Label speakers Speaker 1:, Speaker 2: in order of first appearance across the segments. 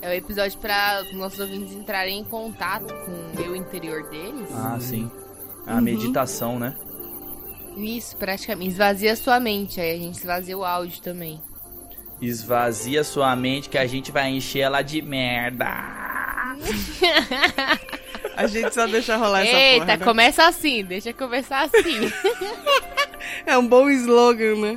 Speaker 1: É o episódio para os nossos ouvintes entrarem em contato com o eu interior deles.
Speaker 2: Ah, sim. A meditação, né?
Speaker 1: Isso, praticamente. Esvazia sua mente. Aí a gente esvazia o áudio também.
Speaker 2: Esvazia sua mente que a gente vai encher ela de merda.
Speaker 3: A gente só deixa rolar essa
Speaker 1: Eita,
Speaker 3: porra. né?
Speaker 1: começa assim, deixa eu começar assim.
Speaker 3: É um bom slogan, né?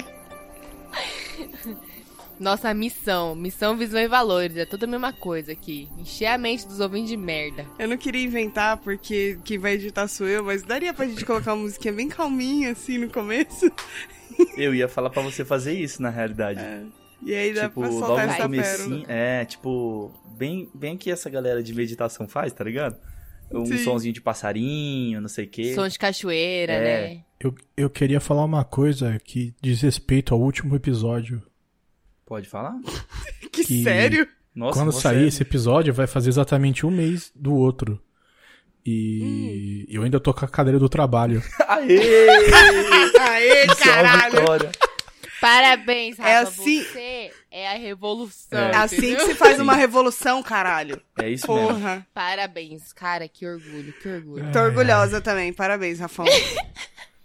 Speaker 1: Nossa missão, missão, visão e valores, é tudo a mesma coisa aqui. Encher a mente dos ouvintes de merda.
Speaker 3: Eu não queria inventar porque quem vai editar sou eu, mas daria pra gente colocar uma musiquinha bem calminha assim no começo.
Speaker 2: Eu ia falar pra você fazer isso, na realidade.
Speaker 3: E aí dá
Speaker 2: tipo,
Speaker 3: pra
Speaker 2: logo
Speaker 3: soltar
Speaker 2: no
Speaker 3: essa
Speaker 2: comecinho.
Speaker 3: pérola.
Speaker 2: É, tipo, bem, bem que essa galera de meditação faz, tá ligado? Um
Speaker 3: Sim.
Speaker 2: sonzinho de passarinho, não sei o quê.
Speaker 1: Som de cachoeira,
Speaker 2: É.
Speaker 1: né?
Speaker 4: Eu, eu queria falar uma coisa que diz respeito ao último episódio.
Speaker 2: Pode falar?
Speaker 3: Que,
Speaker 4: que-
Speaker 3: sério?
Speaker 2: Nossa,
Speaker 4: Quando
Speaker 2: você- é
Speaker 4: sair esse episódio, vai fazer exatamente um mês do outro. E eu ainda tô com a cadeira do trabalho.
Speaker 2: Aê!
Speaker 3: Aê,
Speaker 2: Isso é uma
Speaker 3: caralho!
Speaker 2: vitória.
Speaker 1: Parabéns, Rafa,
Speaker 3: É assim-
Speaker 1: você é a revolução,
Speaker 2: É.
Speaker 3: É assim que
Speaker 1: entendeu?
Speaker 3: se faz uma revolução, caralho.
Speaker 2: É isso mesmo.
Speaker 3: Porra.
Speaker 1: Parabéns, cara, que orgulho, que orgulho.
Speaker 3: Tô orgulhosa também. Parabéns, Rafão.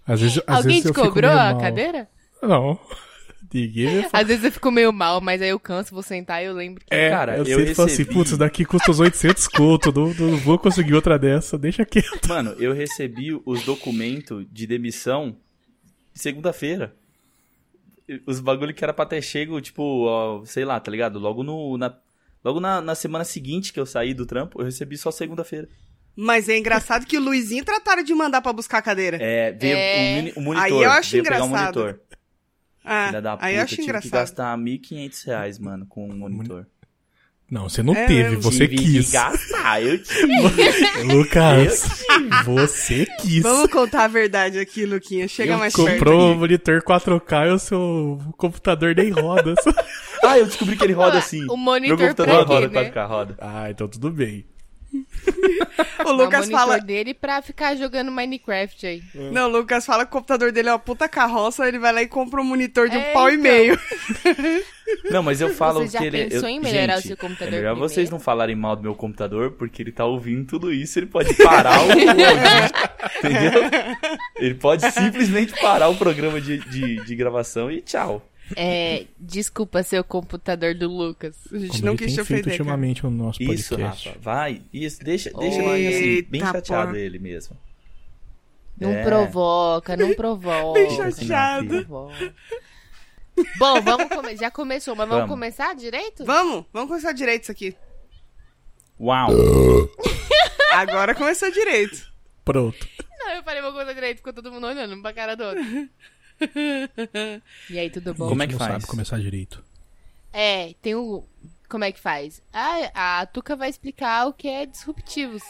Speaker 4: Às vezes, às
Speaker 1: Alguém
Speaker 4: vezes
Speaker 1: te
Speaker 4: eu fico
Speaker 1: cobrou
Speaker 4: meio
Speaker 1: a
Speaker 4: mal.
Speaker 1: cadeira?
Speaker 4: Não. Ninguém me
Speaker 1: Às vezes eu fico meio mal, mas aí eu canso, vou sentar e eu lembro que...
Speaker 4: É,
Speaker 2: Cara,
Speaker 4: cara, eu,
Speaker 2: eu
Speaker 4: sempre falo assim,
Speaker 2: recebi-
Speaker 4: putz, isso daqui custa uns 800 conto, não, não vou conseguir outra dessa, deixa quieto.
Speaker 2: Mano, eu recebi os documentos de demissão segunda-feira. Os bagulho que era pra ter chego, tipo, ó, sei lá, tá ligado? Logo no. Na, logo na, na semana seguinte que eu saí do trampo, eu recebi só segunda-feira.
Speaker 3: Mas é engraçado que o Luizinho trataram de mandar pra buscar a cadeira.
Speaker 2: É, veio
Speaker 1: É.
Speaker 2: O, mini- o monitor.
Speaker 3: Aí eu acho
Speaker 2: veio pegar o
Speaker 3: engraçado.
Speaker 2: monitor.
Speaker 3: Ah,
Speaker 2: Filha da puta,
Speaker 3: aí eu acho
Speaker 2: tive que
Speaker 3: engraçado.
Speaker 2: gastar 1.500 reais, mano, com um monitor.
Speaker 4: Não, você não
Speaker 3: É,
Speaker 4: teve, você
Speaker 2: tive
Speaker 4: quis.
Speaker 2: que gastar, eu tive.
Speaker 4: Lucas, você quis.
Speaker 3: Vamos contar a verdade aqui, Luquinha. Chega
Speaker 4: Eu
Speaker 3: mais
Speaker 4: comprou um
Speaker 3: perto.
Speaker 4: monitor 4K e o seu computador nem roda. só-
Speaker 2: ah, eu descobri que ele roda assim.
Speaker 1: O
Speaker 2: Meu
Speaker 1: monitor pra
Speaker 2: computador
Speaker 1: quê,
Speaker 2: roda
Speaker 1: né?
Speaker 2: 4K, roda.
Speaker 4: ah, então tudo bem.
Speaker 3: aqui. O Lucas
Speaker 1: o monitor
Speaker 3: fala,
Speaker 1: dele pra ficar jogando Minecraft aí.
Speaker 3: Não, o Lucas fala que o computador dele é uma puta carroça, ele vai lá e compra um monitor de um
Speaker 1: É,
Speaker 3: pau e
Speaker 1: então.
Speaker 3: meio.
Speaker 2: Não, mas eu falo
Speaker 1: Você já
Speaker 2: que ele. é-
Speaker 1: pensou
Speaker 2: eu,
Speaker 1: em melhorar
Speaker 2: gente,
Speaker 1: o seu computador
Speaker 2: É melhor
Speaker 1: primeiro?
Speaker 2: vocês não falarem mal do meu computador, porque ele tá ouvindo tudo isso, ele pode parar o. entendeu? Ele pode simplesmente parar o programa de, de, de gravação e tchau.
Speaker 1: É, desculpa seu computador do Lucas.
Speaker 3: A gente
Speaker 4: Como
Speaker 3: não
Speaker 4: ele
Speaker 3: quis te
Speaker 4: tem feito
Speaker 3: ofender. cara.
Speaker 4: ultimamente no nosso
Speaker 2: Isso,
Speaker 4: podcast.
Speaker 2: Rafa, vai. Isso, deixa, deixa
Speaker 1: Eita
Speaker 2: ele assim, bem chateado
Speaker 3: porra.
Speaker 2: ele mesmo.
Speaker 1: Não
Speaker 2: É.
Speaker 1: provoca, não provoca.
Speaker 3: Bem
Speaker 2: chateado.
Speaker 1: não provoca. Bom, vamos come... já começou, mas vamos,
Speaker 2: Vamos.
Speaker 1: começar direito?
Speaker 3: Vamos, vamos começar direito isso aqui.
Speaker 2: Uau!
Speaker 3: Agora começou direito.
Speaker 4: Pronto.
Speaker 1: Não, eu falei, vamos começar direito, ficou todo mundo olhando um pra cara do outro. E aí, tudo bom?
Speaker 2: Como
Speaker 4: A
Speaker 2: é
Speaker 4: gente
Speaker 2: que
Speaker 4: não
Speaker 2: faz?
Speaker 4: sabe começar direito.
Speaker 1: É, tem o... Como é que faz? Ah, a Tuca vai explicar o que é disruptivos.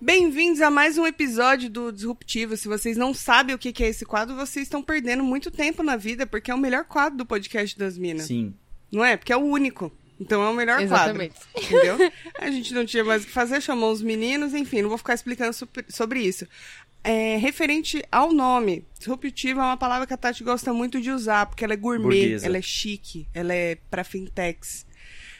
Speaker 3: Bem-vindos a mais um episódio do Disruptivo. Se vocês não sabem o que que é esse quadro, vocês estão perdendo muito tempo na vida, porque é o melhor quadro do podcast das minas.
Speaker 2: Sim.
Speaker 3: Não é? Porque é o único. Então é o melhor
Speaker 1: Exatamente.
Speaker 3: quadro. Entendeu? A gente não tinha mais o que fazer, chamou os meninos, enfim, não vou ficar explicando sup- sobre isso. É, referente ao nome, disruptivo é uma palavra que a Tati gosta muito de usar, porque ela é gourmet,
Speaker 2: Burguesa.
Speaker 3: ela é chique, ela é pra fintechs.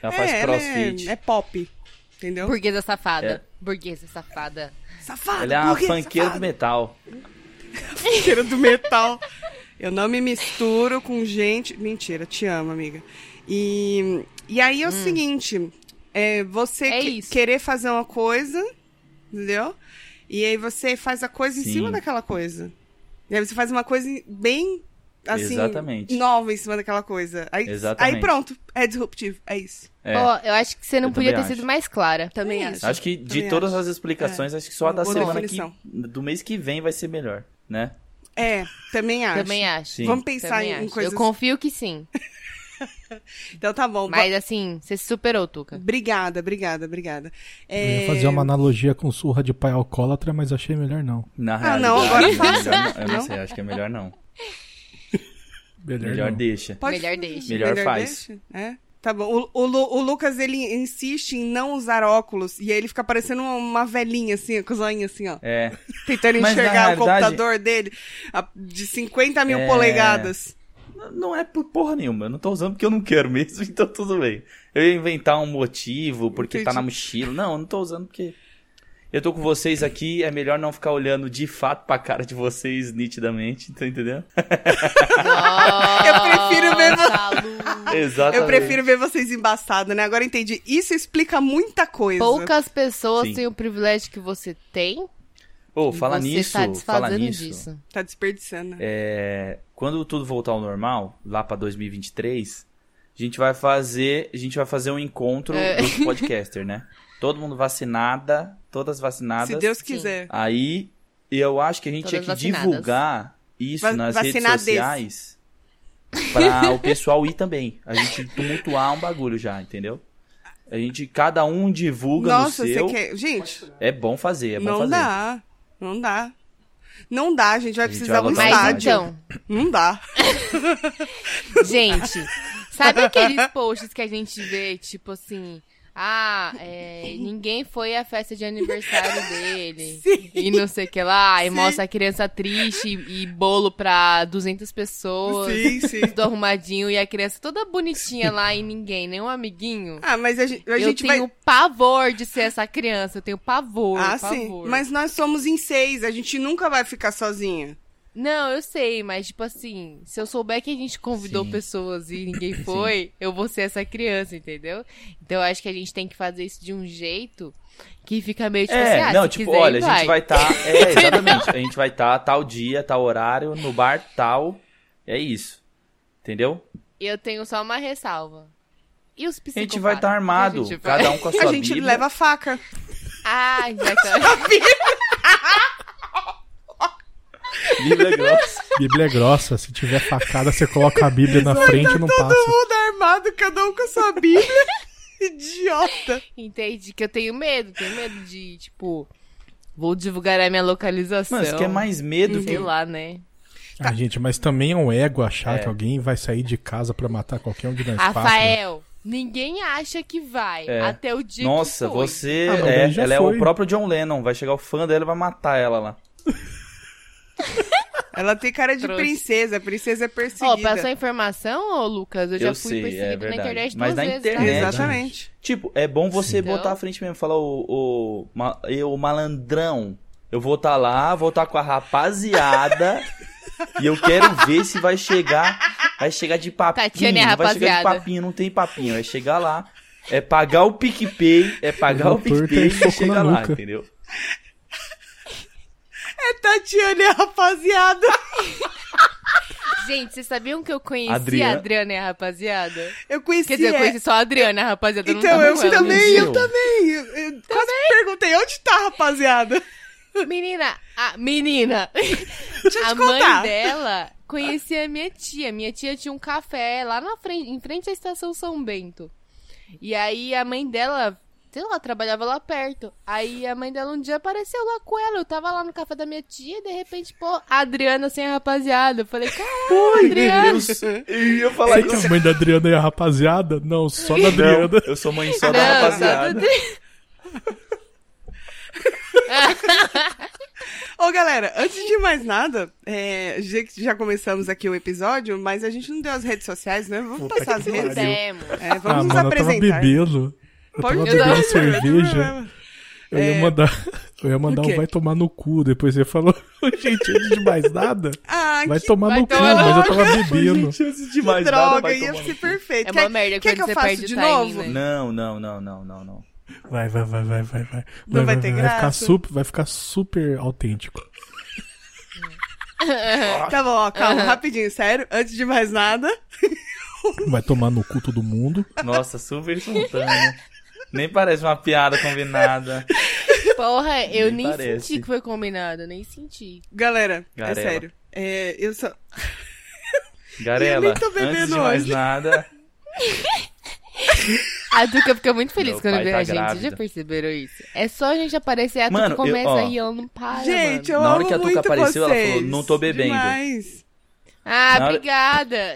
Speaker 2: Ela faz
Speaker 3: é,
Speaker 2: crossfit.
Speaker 3: Ela é, é pop, entendeu?
Speaker 1: Burguesa safada.
Speaker 2: É.
Speaker 1: Burguesa safada.
Speaker 3: Safada,
Speaker 2: Ela é uma
Speaker 3: burguesa,
Speaker 2: funkeira do
Speaker 3: safada.
Speaker 2: metal.
Speaker 3: Funkeira do metal. Eu não me misturo com gente. Mentira, te amo, amiga. E, e aí é o seguinte: é, você
Speaker 1: Hum. É
Speaker 3: que-
Speaker 1: isso.
Speaker 3: querer fazer uma coisa, entendeu? E aí você faz a coisa em
Speaker 2: Sim.
Speaker 3: cima daquela coisa. E aí você faz uma coisa bem assim
Speaker 2: Exatamente.
Speaker 3: nova em cima daquela coisa. Aí,
Speaker 2: Exatamente.
Speaker 3: aí pronto, é disruptivo, é isso.
Speaker 2: É.
Speaker 1: Ó, eu acho que você não
Speaker 2: Eu
Speaker 1: podia ter
Speaker 2: também
Speaker 1: sido
Speaker 2: acho.
Speaker 1: mais clara.
Speaker 3: Também
Speaker 1: É
Speaker 3: acho.
Speaker 1: isso.
Speaker 2: Acho que de
Speaker 3: Também
Speaker 2: todas
Speaker 3: acho. É.
Speaker 2: as explicações, acho que só a da
Speaker 3: Boa
Speaker 2: semana que,
Speaker 3: definição.
Speaker 2: do mês que vem vai ser melhor, né?
Speaker 3: É, também acho.
Speaker 1: Também acho.
Speaker 2: Sim.
Speaker 3: Vamos pensar
Speaker 1: Também
Speaker 3: em, em
Speaker 1: acho.
Speaker 3: coisas.
Speaker 1: Eu confio que sim.
Speaker 3: Então tá bom.
Speaker 1: Mas assim, você se superou, Tuca.
Speaker 3: Obrigada, obrigada, obrigada.
Speaker 2: Hum.
Speaker 4: Eu
Speaker 3: É,
Speaker 4: ia fazer uma analogia com surra de pai alcoólatra, mas achei melhor não.
Speaker 2: Na
Speaker 3: Ah,
Speaker 2: realidade,
Speaker 3: não, agora
Speaker 2: eu
Speaker 3: faça.
Speaker 2: não- Eu não
Speaker 3: Não?
Speaker 2: sei, acho que é melhor não.
Speaker 4: Melhor,
Speaker 2: Melhor
Speaker 4: não.
Speaker 2: deixa.
Speaker 1: Melhor deixa.
Speaker 2: Melhor faz.
Speaker 3: deixa? É? Tá bom. O, o Lu- o Lucas, ele insiste em não usar óculos. E aí ele fica parecendo uma, uma velhinha, assim, com os olhinhos assim, ó.
Speaker 2: É.
Speaker 3: Tentando
Speaker 2: Mas na
Speaker 3: enxergar o
Speaker 2: realidade-
Speaker 3: computador dele a- de 50 mil
Speaker 2: É.
Speaker 3: polegadas.
Speaker 2: N- Não é por porra nenhuma. Eu não tô usando porque eu não quero mesmo, então tudo bem. Eu ia inventar um motivo porque tá
Speaker 3: Entendi.
Speaker 2: na mochila. Não, eu não tô usando porque. Eu tô com vocês aqui, é melhor não ficar olhando de fato pra cara de vocês nitidamente, tá entendendo?
Speaker 1: eu
Speaker 3: prefiro ver vo-
Speaker 2: Exatamente.
Speaker 3: Ah, Eu prefiro ver vocês embaçados, né? Agora eu entendi. Isso explica muita coisa.
Speaker 1: Poucas pessoas
Speaker 2: Sim.
Speaker 1: têm o privilégio que você tem.
Speaker 2: Ô,
Speaker 1: e
Speaker 2: fala
Speaker 1: você
Speaker 2: nisso,
Speaker 1: tá
Speaker 2: fala
Speaker 1: desfazendo
Speaker 2: nisso.
Speaker 1: disso.
Speaker 3: Tá desperdiçando.
Speaker 2: É, quando tudo voltar ao normal, lá pra 2023, a gente vai fazer, a gente vai fazer um encontro
Speaker 1: É.
Speaker 2: dos podcasters, né? Todo mundo vacinada, todas vacinadas.
Speaker 3: Se Deus quiser.
Speaker 2: Aí eu acho que a gente
Speaker 1: Todas
Speaker 2: tinha que
Speaker 1: vacinadas.
Speaker 2: divulgar isso
Speaker 3: Va-
Speaker 2: nas redes
Speaker 3: vacinades.
Speaker 2: sociais pra o pessoal ir também. A gente tumultuar um bagulho já, entendeu? A gente, cada um divulga
Speaker 3: Nossa,
Speaker 2: no
Speaker 3: você
Speaker 2: seu.
Speaker 3: quer. Gente,
Speaker 2: É bom fazer, é bom
Speaker 3: não
Speaker 2: fazer.
Speaker 3: dá. Não dá. Não dá, a gente vai
Speaker 2: A gente
Speaker 3: precisar
Speaker 2: vai
Speaker 3: um
Speaker 2: lotar o
Speaker 1: Mas
Speaker 3: estádio.
Speaker 1: então,
Speaker 3: Não dá.
Speaker 1: gente, sabe aqueles posts que a gente vê, tipo assim. Ah, é, ninguém foi à festa de aniversário dele.
Speaker 3: Sim.
Speaker 1: E não sei o que lá. E
Speaker 3: Sim.
Speaker 1: mostra a criança triste e, e bolo pra 200 pessoas.
Speaker 3: Sim, sim.
Speaker 1: Tudo arrumadinho. E a criança toda bonitinha lá e ninguém, nenhum amiguinho.
Speaker 3: Ah, mas a gente, a
Speaker 1: eu
Speaker 3: gente vai.
Speaker 1: tenho pavor de ser essa criança. Eu tenho pavor,
Speaker 3: Ah,
Speaker 1: pavor.
Speaker 3: sim. Mas nós somos em seis, a gente nunca vai ficar sozinha.
Speaker 1: Não, eu sei, mas tipo assim, se eu souber que a gente convidou
Speaker 2: Sim.
Speaker 1: pessoas e ninguém foi, eu vou ser essa criança, entendeu? Então eu acho que a gente tem que fazer isso de um jeito que fica meio tipo assim,
Speaker 2: É,
Speaker 1: ah,
Speaker 2: não,
Speaker 1: se
Speaker 2: tipo,
Speaker 1: quiser,
Speaker 2: olha, a
Speaker 1: vai.
Speaker 2: gente vai estar. é, exatamente. A gente vai estar tal dia, tal horário, no bar tal. É isso. Entendeu?
Speaker 1: Eu tenho só uma ressalva. E os
Speaker 2: A
Speaker 1: psicopatas?
Speaker 2: gente vai estar armado,
Speaker 1: A gente vai-
Speaker 2: cada um com a sua
Speaker 3: a gente
Speaker 2: bíblia.
Speaker 3: leva a faca.
Speaker 1: Ah, já tá.
Speaker 2: Bíblia grossa.
Speaker 4: Bíblia é grossa, se tiver facada, você coloca a Bíblia na frente e não
Speaker 3: Todo
Speaker 4: passa.
Speaker 3: mundo armado, cada um com a sua bíblia. Idiota.
Speaker 1: Entendi que eu tenho medo, tenho medo de, tipo, vou divulgar a minha localização.
Speaker 2: Mano, isso que é mais medo,
Speaker 1: Sei
Speaker 2: filho.
Speaker 1: lá, né?
Speaker 4: Ah, gente, mas também é um ego achar que alguém vai sair de casa pra matar qualquer um de nós quatro.
Speaker 1: Rafael, ninguém acha que vai
Speaker 2: né? É.
Speaker 1: até o dia
Speaker 2: Nossa,
Speaker 1: que foi.
Speaker 2: você.
Speaker 4: Ah, mas
Speaker 2: é,
Speaker 4: daí já
Speaker 2: ela é
Speaker 4: foi.
Speaker 2: o próprio John Lennon. Vai chegar o fã dela e vai matar ela lá.
Speaker 3: Ela tem cara de
Speaker 1: Trouxe.
Speaker 3: princesa, princesa é
Speaker 1: Ó,
Speaker 3: perseguida.
Speaker 1: pra sua informação, ô Lucas, eu já
Speaker 2: Eu
Speaker 1: fui
Speaker 2: sei, é
Speaker 1: perseguido na
Speaker 2: verdade.
Speaker 1: internet
Speaker 2: Mas
Speaker 1: duas
Speaker 2: na
Speaker 1: vezes, tá?
Speaker 2: internet-
Speaker 3: Exatamente.
Speaker 2: Tipo, é bom você
Speaker 1: Então-
Speaker 2: botar à frente mesmo, falar o, o, ma- eu, o malandrão. Eu vou estar lá, vou estar com a rapaziada. e eu quero ver se vai chegar. Vai chegar de papinho.
Speaker 1: Tatiana é a
Speaker 2: não vai chegar de
Speaker 1: rapaziada.
Speaker 2: papinho, não tem papinho. É chegar lá. É pagar o PicPay, é pagar o,
Speaker 4: O doutor
Speaker 2: PicPay e
Speaker 4: tem soco
Speaker 2: chega
Speaker 4: na
Speaker 2: lá,
Speaker 4: nuca.
Speaker 2: entendeu?
Speaker 3: É Tatiana, e a rapaziada.
Speaker 1: Gente, vocês sabiam que eu conheci
Speaker 2: Adriana.
Speaker 1: a Adriana e a rapaziada?
Speaker 3: Eu conheci.
Speaker 1: Quer dizer, eu
Speaker 3: é-
Speaker 1: conheci só a Adriana, a rapaziada. não
Speaker 3: Então,
Speaker 1: tava
Speaker 3: eu
Speaker 1: com ela.
Speaker 3: também, eu
Speaker 2: Meu.
Speaker 3: também. Eu, eu quase perguntei, onde tá, rapaziada?
Speaker 1: Menina, a menina,
Speaker 3: Deixa eu
Speaker 1: a
Speaker 3: te
Speaker 1: mãe
Speaker 3: contar.
Speaker 1: dela conhecia a minha tia. Minha tia tinha um café lá na frente, em frente à estação São Bento. E aí a mãe dela, sei lá, trabalhava lá perto. Aí a mãe dela um dia apareceu lá com ela. Eu tava lá no café da minha tia e de repente, pô, a Adriana sem a rapaziada. Eu falei, caralho, Adriana.
Speaker 2: Eu ia falar
Speaker 4: Você
Speaker 2: isso.
Speaker 4: que a mãe da Adriana é a rapaziada? Não, só da
Speaker 2: Não,
Speaker 4: Adriana.
Speaker 2: eu sou mãe só
Speaker 1: Não,
Speaker 2: da
Speaker 1: só
Speaker 2: rapaziada.
Speaker 1: do-
Speaker 3: Ô, galera, antes de mais nada, é, já, que já começamos aqui o episódio, mas a gente não deu as redes sociais, né? Vamos
Speaker 4: Puta
Speaker 3: passar as
Speaker 4: que
Speaker 3: redes.
Speaker 4: pariu.
Speaker 1: Demos.
Speaker 3: É, vamos
Speaker 4: ah,
Speaker 3: nos
Speaker 4: mano, eu tava
Speaker 3: apresentar.
Speaker 4: bebendo. Eu
Speaker 3: Pode-
Speaker 4: tava
Speaker 1: Eu tava-
Speaker 4: bebendo cerveja. Eu ia mandar, eu ia mandar
Speaker 3: É. O quê?
Speaker 4: um vai tomar no cu. Depois você falou, gente, antes de mais nada,
Speaker 3: Ah,
Speaker 4: vai
Speaker 3: que,
Speaker 4: tomar
Speaker 1: vai
Speaker 4: no cu,
Speaker 1: tomar
Speaker 4: mas eu
Speaker 3: no
Speaker 4: tava
Speaker 2: Pô,
Speaker 4: bebendo.
Speaker 2: gente, antes de
Speaker 3: que
Speaker 2: mais nada,
Speaker 3: droga,
Speaker 2: vai
Speaker 3: ia
Speaker 2: tomar
Speaker 3: ser
Speaker 2: no cu.
Speaker 3: perfeito.
Speaker 1: É
Speaker 3: Quer-
Speaker 1: uma merda
Speaker 3: quer
Speaker 1: quando
Speaker 3: que eu
Speaker 1: você
Speaker 3: faça
Speaker 1: perde
Speaker 3: de
Speaker 1: o timing,
Speaker 3: novo?
Speaker 1: né?
Speaker 2: Não, não, não, não, não, não.
Speaker 4: Vai, vai, vai, vai, vai, vai.
Speaker 3: Não vai ter
Speaker 4: Vai ficar,
Speaker 3: graça.
Speaker 4: super, vai ficar super autêntico.
Speaker 3: Tá bom, ó, calma, rapidinho, sério. Antes de mais nada,
Speaker 4: Vai tomar no cu todo mundo.
Speaker 2: Nossa, super espontâneo. Nem parece uma piada combinada.
Speaker 1: Porra, eu
Speaker 2: Nem
Speaker 1: nem,
Speaker 2: parece.
Speaker 1: senti que foi combinado, nem senti.
Speaker 3: galera, é
Speaker 2: Garela.
Speaker 3: sério. É, eu só...
Speaker 2: Garela,
Speaker 3: Eu nem tô bebendo
Speaker 2: antes de mais
Speaker 3: hoje.
Speaker 2: nada,
Speaker 1: A Duca fica muito feliz
Speaker 2: Meu
Speaker 1: quando
Speaker 2: pai
Speaker 1: vê
Speaker 2: tá
Speaker 1: a gente.
Speaker 2: grávida.
Speaker 1: Já perceberam isso? É só a gente aparecer, a
Speaker 2: Mano,
Speaker 1: Duca
Speaker 2: eu-
Speaker 1: começa
Speaker 2: ó.
Speaker 1: a rir, ela não para,
Speaker 3: Gente,
Speaker 1: mano.
Speaker 3: eu
Speaker 2: Na hora
Speaker 3: amo
Speaker 2: que a Tuca
Speaker 3: muito
Speaker 2: apareceu, ela
Speaker 3: vocês.
Speaker 2: falou, "Não tô bebendo."
Speaker 3: Demais.
Speaker 1: Ah,
Speaker 2: Na hora-
Speaker 1: obrigada.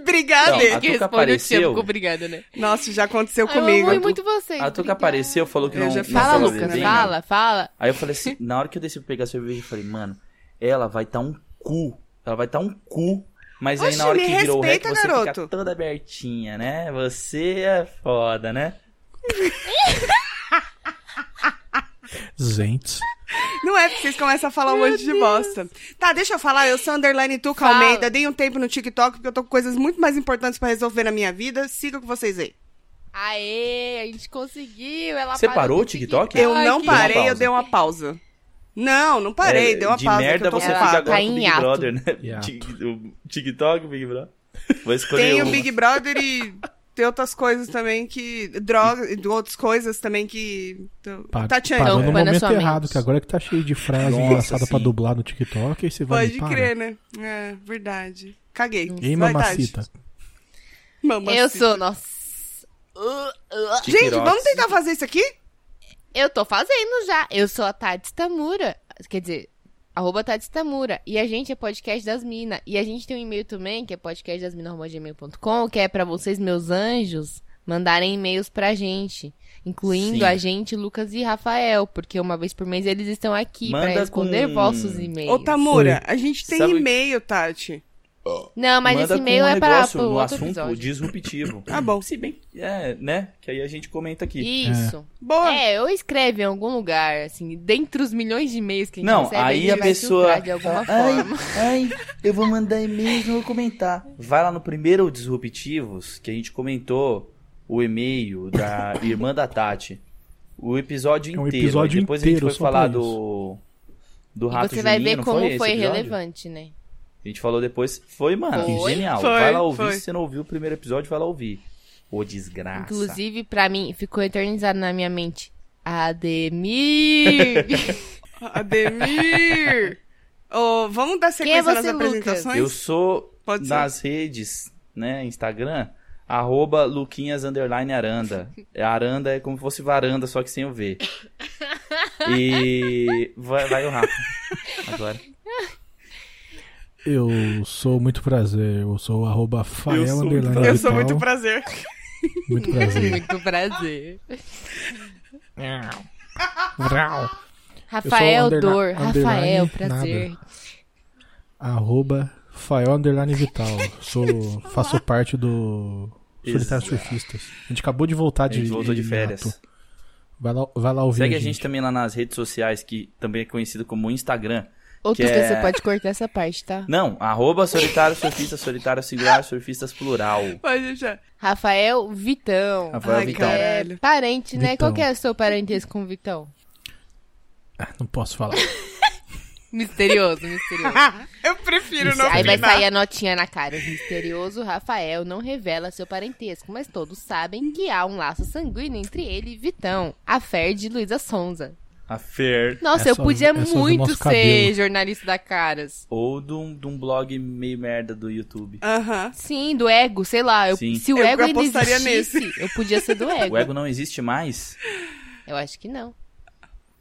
Speaker 3: Obrigada.
Speaker 2: Não, a
Speaker 1: que
Speaker 2: Tuca
Speaker 1: responde, eu te amo,
Speaker 2: apareceu.
Speaker 1: ficou obrigada, né?
Speaker 3: Nossa, já aconteceu
Speaker 1: Ah, Eu
Speaker 3: comigo.
Speaker 1: amo muito vocês.
Speaker 2: A Tuca
Speaker 1: obrigada.
Speaker 2: apareceu, falou que
Speaker 3: Eu
Speaker 2: não,
Speaker 3: já
Speaker 2: não
Speaker 3: fiz
Speaker 1: Fala,
Speaker 3: Nossa,
Speaker 2: tava
Speaker 1: Lucas,
Speaker 3: Lucas,
Speaker 2: bebendo.
Speaker 1: fala, fala.
Speaker 2: Aí eu falei assim, na hora que eu desci pra pegar cerveja, eu falei, mano, ela vai tá um cu. Ela vai tá um cu. Mas aí
Speaker 3: Oxe,
Speaker 2: na hora
Speaker 3: me
Speaker 2: que virou o rec,
Speaker 3: respeita,
Speaker 2: você
Speaker 3: garoto.
Speaker 2: fica toda abertinha, né? Você é foda, né?
Speaker 4: Gente.
Speaker 3: Não é, porque vocês começam a falar um monte de bosta. Tá, deixa eu falar, eu sou underline Tuca
Speaker 1: Fala.
Speaker 3: Almeida, dei um tempo no TikTok, porque eu tô com coisas muito mais importantes pra resolver na minha vida. Siga com vocês aí.
Speaker 1: Aê, a gente conseguiu. Ela
Speaker 2: Você
Speaker 1: parou
Speaker 2: parou
Speaker 1: com
Speaker 2: o
Speaker 1: Tá.
Speaker 2: TikTok?
Speaker 3: Eu não
Speaker 2: que- Deu uma
Speaker 3: parei, eu
Speaker 2: pausa.
Speaker 3: dei uma pausa. Não, não parei,
Speaker 2: É,
Speaker 3: deu uma
Speaker 2: de
Speaker 3: pausa.
Speaker 2: merda
Speaker 3: que eu tô
Speaker 2: você
Speaker 1: Ela
Speaker 2: fica agora
Speaker 3: ocupada.
Speaker 1: tá
Speaker 2: com o
Speaker 1: em
Speaker 2: Big
Speaker 1: hiato.
Speaker 2: Brother, né?
Speaker 4: Hiato.
Speaker 2: Tik- O TikTok, Big Brother. Vou escolher
Speaker 3: Tem o
Speaker 2: uma.
Speaker 3: Big Brother e tem outras coisas também que. Droga, e outras coisas também que.
Speaker 4: Pa
Speaker 3: Tatiana,
Speaker 4: parou no
Speaker 1: Então, põe na
Speaker 4: momento
Speaker 1: sua mente.
Speaker 4: errado, que agora que tá cheio de frase
Speaker 2: Nossa,
Speaker 4: engraçada pra
Speaker 2: sim.
Speaker 4: dublar no TikTok, aí você vai.
Speaker 3: pode
Speaker 4: para.
Speaker 3: crer, né? É, verdade. Caguei.
Speaker 4: Ei,
Speaker 3: Vai, Tati.
Speaker 4: mamacita.
Speaker 3: Mamacita.
Speaker 1: Eu sou, nossa. Uh, uh.
Speaker 3: Gente,
Speaker 2: Tiquirox.
Speaker 3: vamos tentar fazer isso aqui?
Speaker 1: Eu tô fazendo já. Eu sou a Tati Tamura. Quer dizer, arroba Tati Tamura. E a gente é podcast das minas. E a gente tem um e-mail também, que é podcastdasmina.com, que é pra vocês, meus anjos, mandarem e-mails pra gente. Incluindo
Speaker 2: Sim.
Speaker 1: a gente, Lucas e Rafael, porque uma vez por mês eles estão aqui pra
Speaker 2: Manda
Speaker 1: responder
Speaker 2: com- tá-
Speaker 1: vossos e-mails.
Speaker 3: Ô, Tamura, a gente tem
Speaker 2: Sabe-
Speaker 3: e-mail, Tati.
Speaker 1: Não, mas
Speaker 2: Manda
Speaker 1: esse e-mail
Speaker 2: com um
Speaker 1: é pra
Speaker 2: negócio
Speaker 1: pro
Speaker 2: no
Speaker 1: outro
Speaker 2: assunto
Speaker 1: episódio.
Speaker 2: disruptivo.
Speaker 3: Tá bom.
Speaker 2: Se bem que é, né? Que aí a gente comenta aqui.
Speaker 1: Isso.
Speaker 3: Boa.
Speaker 1: É, ou escreve em algum lugar, assim, dentre os milhões de e-mails que a gente
Speaker 2: Não,
Speaker 1: recebe,
Speaker 2: aí
Speaker 1: gente
Speaker 2: a
Speaker 1: vai
Speaker 2: pessoa.
Speaker 1: filtrar de alguma
Speaker 2: ai,
Speaker 1: forma.
Speaker 2: ai, eu vou mandar e-mail e não vou comentar. Vai lá no primeiro Disruptivos, que a gente comentou o e-mail da irmã da Tati. O episódio
Speaker 4: É um
Speaker 2: inteiro.
Speaker 4: episódio
Speaker 2: Aí depois a
Speaker 4: inteiro
Speaker 2: gente
Speaker 4: só
Speaker 2: foi falar
Speaker 4: pra
Speaker 2: do. Do
Speaker 1: E
Speaker 2: rato
Speaker 1: você vai
Speaker 2: Juninho,
Speaker 1: ver
Speaker 2: não
Speaker 1: como
Speaker 2: esse
Speaker 1: foi
Speaker 2: episódio?
Speaker 1: relevante, né?
Speaker 2: A gente falou depois. Foi, mano.
Speaker 1: Foi,
Speaker 2: genial.
Speaker 3: foi,
Speaker 2: vai lá ouvir.
Speaker 3: foi.
Speaker 2: Se você não ouviu o primeiro episódio, vai lá ouvir. Ô, desgraça.
Speaker 1: Inclusive, pra mim, ficou eternizado na minha mente. Ademir!
Speaker 3: Ademir! Ô, vamos dar sequência
Speaker 1: Quem é
Speaker 3: nas
Speaker 1: você,
Speaker 3: apresentações?
Speaker 2: Eu sou
Speaker 3: Pode ser.
Speaker 2: nas redes, né? Instagram, arroba Luquinhas underline Aranda. Aranda é como se fosse varanda, só que sem o V. E vai, vai o Rafa. Agora.
Speaker 4: Eu sou muito prazer. Eu sou o arroba Fael
Speaker 2: Eu sou muito
Speaker 4: underline
Speaker 2: prazer.
Speaker 3: Eu sou
Speaker 4: vital.
Speaker 3: muito prazer.
Speaker 4: Muito prazer.
Speaker 1: Muito prazer.
Speaker 4: Vrau.
Speaker 1: Rafael
Speaker 4: underna-
Speaker 1: Dor, Rafael,
Speaker 4: underline
Speaker 1: prazer.
Speaker 4: Arroba Fael Underline Vital. Sou, faço parte do Solitário
Speaker 2: Isso.
Speaker 4: Surfistas. A gente acabou de voltar
Speaker 2: A
Speaker 4: de,
Speaker 2: gente voltou de
Speaker 4: hiato.
Speaker 2: férias.
Speaker 4: Vai lá, vai lá ouvir.
Speaker 2: Segue a gente também lá nas redes sociais, que também é conhecido como Instagram.
Speaker 1: Ou
Speaker 2: Que
Speaker 1: tu
Speaker 2: é-
Speaker 1: você pode cortar essa parte, tá?
Speaker 2: Não, arroba solitário surfista, solitário singular, surfistas plural.
Speaker 3: Pode deixar.
Speaker 1: Rafael Vitão.
Speaker 2: Rafael
Speaker 3: Ai,
Speaker 2: Vitão.
Speaker 3: cara.
Speaker 1: É
Speaker 3: Caralho.
Speaker 1: parente, né?
Speaker 4: Vitão.
Speaker 1: Qual que é o seu parentesco com o Vitão?
Speaker 4: Ah, não posso falar.
Speaker 1: Misterioso, misterioso. É.
Speaker 3: Eu prefiro não
Speaker 1: Aí vai
Speaker 3: opinar.
Speaker 1: sair a notinha na cara. O misterioso Rafael não revela seu parentesco, mas todos sabem que há um laço sanguíneo entre ele e Vitão, a Fer de Luísa Sonza.
Speaker 2: A Fer.
Speaker 1: Nossa,
Speaker 4: É
Speaker 1: eu
Speaker 4: só-
Speaker 1: podia
Speaker 4: é só do
Speaker 1: muito
Speaker 4: nosso
Speaker 1: ser
Speaker 4: cabelo.
Speaker 1: jornalista da Caras.
Speaker 2: Ou de um, de um blog meio merda do YouTube.
Speaker 3: Aham.
Speaker 1: Sim, do ego, sei lá. eu-
Speaker 2: Sim.
Speaker 1: se o
Speaker 3: Eu
Speaker 1: ego ainda
Speaker 3: apostaria
Speaker 1: existisse, eu podia ser do ego.
Speaker 2: O ego não existe mais?
Speaker 1: Eu acho que não.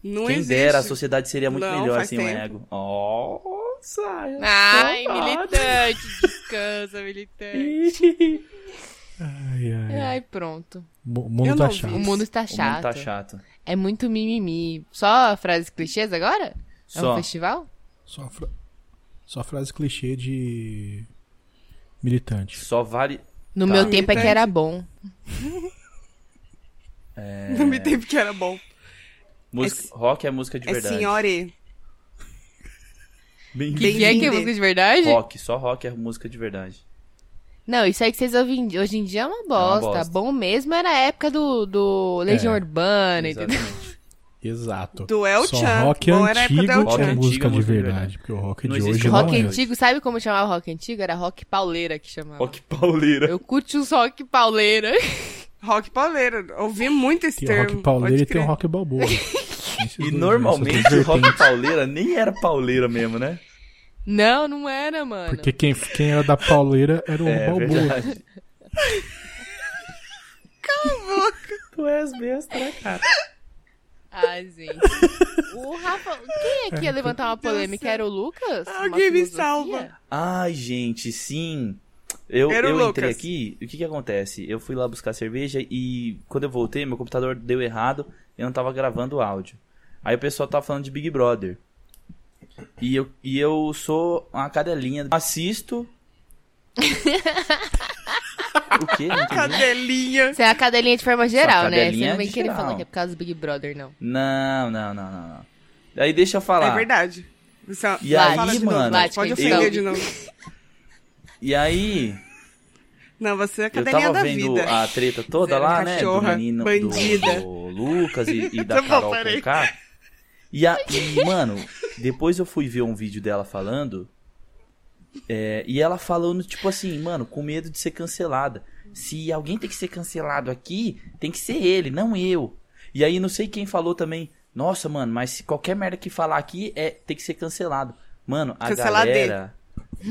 Speaker 3: Não
Speaker 2: Quem
Speaker 3: existe.
Speaker 2: dera, a sociedade seria muito
Speaker 3: Não,
Speaker 2: melhor
Speaker 3: faz
Speaker 2: sem o
Speaker 3: tempo.
Speaker 2: ego. Nossa! é. eu
Speaker 1: Ai,
Speaker 2: sou
Speaker 1: militante, descansa, militante.
Speaker 2: foda.
Speaker 4: Ai, ai.
Speaker 1: Ai, pronto.
Speaker 4: O
Speaker 3: É. Eu
Speaker 4: mundo
Speaker 3: não
Speaker 4: tá
Speaker 3: vi.
Speaker 4: chato.
Speaker 1: O mundo está
Speaker 2: O mundo
Speaker 1: chato.
Speaker 2: tá chato.
Speaker 1: É muito mimimi. Só frases clichês agora? É
Speaker 2: Só.
Speaker 1: um festival?
Speaker 4: Só, fra- só frase clichê de militante.
Speaker 2: Só vale.
Speaker 1: No
Speaker 2: Tá.
Speaker 1: meu tempo é que
Speaker 3: Militante.
Speaker 1: era bom.
Speaker 3: Não me teve que era bom.
Speaker 2: Música... Rock é música de
Speaker 3: É
Speaker 2: verdade.
Speaker 3: senhora. E.
Speaker 2: Bem-
Speaker 1: Que que é que é
Speaker 3: Bem-vindo.
Speaker 1: música de verdade?
Speaker 2: Rock, só rock é música de verdade.
Speaker 1: Não, isso aí que vocês ouvem hoje em dia é uma bosta.
Speaker 2: bosta.
Speaker 1: Bom mesmo era a época do, do Legião
Speaker 4: É,
Speaker 1: Urbana, entendeu?
Speaker 2: Exatamente.
Speaker 4: Exato.
Speaker 3: Do El
Speaker 4: Só
Speaker 3: Chan.
Speaker 4: rock
Speaker 3: Bom, era a época
Speaker 4: antigo
Speaker 3: do
Speaker 4: é
Speaker 3: El
Speaker 2: Rock
Speaker 3: Chan.
Speaker 2: antigo
Speaker 4: música
Speaker 2: é
Speaker 4: de
Speaker 2: música de
Speaker 4: verdade, porque o rock
Speaker 2: Não
Speaker 4: de
Speaker 2: existe
Speaker 4: hoje não
Speaker 1: Rock
Speaker 4: é.
Speaker 2: Exatamente.
Speaker 1: antigo, sabe como chamava rock antigo? Era rock pauleira que chamava.
Speaker 2: Rock pauleira.
Speaker 1: Eu curti os rock pauleira.
Speaker 3: Rock pauleira. Ouvi muito esse
Speaker 4: Tem o
Speaker 3: termo.
Speaker 4: rock pauleira
Speaker 3: pode
Speaker 4: e tem o
Speaker 3: crer.
Speaker 4: rock balboa. Esses
Speaker 2: E
Speaker 4: dois, né?
Speaker 2: normalmente
Speaker 4: essas
Speaker 2: o
Speaker 4: duas
Speaker 2: rock
Speaker 4: vertentes.
Speaker 2: pauleira nem era pauleira mesmo, né?
Speaker 1: Não, não era, mano.
Speaker 4: Porque quem, quem era um da pauleira era o
Speaker 2: É
Speaker 4: balboa.
Speaker 2: verdade. Tu és besta, né, cara?
Speaker 1: Ai, gente. O Rafa. Quem é que ia levantar uma polêmica? Era o Lucas? Uma
Speaker 3: Alguém me
Speaker 1: filosofia?
Speaker 3: salva.
Speaker 2: Ai, gente, sim. Eu,
Speaker 3: Era o
Speaker 2: eu entrei
Speaker 3: Lucas.
Speaker 2: aqui, o que que acontece? Eu fui lá buscar cerveja e quando eu voltei, meu computador deu errado, eu não tava gravando o áudio. Aí o pessoal tava falando de Big Brother. E eu, e eu sou uma cadelinha. Assisto. o quê? Não entendi.
Speaker 3: Cadelinha.
Speaker 1: Você é a cadelinha de forma geral, né? Você
Speaker 2: cadelinha
Speaker 1: não vem
Speaker 2: de
Speaker 1: querer
Speaker 2: geral.
Speaker 1: falar que é por causa do Big Brother, não.
Speaker 2: Não, não, não, não, não. Aí deixa eu falar.
Speaker 3: É verdade. Você é
Speaker 2: E
Speaker 3: fala
Speaker 1: aí,
Speaker 3: de novo,
Speaker 2: mano,
Speaker 3: pode
Speaker 1: eu-
Speaker 3: ofender de novo.
Speaker 2: E aí,
Speaker 3: Não, você é a
Speaker 2: eu
Speaker 3: cadelinha
Speaker 2: tava
Speaker 3: da
Speaker 2: vendo
Speaker 3: vida.
Speaker 2: a treta toda lá, né? Do
Speaker 3: Cachorra,
Speaker 2: menino,
Speaker 3: bandida.
Speaker 2: do, do Lucas e, e da
Speaker 3: Tá bom,
Speaker 2: Carol
Speaker 3: peraí.
Speaker 2: Conká. E, a, e, mano, depois eu fui ver um vídeo dela falando. é, e ela falando, tipo assim, mano, com medo de ser cancelada. Se alguém tem que ser cancelado aqui, tem que ser ele, não eu. E aí não sei quem falou também. Nossa, mano, mas se qualquer merda que falar aqui é tem que ser cancelado. Mano, a
Speaker 3: Cancelar D.
Speaker 2: galera.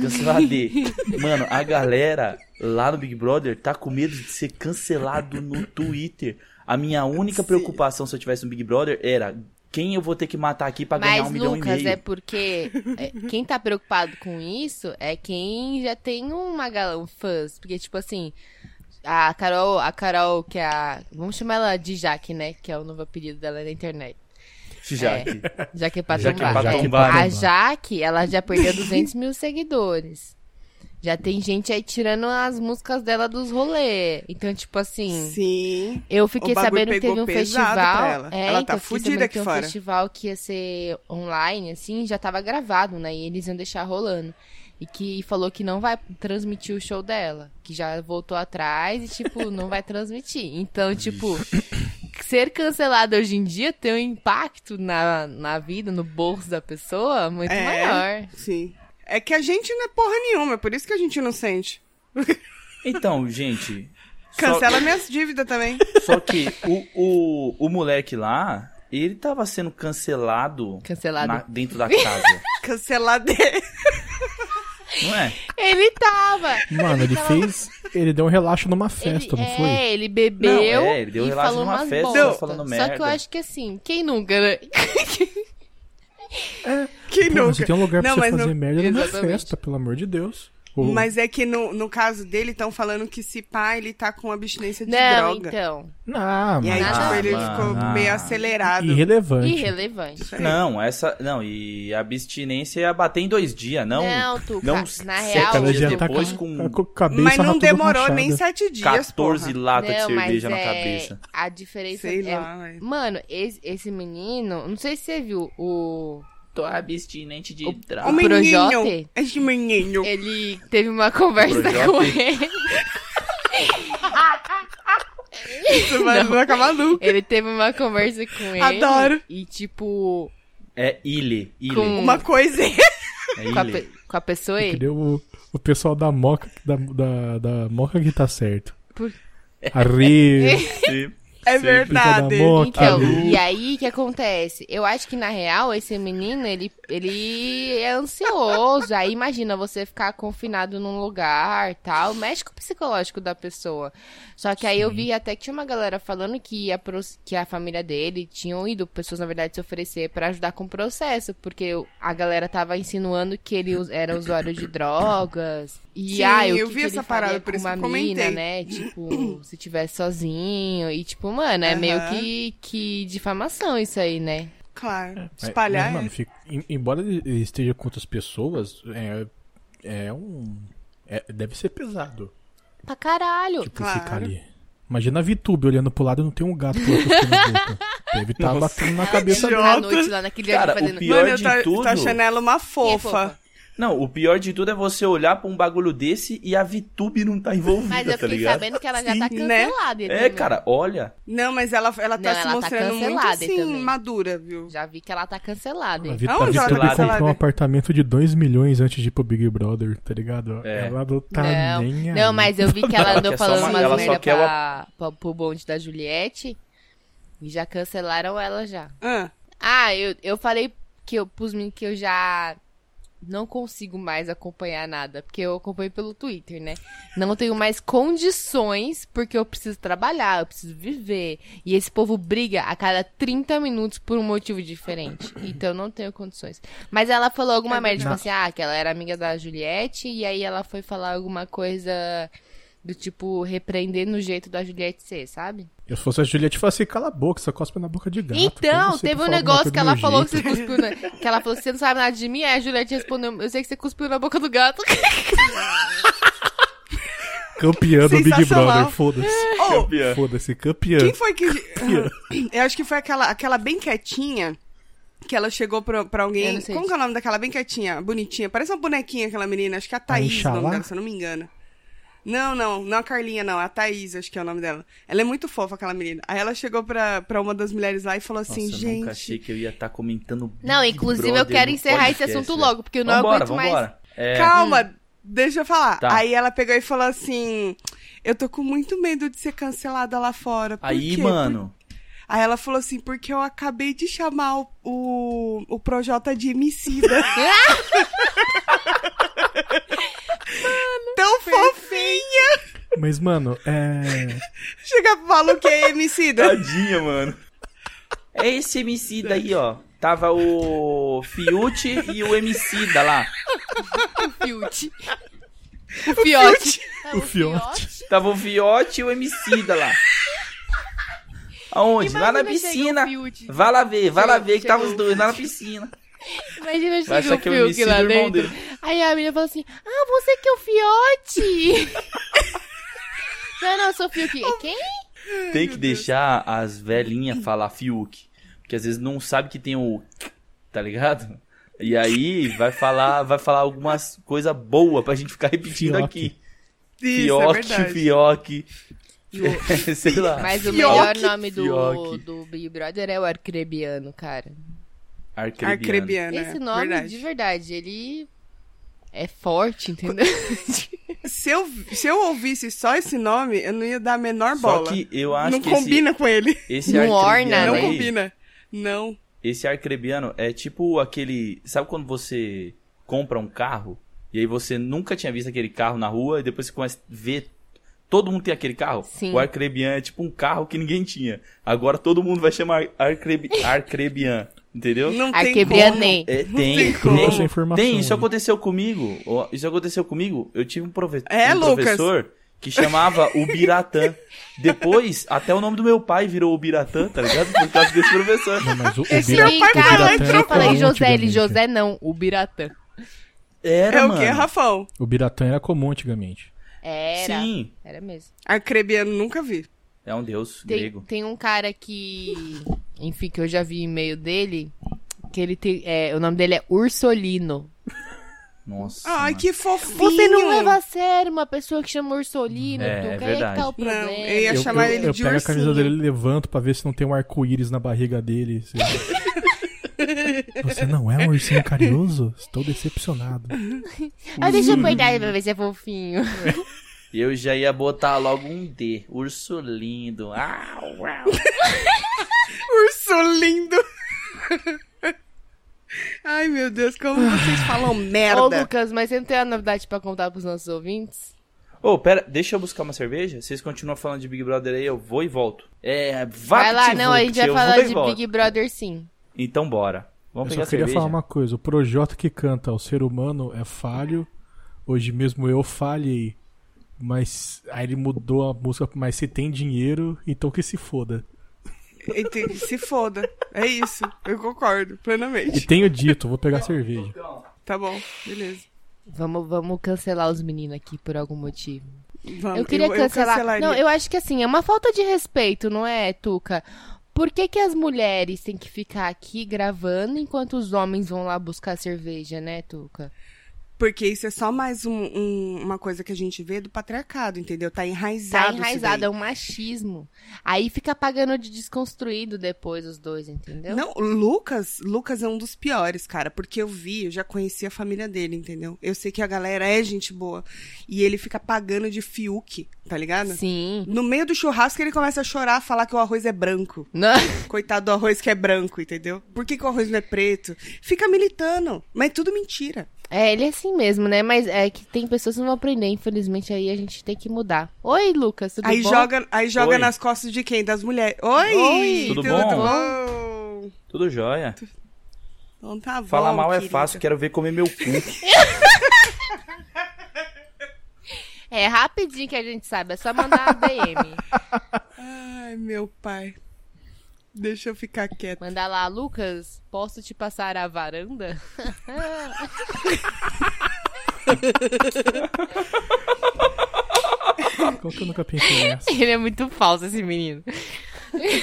Speaker 2: Cancelar D. Mano, a galera lá no Big Brother tá com medo de ser cancelado no Twitter. A minha única preocupação se eu tivesse no Big Brother era quem eu vou ter que matar aqui pra ganhar
Speaker 1: Mas,
Speaker 2: um milhão e
Speaker 1: Lucas,
Speaker 2: meio.
Speaker 1: é porque é, quem tá preocupado com isso é quem já tem uma galera, um fãs. Porque, tipo assim, a Carol, a Carol, que é a. Vamos chamar ela de Jaque, né? Que é o novo apelido dela na internet. é.
Speaker 2: Jaque.
Speaker 1: Jaque pra
Speaker 2: Jaque
Speaker 1: tombar.
Speaker 4: pra
Speaker 1: É,
Speaker 4: tombar.
Speaker 1: A Jaque, ela já perdeu 200 mil seguidores. Já tem gente aí tirando as músicas dela dos rolês. Então, tipo assim.
Speaker 3: Sim.
Speaker 1: Eu fiquei
Speaker 3: O bagulho
Speaker 1: sabendo que teve
Speaker 3: pegou
Speaker 1: um
Speaker 3: pesado
Speaker 1: festival.
Speaker 3: pra ela.
Speaker 1: É,
Speaker 3: Ela
Speaker 1: então,
Speaker 3: tá
Speaker 1: eu fiquei
Speaker 3: fudida
Speaker 1: sabendo que
Speaker 3: aqui
Speaker 1: tem um
Speaker 3: fora.
Speaker 1: festival que ia ser online, assim, já tava gravado, né? E eles iam deixar rolando. E que falou que não vai transmitir o show dela. Que já voltou atrás e, tipo, não vai transmitir. Então, tipo, ser cancelado hoje em dia tem um impacto na, na vida, no bolso da pessoa muito
Speaker 3: É.
Speaker 1: maior.
Speaker 3: Sim. É que a gente não é porra nenhuma, é por isso que a gente não sente.
Speaker 2: Então, gente. só-
Speaker 3: Cancela minhas dívidas também.
Speaker 2: Só, que o, o, o moleque lá, ele tava sendo cancelado,
Speaker 1: Cancelado.
Speaker 2: na- dentro da casa.
Speaker 3: Cancelar de...
Speaker 2: não é?
Speaker 1: Ele tava!
Speaker 4: Mano, ele fez. Ele deu um relaxo numa
Speaker 1: Ele-
Speaker 4: festa, não
Speaker 1: é,
Speaker 4: foi?
Speaker 1: ele bebeu
Speaker 2: Não, é, ele deu
Speaker 1: e
Speaker 2: relato
Speaker 1: falou
Speaker 2: numa
Speaker 1: umas
Speaker 2: festa,
Speaker 1: bosta.
Speaker 2: falando
Speaker 1: Só que
Speaker 2: merda.
Speaker 1: eu acho que assim, quem nunca, né?
Speaker 3: Quem
Speaker 4: Pô, mas
Speaker 3: nunca?
Speaker 4: você tem um lugar pra
Speaker 3: Não,
Speaker 4: você
Speaker 3: mas
Speaker 4: fazer
Speaker 3: não-
Speaker 4: merda numa
Speaker 1: Exatamente.
Speaker 4: festa, pelo amor de Deus. Ou-
Speaker 3: Mas é que no, no caso dele, estão falando que se pá, ele tá com abstinência de
Speaker 1: Não,
Speaker 3: droga.
Speaker 1: então.
Speaker 4: Ah,
Speaker 3: E aí,
Speaker 4: mas-
Speaker 1: Nada
Speaker 3: tipo,
Speaker 1: a
Speaker 3: ele
Speaker 2: ver.
Speaker 3: ficou
Speaker 2: Ah.
Speaker 3: meio acelerado.
Speaker 4: irrelevante.
Speaker 1: Irrelevante.
Speaker 3: Isso aí.
Speaker 2: Não, essa. Não, e a abstinência é bater em dois dias, não.
Speaker 1: Não, Tuca,
Speaker 2: não
Speaker 1: na
Speaker 2: sete
Speaker 1: real-
Speaker 4: Ela
Speaker 2: dias
Speaker 4: já tá
Speaker 2: depois
Speaker 4: com,
Speaker 2: com
Speaker 4: com a cabeça
Speaker 3: Mas não
Speaker 4: ratudo
Speaker 3: demorou
Speaker 4: rachada.
Speaker 3: nem sete dias,
Speaker 2: 14
Speaker 3: porra.
Speaker 4: tá
Speaker 2: latas de
Speaker 1: Não, mas
Speaker 2: cerveja na
Speaker 1: é-
Speaker 2: cabeça.
Speaker 1: A diferença
Speaker 3: Sei
Speaker 1: é.
Speaker 3: lá, velho.
Speaker 1: Mano, esse, esse menino, não sei se você viu o.
Speaker 2: Tô abstinente de
Speaker 3: O
Speaker 2: droga.
Speaker 3: Um menino,
Speaker 1: Projota?
Speaker 3: esse menino.
Speaker 1: Ele teve uma conversa
Speaker 2: Projota.
Speaker 1: com ele.
Speaker 3: Isso vai vai ficar maluco.
Speaker 1: Ele teve uma conversa com ele.
Speaker 3: Adoro.
Speaker 1: E tipo.
Speaker 2: É Ile. Ile.
Speaker 1: Com-
Speaker 3: Uma coisa.
Speaker 2: É
Speaker 1: Com a,
Speaker 2: Ile.
Speaker 1: pe- com a pessoa
Speaker 4: Que
Speaker 1: ele.
Speaker 4: deu o, o pessoal da moca, da, da, da moca que tá certo.
Speaker 1: Por-
Speaker 4: A Ri,
Speaker 2: Sim.
Speaker 3: É
Speaker 2: Sim.
Speaker 3: verdade.
Speaker 4: Filho da moca.
Speaker 1: Então,
Speaker 4: Alô?
Speaker 1: e aí o que acontece? Eu acho que na real esse menino, ele, ele é ansioso. Aí imagina você ficar confinado num lugar, tal, mexe com o psicológico da pessoa. Só que aí eu vi até que tinha uma galera falando que a, pro- que a família dele tinham ido pessoas na verdade se oferecer pra ajudar com o processo, porque o- a galera tava insinuando que ele us- era usuário de drogas. E
Speaker 3: Sim,
Speaker 1: aí o
Speaker 3: eu
Speaker 1: que
Speaker 3: vi
Speaker 1: que
Speaker 3: essa
Speaker 1: ele faria
Speaker 3: parada, por
Speaker 1: com
Speaker 3: isso
Speaker 1: uma
Speaker 3: que eu comentei.
Speaker 1: mina, né? Tipo, se tivesse sozinho e tipo, mano, é
Speaker 3: Aham.
Speaker 1: meio que que difamação isso aí, né?
Speaker 2: É,
Speaker 3: Claro.
Speaker 4: Mas-
Speaker 3: Espalhar.
Speaker 4: É,
Speaker 3: é-
Speaker 4: mas,
Speaker 2: né,
Speaker 4: mano, fica- em- embora ele esteja com outras pessoas, é, é um. é- deve ser pesado.
Speaker 1: Pra caralho.
Speaker 4: Tipo,
Speaker 3: Claro.
Speaker 4: ficar ali. Imagina a VTube olhando pro lado e não tem um gato lá cuspindo a boca. Deve estar tá batendo na
Speaker 3: um
Speaker 4: cabeça
Speaker 1: Ela
Speaker 4: dela.
Speaker 1: na noite lá naquele
Speaker 2: Cara,
Speaker 1: dia fazendo.
Speaker 2: o
Speaker 3: é-
Speaker 2: pior
Speaker 3: Mano, eu
Speaker 2: de
Speaker 3: tá,
Speaker 2: tudo-
Speaker 3: tá achando ela uma
Speaker 1: Quem é
Speaker 3: fofa.
Speaker 2: Não, o pior de tudo é você olhar pra um bagulho desse e a VTube não tá envolvida,
Speaker 1: Mas eu
Speaker 2: tá
Speaker 1: fiquei
Speaker 2: ligado?
Speaker 1: sabendo que ela já
Speaker 3: Sim,
Speaker 1: tá
Speaker 3: né?
Speaker 1: cancelada.
Speaker 2: É,
Speaker 1: entendeu?
Speaker 2: cara, olha.
Speaker 3: Não, mas ela, ela tá
Speaker 1: Não,
Speaker 3: se
Speaker 1: ela tá
Speaker 3: mostrando muito
Speaker 1: cancelada
Speaker 3: assim,
Speaker 1: também.
Speaker 3: madura, viu?
Speaker 1: Já vi que ela tá cancelada.
Speaker 4: A
Speaker 1: hein?
Speaker 4: Vit- a
Speaker 3: Aonde ela
Speaker 4: VTube
Speaker 2: tá
Speaker 4: comprou
Speaker 3: cancelada?
Speaker 4: um apartamento de 2 milhões antes de ir pro Big Brother, tá ligado?
Speaker 2: É.
Speaker 4: Ela não tá
Speaker 1: Não,
Speaker 4: nem aí.
Speaker 1: não, mas eu vi que ela andou
Speaker 2: quer só
Speaker 1: falando
Speaker 2: uma-
Speaker 1: umas
Speaker 2: ela só
Speaker 1: merda
Speaker 2: quer uma-
Speaker 1: pra, pra, pro bonde da Juliette e já cancelaram ela já.
Speaker 3: Ah,
Speaker 1: Ah, eu, eu falei que eu pus meninos que eu já não consigo mais acompanhar nada, porque eu acompanho pelo Twitter, né? Não tenho mais condições, porque eu preciso trabalhar, eu preciso viver. E esse povo briga a cada 30 minutos por um motivo diferente. Então eu não tenho condições. Mas ela falou alguma merda, tipo
Speaker 4: Na-
Speaker 1: assim, ah, que ela era amiga da Juliette, e aí ela foi falar alguma coisa do tipo repreender no jeito da Juliette ser, sabe?
Speaker 4: Eu se fosse a Juliette, eu falaria assim, cala a boca, você cospe na boca de gato. quem é
Speaker 1: Então,
Speaker 4: você
Speaker 1: teve
Speaker 4: pra
Speaker 1: um
Speaker 4: falar
Speaker 1: negócio
Speaker 4: alguma
Speaker 1: que ela
Speaker 4: coisa
Speaker 1: falou
Speaker 4: do
Speaker 1: que você
Speaker 4: meu
Speaker 1: cuspiu na... Que ela falou, você não sabe nada de mim? Aí a Juliette respondeu, eu sei que você cuspiu na boca do gato.
Speaker 4: jeito? Campeã do Big
Speaker 3: Sensacional.
Speaker 4: Brother, foda-se.
Speaker 3: Oh,
Speaker 2: Campeã.
Speaker 4: Foda-se, campeã.
Speaker 3: Quem foi que. Ah, Eu acho que foi aquela, aquela bem quietinha. Que ela chegou pra, pra
Speaker 1: Eu
Speaker 3: alguém.
Speaker 1: não sei
Speaker 3: Como que é o nome daquela bem quietinha, bonitinha? Parece uma bonequinha aquela menina, acho que é a Thaís o
Speaker 4: Inxalá?
Speaker 3: nome dela, se eu não me engano. Não, não, não é a Carlinha, não, a Thaís, acho que é o nome dela. Ela é muito fofa, aquela menina. Aí ela chegou pra, pra uma das mulheres lá e falou assim,
Speaker 2: Nossa, eu
Speaker 3: gente.
Speaker 2: nunca achei que eu ia estar comentando Big
Speaker 1: Não, inclusive eu
Speaker 2: Brother
Speaker 1: quero
Speaker 2: no
Speaker 1: encerrar esse
Speaker 2: podcast, né?
Speaker 1: assunto
Speaker 2: velho.
Speaker 1: logo, porque eu não
Speaker 2: Vambora,
Speaker 1: aguento mais.
Speaker 2: vambora. É,
Speaker 3: Calma, deixa eu falar.
Speaker 2: Tá.
Speaker 3: Aí ela pegou e falou assim: Eu tô com muito medo de ser cancelada lá fora. Por
Speaker 2: Aí,
Speaker 3: quê?
Speaker 2: mano.
Speaker 3: Aí ela falou assim, porque eu acabei de chamar o, o, o Projota de Emicida. Tão fofinha!
Speaker 4: Mas, mano, é...
Speaker 3: Chega pro maluco que é Emicida.
Speaker 2: Tadinha, mano. É esse MC daí, ó. Tava o Fiute e o MC da lá.
Speaker 1: O Fiote. O Fiote. É,
Speaker 4: O fiote.
Speaker 2: Tava o Fiote e o MC da lá. Aonde? lá na
Speaker 1: Imagina chega
Speaker 2: piscina.
Speaker 1: o Fiote.
Speaker 2: Vai lá ver, vai lá ver que
Speaker 1: Chegou
Speaker 2: tava os
Speaker 1: o
Speaker 2: dois lá na piscina.
Speaker 1: Imagina
Speaker 2: Vai
Speaker 1: chega
Speaker 2: achar
Speaker 1: o
Speaker 2: que é o MC
Speaker 1: Fiuk
Speaker 2: do
Speaker 1: lá
Speaker 2: irmão
Speaker 1: dentro. Aí a menina falou assim, ah, você que é o Fiote. não, não, eu sou o Fiuk. Quem?
Speaker 2: Tem que deixar as velhinhas falar Fiuk. Porque às vezes não sabe que tem o. Tá ligado? E aí vai falar, vai falar algumas coisa boa pra gente ficar repetindo
Speaker 4: Fioque.
Speaker 2: aqui.
Speaker 3: Isso, é
Speaker 2: Fioque,
Speaker 3: verdade.
Speaker 2: Fioque.
Speaker 1: E o-
Speaker 2: Sei lá.
Speaker 1: Mas o
Speaker 3: Fioque,
Speaker 1: melhor nome do,
Speaker 2: Fioque.
Speaker 1: do Big Brother é o Arcrebiano, cara.
Speaker 2: Arcrebiano.
Speaker 3: Arcrebiana.
Speaker 1: Esse nome,
Speaker 3: é verdade.
Speaker 1: de É, né? verdade, ele é forte, entendeu?
Speaker 3: Se eu, se eu ouvisse só esse nome, eu não ia dar a menor é bola.
Speaker 2: Só que eu acho
Speaker 3: não
Speaker 2: que
Speaker 3: combina com ele.
Speaker 2: esse, esse
Speaker 1: Não orna,
Speaker 2: arcrebiano
Speaker 3: Não
Speaker 1: né?
Speaker 2: aí-
Speaker 3: combina. Não.
Speaker 2: Esse arcrebiano é tipo aquele... Sabe quando você compra um carro e aí você nunca tinha visto aquele carro na rua e depois você começa a ver... Todo mundo tem aquele carro?
Speaker 1: Sim.
Speaker 2: O arcrebiano é tipo um carro que ninguém tinha. Agora todo mundo vai chamar arcrebi, arcrebiano, entendeu?
Speaker 3: Não tem como.
Speaker 1: Arcrebianem.
Speaker 2: É,
Speaker 3: Não
Speaker 2: tem,
Speaker 3: tem
Speaker 2: tem,
Speaker 3: como.
Speaker 4: Essa informação,
Speaker 2: tem, isso
Speaker 4: né?
Speaker 2: aconteceu comigo, ó, isso aconteceu comigo, eu tive um, prove-
Speaker 3: É,
Speaker 2: um
Speaker 3: Lucas.
Speaker 2: professor que chamava o Biratã, depois até o nome do meu pai virou o Biratã, tá ligado? Por causa desse professor.
Speaker 4: Não, mas o, o
Speaker 1: Esse
Speaker 4: Bira-
Speaker 1: aí, cara,
Speaker 4: o Biratã
Speaker 1: eu
Speaker 4: era
Speaker 1: falei
Speaker 4: comum
Speaker 1: José, ele
Speaker 4: antigamente.
Speaker 1: José não, o Biratã.
Speaker 2: Era,
Speaker 3: É o
Speaker 2: mano.
Speaker 3: que, Rafão?
Speaker 4: O Biratã era comum antigamente.
Speaker 1: Era,
Speaker 2: Sim,
Speaker 1: era mesmo.
Speaker 3: Arcrebiano nunca vi.
Speaker 2: é um deus
Speaker 1: Tem,
Speaker 2: grego.
Speaker 1: tem um cara que. Enfim, que eu já vi e-mail dele. Que ele tem. é, o nome dele é Ursolino.
Speaker 2: Nossa.
Speaker 3: Ai,
Speaker 2: mano.
Speaker 3: que fofinho.
Speaker 1: Você não leva a sério uma pessoa que chama Ursolino,
Speaker 2: É,
Speaker 1: Tuca.
Speaker 2: é
Speaker 1: Aí que
Speaker 2: verdade.
Speaker 1: tá o
Speaker 3: Não,
Speaker 1: problema.
Speaker 3: eu ia chamar ele
Speaker 4: eu
Speaker 3: de
Speaker 4: pego a
Speaker 3: ursinho.
Speaker 4: camisa dele e levanto pra ver se não tem um arco-íris na barriga dele. se- Você não é um ursinho carinhoso? Estou decepcionado.
Speaker 1: Ah, deixa eu peidar pra ver se é fofinho.
Speaker 2: Eu já ia botar logo um D, urso lindo. Ah! Au, au.
Speaker 3: Urso lindo. Ai, meu Deus, como vocês falam
Speaker 1: Ô,
Speaker 3: merda.
Speaker 1: Lucas, mas você não tem uma novidade pra contar pros nossos ouvintes?
Speaker 2: Ô, pera, deixa eu buscar uma cerveja? Vocês continuam falando de Big Brother aí, eu vou e volto. É,
Speaker 1: Vai lá, não, a gente vai falar de
Speaker 2: Brother.
Speaker 1: Big Brother sim.
Speaker 2: Então bora.
Speaker 4: eu
Speaker 2: Vamos
Speaker 4: só
Speaker 2: pegar
Speaker 4: queria
Speaker 2: a cerveja.
Speaker 4: falar uma coisa. O Projota que canta O Ser Humano é Falho. Hoje mesmo eu falhei. Mas aí ele mudou a música, pra mas se tem dinheiro, então que se foda.
Speaker 3: E te- Se foda. É isso. Eu concordo
Speaker 4: E
Speaker 3: plenamente.
Speaker 4: tenho dito, vou pegar cerveja.
Speaker 3: Tá bom, beleza.
Speaker 1: Vamos, vamos cancelar os meninos aqui por algum motivo.
Speaker 3: Vamos.
Speaker 1: Eu queria cancelar.
Speaker 3: cancelaria.
Speaker 1: não, eu acho que assim, é uma falta de respeito, não é, Tuca? Por que, que as mulheres têm que ficar aqui gravando enquanto os homens vão lá buscar cerveja, né, Tuca?
Speaker 3: Porque isso é só mais um- um- uma coisa que a gente vê do patriarcado, entendeu? Tá enraizado.
Speaker 1: Tá
Speaker 3: isso
Speaker 1: enraizado, é
Speaker 3: daí.
Speaker 1: um machismo. Aí fica pagando de desconstruído depois os dois, entendeu?
Speaker 3: Não, o Lucas, Lucas é um dos piores, cara, porque eu vi, eu já conheci a família dele, entendeu? Eu sei que a galera é gente boa. E ele fica pagando de Fiuk, tá ligado?
Speaker 1: Sim.
Speaker 3: No meio do churrasco ele começa a chorar, falar que o arroz é branco.
Speaker 1: Não.
Speaker 3: Coitado do arroz que é branco, entendeu? Por que, que o arroz não é preto? Fica militando, mas é tudo mentira.
Speaker 1: É, ele é assim mesmo, né? Mas é que tem pessoas que não vão aprender, infelizmente, aí a gente tem que mudar. Oi, Lucas, tudo
Speaker 3: Aí
Speaker 1: bom?
Speaker 3: joga, aí joga
Speaker 2: Oi.
Speaker 3: nas costas de quem? Das mulheres. Oi! Tá
Speaker 1: Oi!
Speaker 2: Tudo bom?
Speaker 3: bom?
Speaker 2: Tudo jóia.
Speaker 3: Então tá bom.
Speaker 2: Falar mal é
Speaker 3: querida.
Speaker 2: fácil, quero ver comer meu cu.
Speaker 1: É rapidinho que a gente sabe, é só mandar a DM.
Speaker 3: Ai, meu pai. Deixa eu ficar quieta.
Speaker 1: Mandar lá, Lucas, posso te passar a varanda?
Speaker 4: Como que eu nunca pensei nessa?
Speaker 1: Ele é muito falso, esse menino.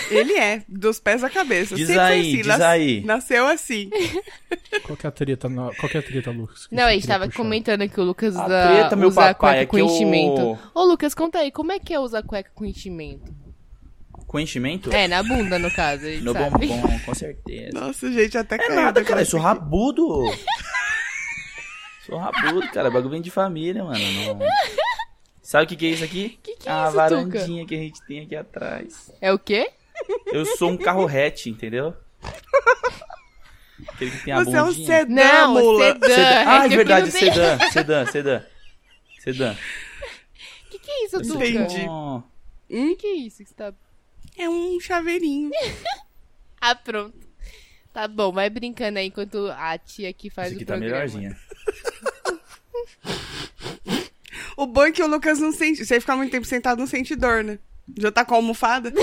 Speaker 3: Ele é, dos pés à cabeça.
Speaker 2: Diz
Speaker 3: Sempre foi
Speaker 2: aí,
Speaker 3: assim.
Speaker 2: diz
Speaker 3: nas-
Speaker 2: aí.
Speaker 3: Nasceu assim.
Speaker 4: Qual que é a treta, na- qual que é a treta Lucas? que
Speaker 1: Não,
Speaker 4: você
Speaker 1: a gente
Speaker 4: queria
Speaker 1: tava
Speaker 4: puxar?
Speaker 1: comentando que o Lucas
Speaker 2: A
Speaker 1: usa,
Speaker 2: treta, meu
Speaker 1: usa a
Speaker 2: papai,
Speaker 1: cueca
Speaker 2: é
Speaker 1: com
Speaker 2: que eu-
Speaker 1: enchimento. Ô, Lucas, conta aí, como é que é usar cueca com enchimento?
Speaker 2: Com enchimento?
Speaker 1: É, na bunda, no caso, a gente
Speaker 2: No
Speaker 1: sabe.
Speaker 2: bombom, com certeza.
Speaker 3: Nossa, gente, até
Speaker 2: É
Speaker 3: caiu
Speaker 2: nada,
Speaker 3: o
Speaker 2: cara, eu
Speaker 3: negócio
Speaker 2: sou
Speaker 3: aqui.
Speaker 2: rabudo. sou rabudo, cara, bagulho vem de família, mano. não- Sabe o que, que é isso aqui?
Speaker 1: Que que é
Speaker 2: a
Speaker 1: isso,
Speaker 2: varandinha que a gente tem aqui atrás.
Speaker 1: É o quê?
Speaker 2: Eu sou um carro hatch, entendeu? Aquele que tem a
Speaker 3: Você é um
Speaker 2: bundinha.
Speaker 3: sedã,
Speaker 1: Não,
Speaker 3: mula.
Speaker 1: sedã.
Speaker 2: Sedã. Ah,
Speaker 1: que
Speaker 2: é
Speaker 1: aqui
Speaker 2: verdade,
Speaker 1: não tem-
Speaker 2: sedã, sedã, sedã. Sedã.
Speaker 1: O que, que é isso, Duca?
Speaker 3: Entendi.
Speaker 2: Oh,
Speaker 1: O que, que é isso que você tá...
Speaker 3: É um chaveirinho.
Speaker 1: Ah, pronto. Tá bom, vai brincando aí enquanto a tia que faz
Speaker 2: Esse aqui
Speaker 1: o
Speaker 2: tá
Speaker 1: programa.
Speaker 2: melhorzinha.
Speaker 3: O bom é que o Lucas não sente. Se ele ficar muito tempo sentado, não sente dor, né? Já tá com a almofada?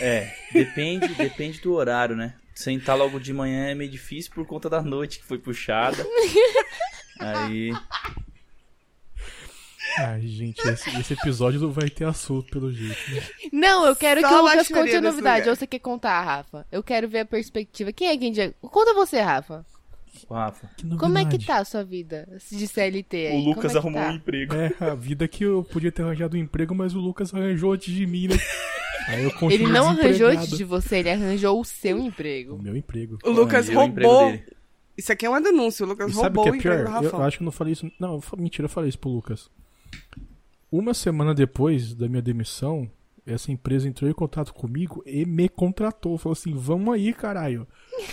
Speaker 2: É, depende, depende do horário, né? Sentar logo de manhã é meio difícil por conta da noite que foi puxada. Aí.
Speaker 4: Ai, gente, esse, esse episódio não vai ter assunto, pelo jeito. né?
Speaker 1: Não, eu quero
Speaker 3: Só
Speaker 1: que o Lucas
Speaker 3: baixaria
Speaker 1: conte a
Speaker 3: nesse
Speaker 1: novidade.
Speaker 3: lugar.
Speaker 1: Ou você quer contar, Rafa? Eu quero ver a perspectiva. Quem é quem já... Conta você, Rafa.
Speaker 2: Ô, Rafa.
Speaker 4: Que
Speaker 1: Como é que
Speaker 4: novidade.
Speaker 1: tá a sua vida de CLT aí?
Speaker 2: O Lucas
Speaker 1: Como é que
Speaker 2: arrumou
Speaker 1: tá?
Speaker 2: um emprego.
Speaker 4: É, a vida que eu podia ter arranjado um emprego, mas o Lucas arranjou antes de mim, né? Aí eu continuo
Speaker 1: Ele não arranjou
Speaker 4: desempregado.
Speaker 1: antes de você, ele arranjou o seu
Speaker 4: O
Speaker 1: emprego.
Speaker 4: meu emprego.
Speaker 3: O Lucas
Speaker 2: Olha, e é o
Speaker 3: roubou.
Speaker 2: emprego dele?
Speaker 3: Isso aqui é uma denúncia. O Lucas
Speaker 4: E sabe o
Speaker 3: roubou
Speaker 4: que
Speaker 3: o
Speaker 4: é
Speaker 3: emprego do
Speaker 4: pior? Eu,
Speaker 3: Rafão.
Speaker 4: acho que eu não falei isso. Não, eu fa- mentira, eu falei isso pro Lucas. Uma semana depois da minha demissão, essa empresa entrou em contato comigo e me contratou. Falou assim: vamos aí, caralho.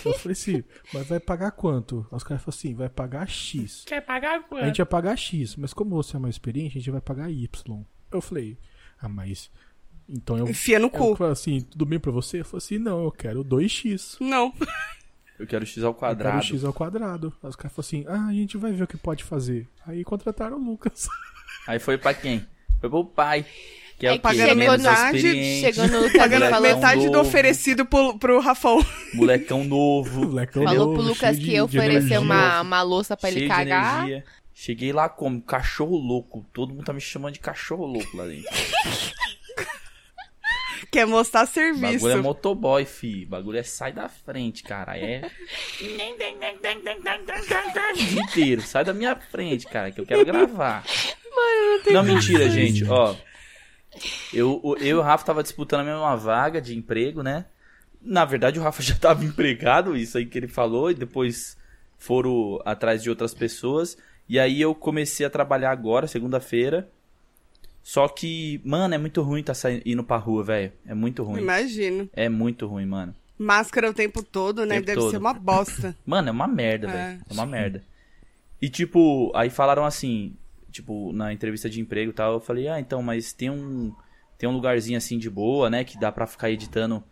Speaker 4: Eu falei assim, mas vai pagar quanto? Aí Os caras falaram assim: vai pagar X.
Speaker 5: Quer pagar
Speaker 4: A
Speaker 5: quanto?
Speaker 4: gente ia pagar X, mas como você é mais experiente, a gente vai pagar Y. Eu falei: ah, mas. Então eu.
Speaker 3: Enfia no
Speaker 4: Eu
Speaker 3: cu.
Speaker 4: falei assim: tudo bem pra você? Eu falei assim: não, eu quero 2X.
Speaker 3: Não.
Speaker 2: Eu quero x ao
Speaker 4: Eu quero
Speaker 2: quadrado.
Speaker 4: X ao quadrado. Aí os caras falaram assim: ah, a gente vai ver o que pode fazer. Aí contrataram o Lucas.
Speaker 2: Aí foi pra quem? Foi pro pai. Que é,
Speaker 1: É
Speaker 2: o
Speaker 1: que
Speaker 2: quê?
Speaker 1: chegou
Speaker 2: Menos
Speaker 1: na-
Speaker 2: experiente,
Speaker 1: chegou no lugar
Speaker 2: Molecão
Speaker 1: e
Speaker 3: Pagando
Speaker 1: falou-
Speaker 3: metade do
Speaker 2: novo,
Speaker 3: oferecido pro, pro Rafão.
Speaker 2: Molecão novo.
Speaker 4: Molecão
Speaker 1: Falou
Speaker 4: novo,
Speaker 1: pro Lucas
Speaker 4: cheio
Speaker 1: que um
Speaker 4: de-
Speaker 1: ia
Speaker 4: de
Speaker 1: oferecer
Speaker 4: energia. né?
Speaker 1: uma, uma louça pra ele
Speaker 2: cheio
Speaker 1: cagar.
Speaker 2: de energia. Cheguei lá como? Cachorro louco. Todo mundo tá me chamando de cachorro louco lá dentro.
Speaker 3: Quer mostrar
Speaker 2: O
Speaker 3: serviço.
Speaker 2: Bagulho é motoboy, fi. O Bagulho é sai da frente, cara. É o dia inteiro. Sai da minha frente, cara, que eu quero gravar. não, mentira, gente. Ó, eu, o- eu e o Rafa tava disputando a mesma vaga de emprego, né? Na verdade, o Rafa já tava empregado, isso aí que ele falou, e depois foram atrás de outras pessoas. E aí eu comecei a trabalhar agora, segunda-feira. Só que, mano, é muito ruim tá saindo, indo pra rua, velho. É muito ruim.
Speaker 3: Imagino.
Speaker 2: É muito ruim, mano.
Speaker 3: Máscara o tempo todo, né?
Speaker 2: Tempo
Speaker 3: Deve
Speaker 2: todo.
Speaker 3: ser uma bosta.
Speaker 2: Mano, é uma merda,
Speaker 3: É.
Speaker 2: velho. É uma merda. E tipo, aí falaram assim, tipo, na entrevista de emprego e tal, eu falei, ah, então, mas tem um. Tem um lugarzinho assim de boa, né? Que dá pra ficar editando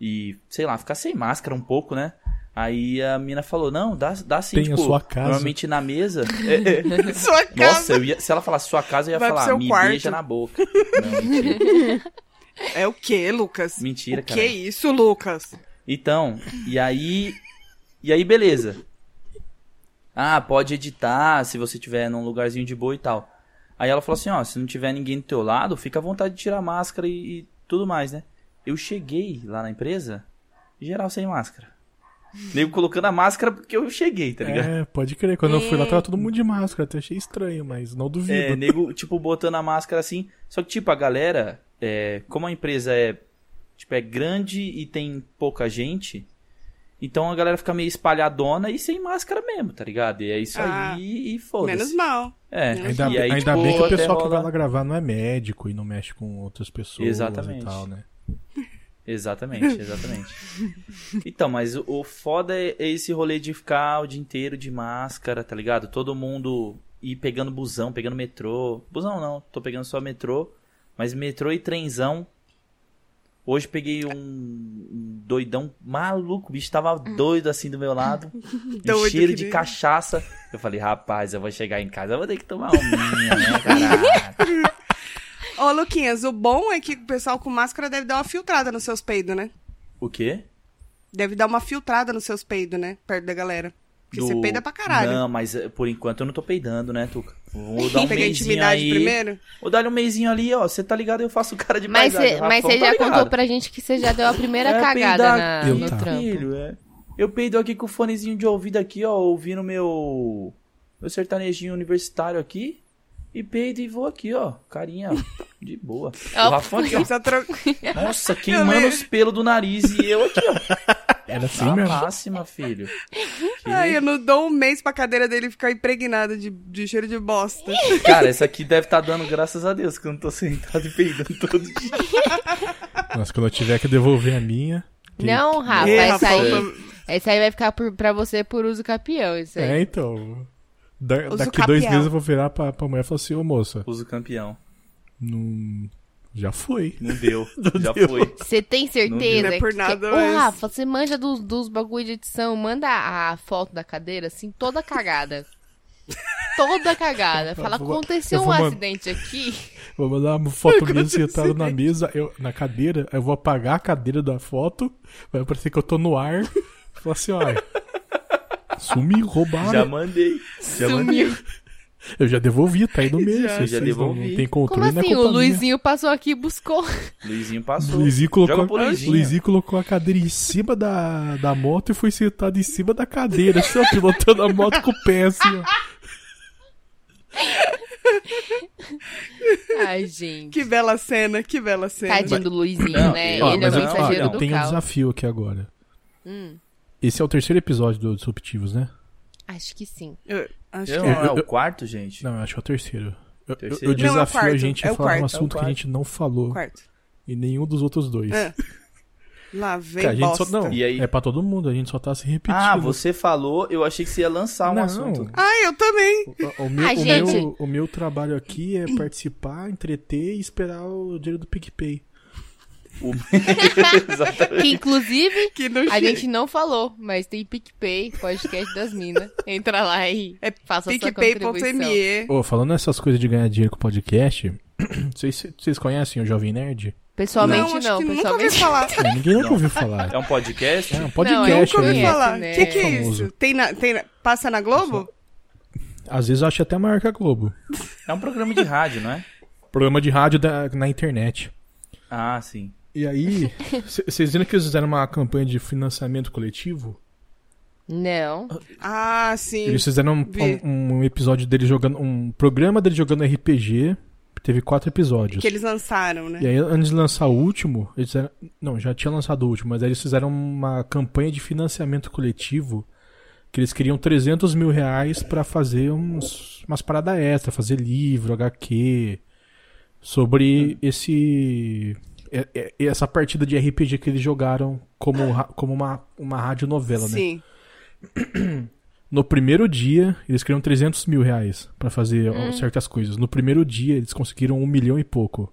Speaker 2: e, sei lá, ficar sem máscara um pouco, né? Aí a mina falou, não, dá, dá sim,
Speaker 4: Tem a
Speaker 2: tipo,
Speaker 4: sua casa.
Speaker 2: normalmente na mesa. É, é.
Speaker 3: Sua
Speaker 2: Nossa,
Speaker 3: casa.
Speaker 2: eu ia, se ela falasse sua casa, eu ia
Speaker 3: Vai pro
Speaker 2: falar,
Speaker 3: seu
Speaker 2: me
Speaker 3: quarto."
Speaker 2: beija na boca. Não, mentira,
Speaker 3: É o que, Lucas?
Speaker 2: mentira
Speaker 3: o
Speaker 2: cara.
Speaker 3: que é isso, Lucas?
Speaker 2: Então, e aí. E aí, beleza. Ah, pode editar se você tiver num lugarzinho de boa e tal. Aí ela falou assim: ó, se não tiver ninguém do teu lado, fica à vontade de tirar a máscara e, e tudo mais, né? Eu cheguei lá na empresa, geral sem máscara. Nego colocando a máscara porque eu cheguei, tá ligado?
Speaker 4: É, pode crer. Quando eu fui lá,
Speaker 1: É.
Speaker 4: tava todo mundo de máscara. Até achei estranho, mas não duvido.
Speaker 2: É, nego, tipo, botando a máscara assim. Só que, tipo, a galera, é, como a empresa é, tipo, é grande e tem pouca gente, então a galera fica meio espalhadona e sem máscara mesmo, tá ligado? E é isso
Speaker 3: Ah,
Speaker 2: aí e foda-se.
Speaker 3: Menos mal.
Speaker 2: É,
Speaker 4: Ainda,
Speaker 2: e aí,
Speaker 4: ainda
Speaker 2: tipo,
Speaker 4: bem que o
Speaker 2: até
Speaker 4: pessoal que
Speaker 2: rola-
Speaker 4: vai lá gravar não é médico e não mexe com outras pessoas
Speaker 2: Exatamente.
Speaker 4: e tal, né?
Speaker 2: Exatamente, exatamente. então, mas o, o foda é esse rolê de ficar o dia inteiro de máscara, tá ligado? Todo mundo ir pegando busão, pegando metrô. Busão não, tô pegando só metrô. Mas metrô e trenzão. Hoje peguei um um doidão maluco, o bicho tava doido assim do meu lado. Um
Speaker 3: Hum. Doido
Speaker 2: cheiro
Speaker 3: que
Speaker 2: de
Speaker 3: nem-
Speaker 2: cachaça. Eu falei, rapaz, eu vou chegar em casa, eu vou ter que tomar uma minha, né, caralho?
Speaker 3: Ô, Luquinhas, o bom é que o pessoal com máscara deve dar uma filtrada nos seus peidos, né?
Speaker 2: O quê?
Speaker 3: Deve dar uma filtrada nos seus peidos, né? Perto da galera. Porque você peida pra caralho.
Speaker 2: Não, mas eh, por enquanto eu não tô peidando, né, Tuca? Vou dar um
Speaker 3: Pegar
Speaker 2: mêsinho
Speaker 3: intimidade
Speaker 2: aí.
Speaker 3: primeiro.
Speaker 2: Vou dar um mêsinho ali, ó. Você tá ligado, eu faço cara de
Speaker 1: Mas
Speaker 2: paisagem,
Speaker 1: você mas
Speaker 2: Rafão,
Speaker 1: cê
Speaker 2: tá
Speaker 1: já
Speaker 2: ligado?
Speaker 1: contou pra gente que você já deu a primeira
Speaker 2: É,
Speaker 1: cagada
Speaker 2: peidar
Speaker 1: na,
Speaker 2: aqui,
Speaker 1: no
Speaker 4: tá.
Speaker 1: trampo.
Speaker 2: filho, é. Eu peido aqui com o fonezinho de ouvido aqui, ó, ouvindo meu meu sertanejinho universitário aqui. E peido e vou aqui, ó. Carinha, ó, de boa.
Speaker 1: Ó,
Speaker 3: É
Speaker 2: O Rafão aqui, ó.
Speaker 3: Precisa tro...
Speaker 2: Nossa, queimando os pelos do nariz e eu aqui, ó.
Speaker 4: Era assim
Speaker 2: Na
Speaker 4: mesmo.
Speaker 2: máxima, filho. Que-
Speaker 3: Ai, eu não dou um mês pra cadeira dele ficar impregnada de, de cheiro de bosta.
Speaker 2: Cara, essa aqui deve estar dando graças a Deus, que eu não tô sentado e peidando todo dia.
Speaker 4: Nossa, quando eu tiver que devolver a minha. que-
Speaker 1: Não, Rafa,
Speaker 3: Ih,
Speaker 1: essa aí,
Speaker 3: Rafão,
Speaker 1: essa aí vai ficar por, pra você por uso capião. Isso aí.
Speaker 4: É, então. Da-
Speaker 3: Usa o
Speaker 4: daqui dois
Speaker 3: capial.
Speaker 4: meses eu vou virar pra, pra mulher e falar assim, ô moça,
Speaker 2: Uso campeão.
Speaker 4: não. Já foi.
Speaker 2: Não deu. Já
Speaker 4: deu.
Speaker 2: foi.
Speaker 1: Você tem certeza?
Speaker 3: Não é por
Speaker 1: que-
Speaker 3: nada,
Speaker 1: Ô,
Speaker 3: mas-
Speaker 1: Rafa, você manja dos, dos bagulho de edição, manda a foto da cadeira, assim, toda cagada. toda cagada. Fala,
Speaker 4: Eu vou-
Speaker 1: aconteceu
Speaker 4: eu
Speaker 1: um
Speaker 4: vou man-
Speaker 1: acidente aqui.
Speaker 4: Vou mandar uma foto minha sentada na mesa, eu, na cadeira, eu vou apagar a cadeira da foto, vai parecer que eu tô no ar. Falar assim, olha. Sumi, roubaram.
Speaker 2: Já mandei. Já mandei.
Speaker 1: Sumiu.
Speaker 4: Eu já devolvi, tá aí no meio.
Speaker 2: já
Speaker 4: vocês não-
Speaker 2: devolvi.
Speaker 4: Não é tem
Speaker 1: Como
Speaker 4: controle né, na
Speaker 1: assim? O Luizinho passou aqui e buscou.
Speaker 2: Luizinho passou.
Speaker 4: Luizinho
Speaker 2: Joga
Speaker 4: colocou,
Speaker 2: pro Luizinho.
Speaker 4: Luizinho colocou a cadeira em cima da, da moto e foi sentado em cima da cadeira, só pilotando a moto com o pé assim, ó.
Speaker 1: Ai, gente.
Speaker 3: Que bela cena, que bela cena.
Speaker 1: Tadinho do Luizinho,
Speaker 2: Não,
Speaker 1: né?
Speaker 2: ó,
Speaker 1: Ele é o
Speaker 2: mas eu-
Speaker 1: mensageiro
Speaker 2: ó,
Speaker 4: eu
Speaker 1: do
Speaker 4: tenho um
Speaker 1: caos.
Speaker 4: desafio aqui agora.
Speaker 1: Hum.
Speaker 4: Esse é o terceiro episódio do Disruptivos, né?
Speaker 1: Acho que sim.
Speaker 3: Eu acho
Speaker 2: Eu,
Speaker 3: que é.
Speaker 2: não, é o quarto, gente.
Speaker 4: Não, eu acho que é o terceiro. Eu, eu-
Speaker 2: Terceiro?
Speaker 4: eu
Speaker 2: Não, é o
Speaker 4: desafio a
Speaker 3: quarto,
Speaker 4: gente
Speaker 3: é
Speaker 4: a
Speaker 3: o
Speaker 4: falar
Speaker 3: quarto, é
Speaker 4: um
Speaker 3: o
Speaker 4: assunto que a
Speaker 2: quarto.
Speaker 4: gente não falou
Speaker 3: Quarto.
Speaker 4: em nenhum dos outros dois.
Speaker 3: É, Lá vem
Speaker 4: Que a gente
Speaker 3: bosta.
Speaker 4: só, não,
Speaker 2: E aí?
Speaker 4: é pra todo mundo, a gente só tá se repetindo.
Speaker 2: Ah, você falou, eu achei que você ia lançar um
Speaker 4: Não.
Speaker 2: assunto.
Speaker 3: Ai, eu também.
Speaker 4: O, o meu,
Speaker 1: Ah,
Speaker 4: o,
Speaker 1: gente.
Speaker 4: meu, o meu trabalho aqui é participar, entreter e esperar o dinheiro do PicPay.
Speaker 2: O- Exatamente.
Speaker 1: Que, inclusive,
Speaker 3: Que não
Speaker 1: a
Speaker 3: chega.
Speaker 1: gente não falou, mas tem PicPay, podcast das minas. Entra lá e
Speaker 3: É
Speaker 1: faça sua contribuição.
Speaker 3: PicPay.me.
Speaker 4: Ô, falando essas coisas de ganhar dinheiro com podcast, vocês, vocês conhecem o Jovem Nerd?
Speaker 1: Pessoalmente
Speaker 3: acho
Speaker 1: não,
Speaker 3: que nunca ouvi
Speaker 1: pessoalmente
Speaker 3: falar.
Speaker 4: Ah, Ninguém nunca ouviu falar.
Speaker 2: É um podcast?
Speaker 4: É um podcast.
Speaker 1: Não, eu
Speaker 3: Nunca ouvi
Speaker 1: Conhece,
Speaker 4: né?
Speaker 3: falar.
Speaker 1: né?
Speaker 3: Que que é
Speaker 4: Famoso.
Speaker 3: isso? Tem na, tem na- passa na Globo?
Speaker 4: Às vezes eu acho até maior que a Globo.
Speaker 2: É um programa de rádio, não é?
Speaker 4: Programa de rádio da- na internet.
Speaker 2: Ah, sim.
Speaker 4: E aí, vocês viram que eles fizeram uma campanha de financiamento coletivo?
Speaker 1: Não.
Speaker 3: Ah, sim.
Speaker 4: Eles fizeram um,
Speaker 3: vi.
Speaker 4: um- um episódio dele jogando. Um programa dele jogando RPG. Teve quatro episódios.
Speaker 3: Que eles lançaram, né?
Speaker 4: E aí, antes de lançar o último, eles fizeram. Não, já tinha lançado o último, mas aí eles fizeram uma campanha de financiamento coletivo. Que eles queriam 300 mil reais pra fazer uns, umas paradas extra, fazer livro, HQ. Sobre esse. e- e- Essa partida de RPG que eles jogaram como, ra- como uma, uma radionovela, né?
Speaker 3: Sim.
Speaker 4: No primeiro dia, eles queriam 300 mil reais pra fazer ó, certas coisas. No primeiro dia, eles conseguiram um milhão e pouco.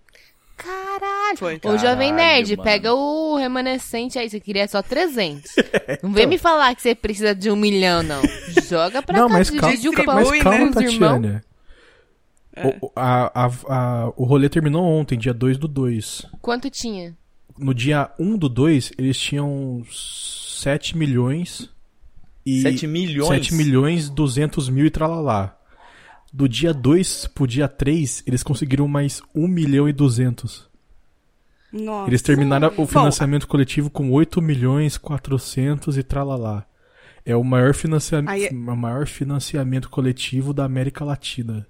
Speaker 1: Caralho.
Speaker 3: Foi.
Speaker 1: Ô, Jovem
Speaker 2: Caralho,
Speaker 1: Nerd,
Speaker 2: mano.
Speaker 1: pega o remanescente aí. Você queria só 300. Não vem me falar que você precisa de um milhão, não. Joga pra tá
Speaker 4: Então. não,
Speaker 1: cá.
Speaker 4: mas, cal-
Speaker 1: divide o
Speaker 3: distribui,
Speaker 1: pão
Speaker 4: mas
Speaker 1: com os
Speaker 4: calma,
Speaker 1: irmãos.
Speaker 4: Tatiana. O, o- a- a- a- o rolê terminou ontem, dia 2 do 2.
Speaker 1: Quanto tinha?
Speaker 4: No dia 1 do 2, eles tinham 7 milhões e...
Speaker 2: 7 milhões?
Speaker 4: 7 milhões, 200 mil e tralalá. Do dia 2 pro dia 3, eles conseguiram mais 1 milhão e 200.
Speaker 3: Nossa.
Speaker 4: Eles terminaram o financiamento coletivo com 8 milhões 400 e tralalá. É o maior, financia...
Speaker 3: Aí é-
Speaker 4: o maior financiamento coletivo da América Latina.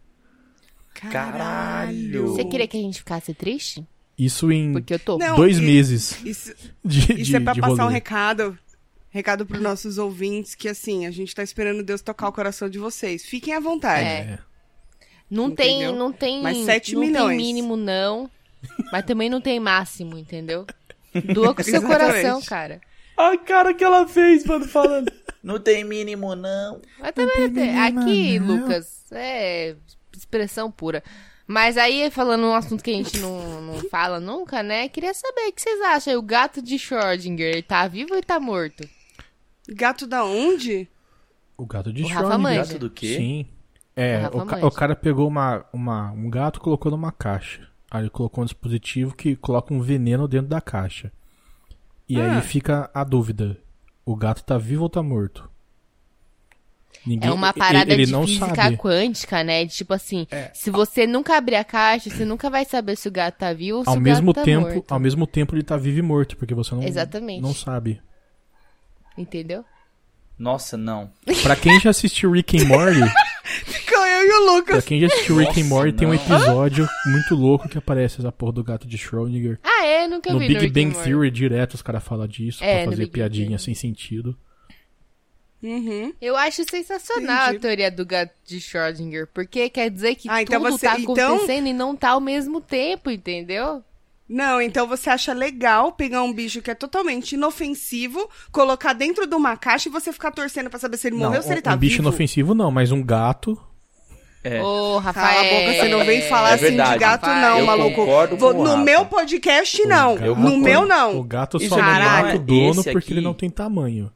Speaker 2: Caralho.
Speaker 1: Você queria que a gente ficasse triste?
Speaker 4: Isso em
Speaker 1: Porque eu tô.
Speaker 3: Não,
Speaker 4: dois
Speaker 3: e-
Speaker 4: meses
Speaker 3: Isso,
Speaker 4: de, de,
Speaker 3: isso é pra
Speaker 4: de
Speaker 3: passar um
Speaker 4: rolê.
Speaker 3: recado. Recado pros nossos ouvintes que, assim, a gente tá esperando Deus tocar o coração de vocês. Fiquem à vontade.
Speaker 1: É. Não tem,
Speaker 3: Entendeu?
Speaker 1: não tem.
Speaker 3: Mas sete
Speaker 1: não
Speaker 3: milhões.
Speaker 1: tem mínimo, não. Mas também não tem máximo, entendeu? Doa com seu
Speaker 3: Exatamente.
Speaker 1: coração, cara.
Speaker 2: A cara que ela fez, mano, falando. Não tem mínimo, não.
Speaker 1: Mas também
Speaker 4: tem
Speaker 1: tem- aqui,
Speaker 4: nenhuma, não.
Speaker 1: Lucas, é expressão pura. Mas aí, falando um assunto que a gente não, não fala nunca, né? Queria saber o que vocês acham. aí, O gato de Schrödinger, ele tá vivo ou ele tá morto?
Speaker 3: Gato da onde?
Speaker 4: O gato de
Speaker 1: O Rafa
Speaker 4: Schrödinger.
Speaker 1: manja.
Speaker 2: Gato do quê?
Speaker 4: Sim. É,
Speaker 1: Rafa
Speaker 4: o, ca-
Speaker 1: manja.
Speaker 4: o cara pegou uma, uma, um gato e colocou numa caixa. Aí ele colocou um dispositivo que coloca um veneno dentro da caixa. E
Speaker 3: Ah.
Speaker 4: aí fica a dúvida: o gato tá vivo ou tá morto? Ninguém,
Speaker 1: é uma
Speaker 4: e-
Speaker 1: parada
Speaker 4: ele
Speaker 1: de
Speaker 4: não
Speaker 1: física
Speaker 4: sabe. É.
Speaker 1: quântica, né? De tipo assim, se você nunca abrir a caixa, você nunca vai saber se o gato tá vivo ou se
Speaker 4: Ao
Speaker 1: o
Speaker 4: mesmo
Speaker 1: gato tá
Speaker 4: tempo,
Speaker 1: morto.
Speaker 4: ao mesmo tempo ele tá vivo e morto, porque você não
Speaker 1: Exatamente.
Speaker 4: não sabe.
Speaker 1: Entendeu?
Speaker 2: Nossa, não.
Speaker 4: Pra quem já assistiu Rick and Morty,
Speaker 3: Ficou eu e o
Speaker 4: pra
Speaker 3: Lucas.
Speaker 4: quem já assistiu Rick and
Speaker 2: Nossa,
Speaker 4: Morty, tem um
Speaker 2: não.
Speaker 4: episódio muito louco que aparece essa porra do gato de Schrödinger.
Speaker 1: Ah, é? Nunca
Speaker 4: no
Speaker 1: vi
Speaker 4: Big
Speaker 1: Rick and
Speaker 4: Bang
Speaker 1: Morty.
Speaker 4: Theory é direto os caras falam disso
Speaker 1: É, no
Speaker 4: pra fazer
Speaker 1: Big Bang
Speaker 4: piadinha
Speaker 1: Theory.
Speaker 4: sem sentido. É.
Speaker 3: Uhum.
Speaker 1: Eu acho sensacional
Speaker 3: Entendi.
Speaker 1: a teoria do gato de Schrödinger, porque quer dizer que
Speaker 3: Ah, então
Speaker 1: tudo
Speaker 3: você-
Speaker 1: tá
Speaker 3: então-
Speaker 1: acontecendo e não tá ao mesmo tempo, entendeu?
Speaker 3: Não, então você acha legal pegar um bicho que é totalmente inofensivo, colocar dentro de uma caixa e você ficar torcendo pra saber se ele morreu ou
Speaker 4: não,
Speaker 3: se ele
Speaker 4: um
Speaker 3: tá
Speaker 4: bicho
Speaker 3: vivo.
Speaker 4: inofensivo não, mas um gato.
Speaker 2: É.
Speaker 1: Ô,
Speaker 3: Cala
Speaker 1: Rafael.
Speaker 3: a boca, você não vem falar
Speaker 2: É
Speaker 3: assim de
Speaker 2: verdade.
Speaker 3: gato,
Speaker 1: Rapaz,
Speaker 3: não,
Speaker 1: eu
Speaker 3: maluco.
Speaker 2: concordo
Speaker 3: Vou-
Speaker 2: com o
Speaker 3: no
Speaker 2: Rafa.
Speaker 3: meu podcast, não.
Speaker 4: O um gato-
Speaker 3: no meu,
Speaker 4: O
Speaker 3: não.
Speaker 4: gato
Speaker 2: Isso
Speaker 4: só não mata
Speaker 2: caralho,
Speaker 4: o dono
Speaker 2: esse
Speaker 4: porque
Speaker 2: aqui-
Speaker 4: ele não tem tamanho.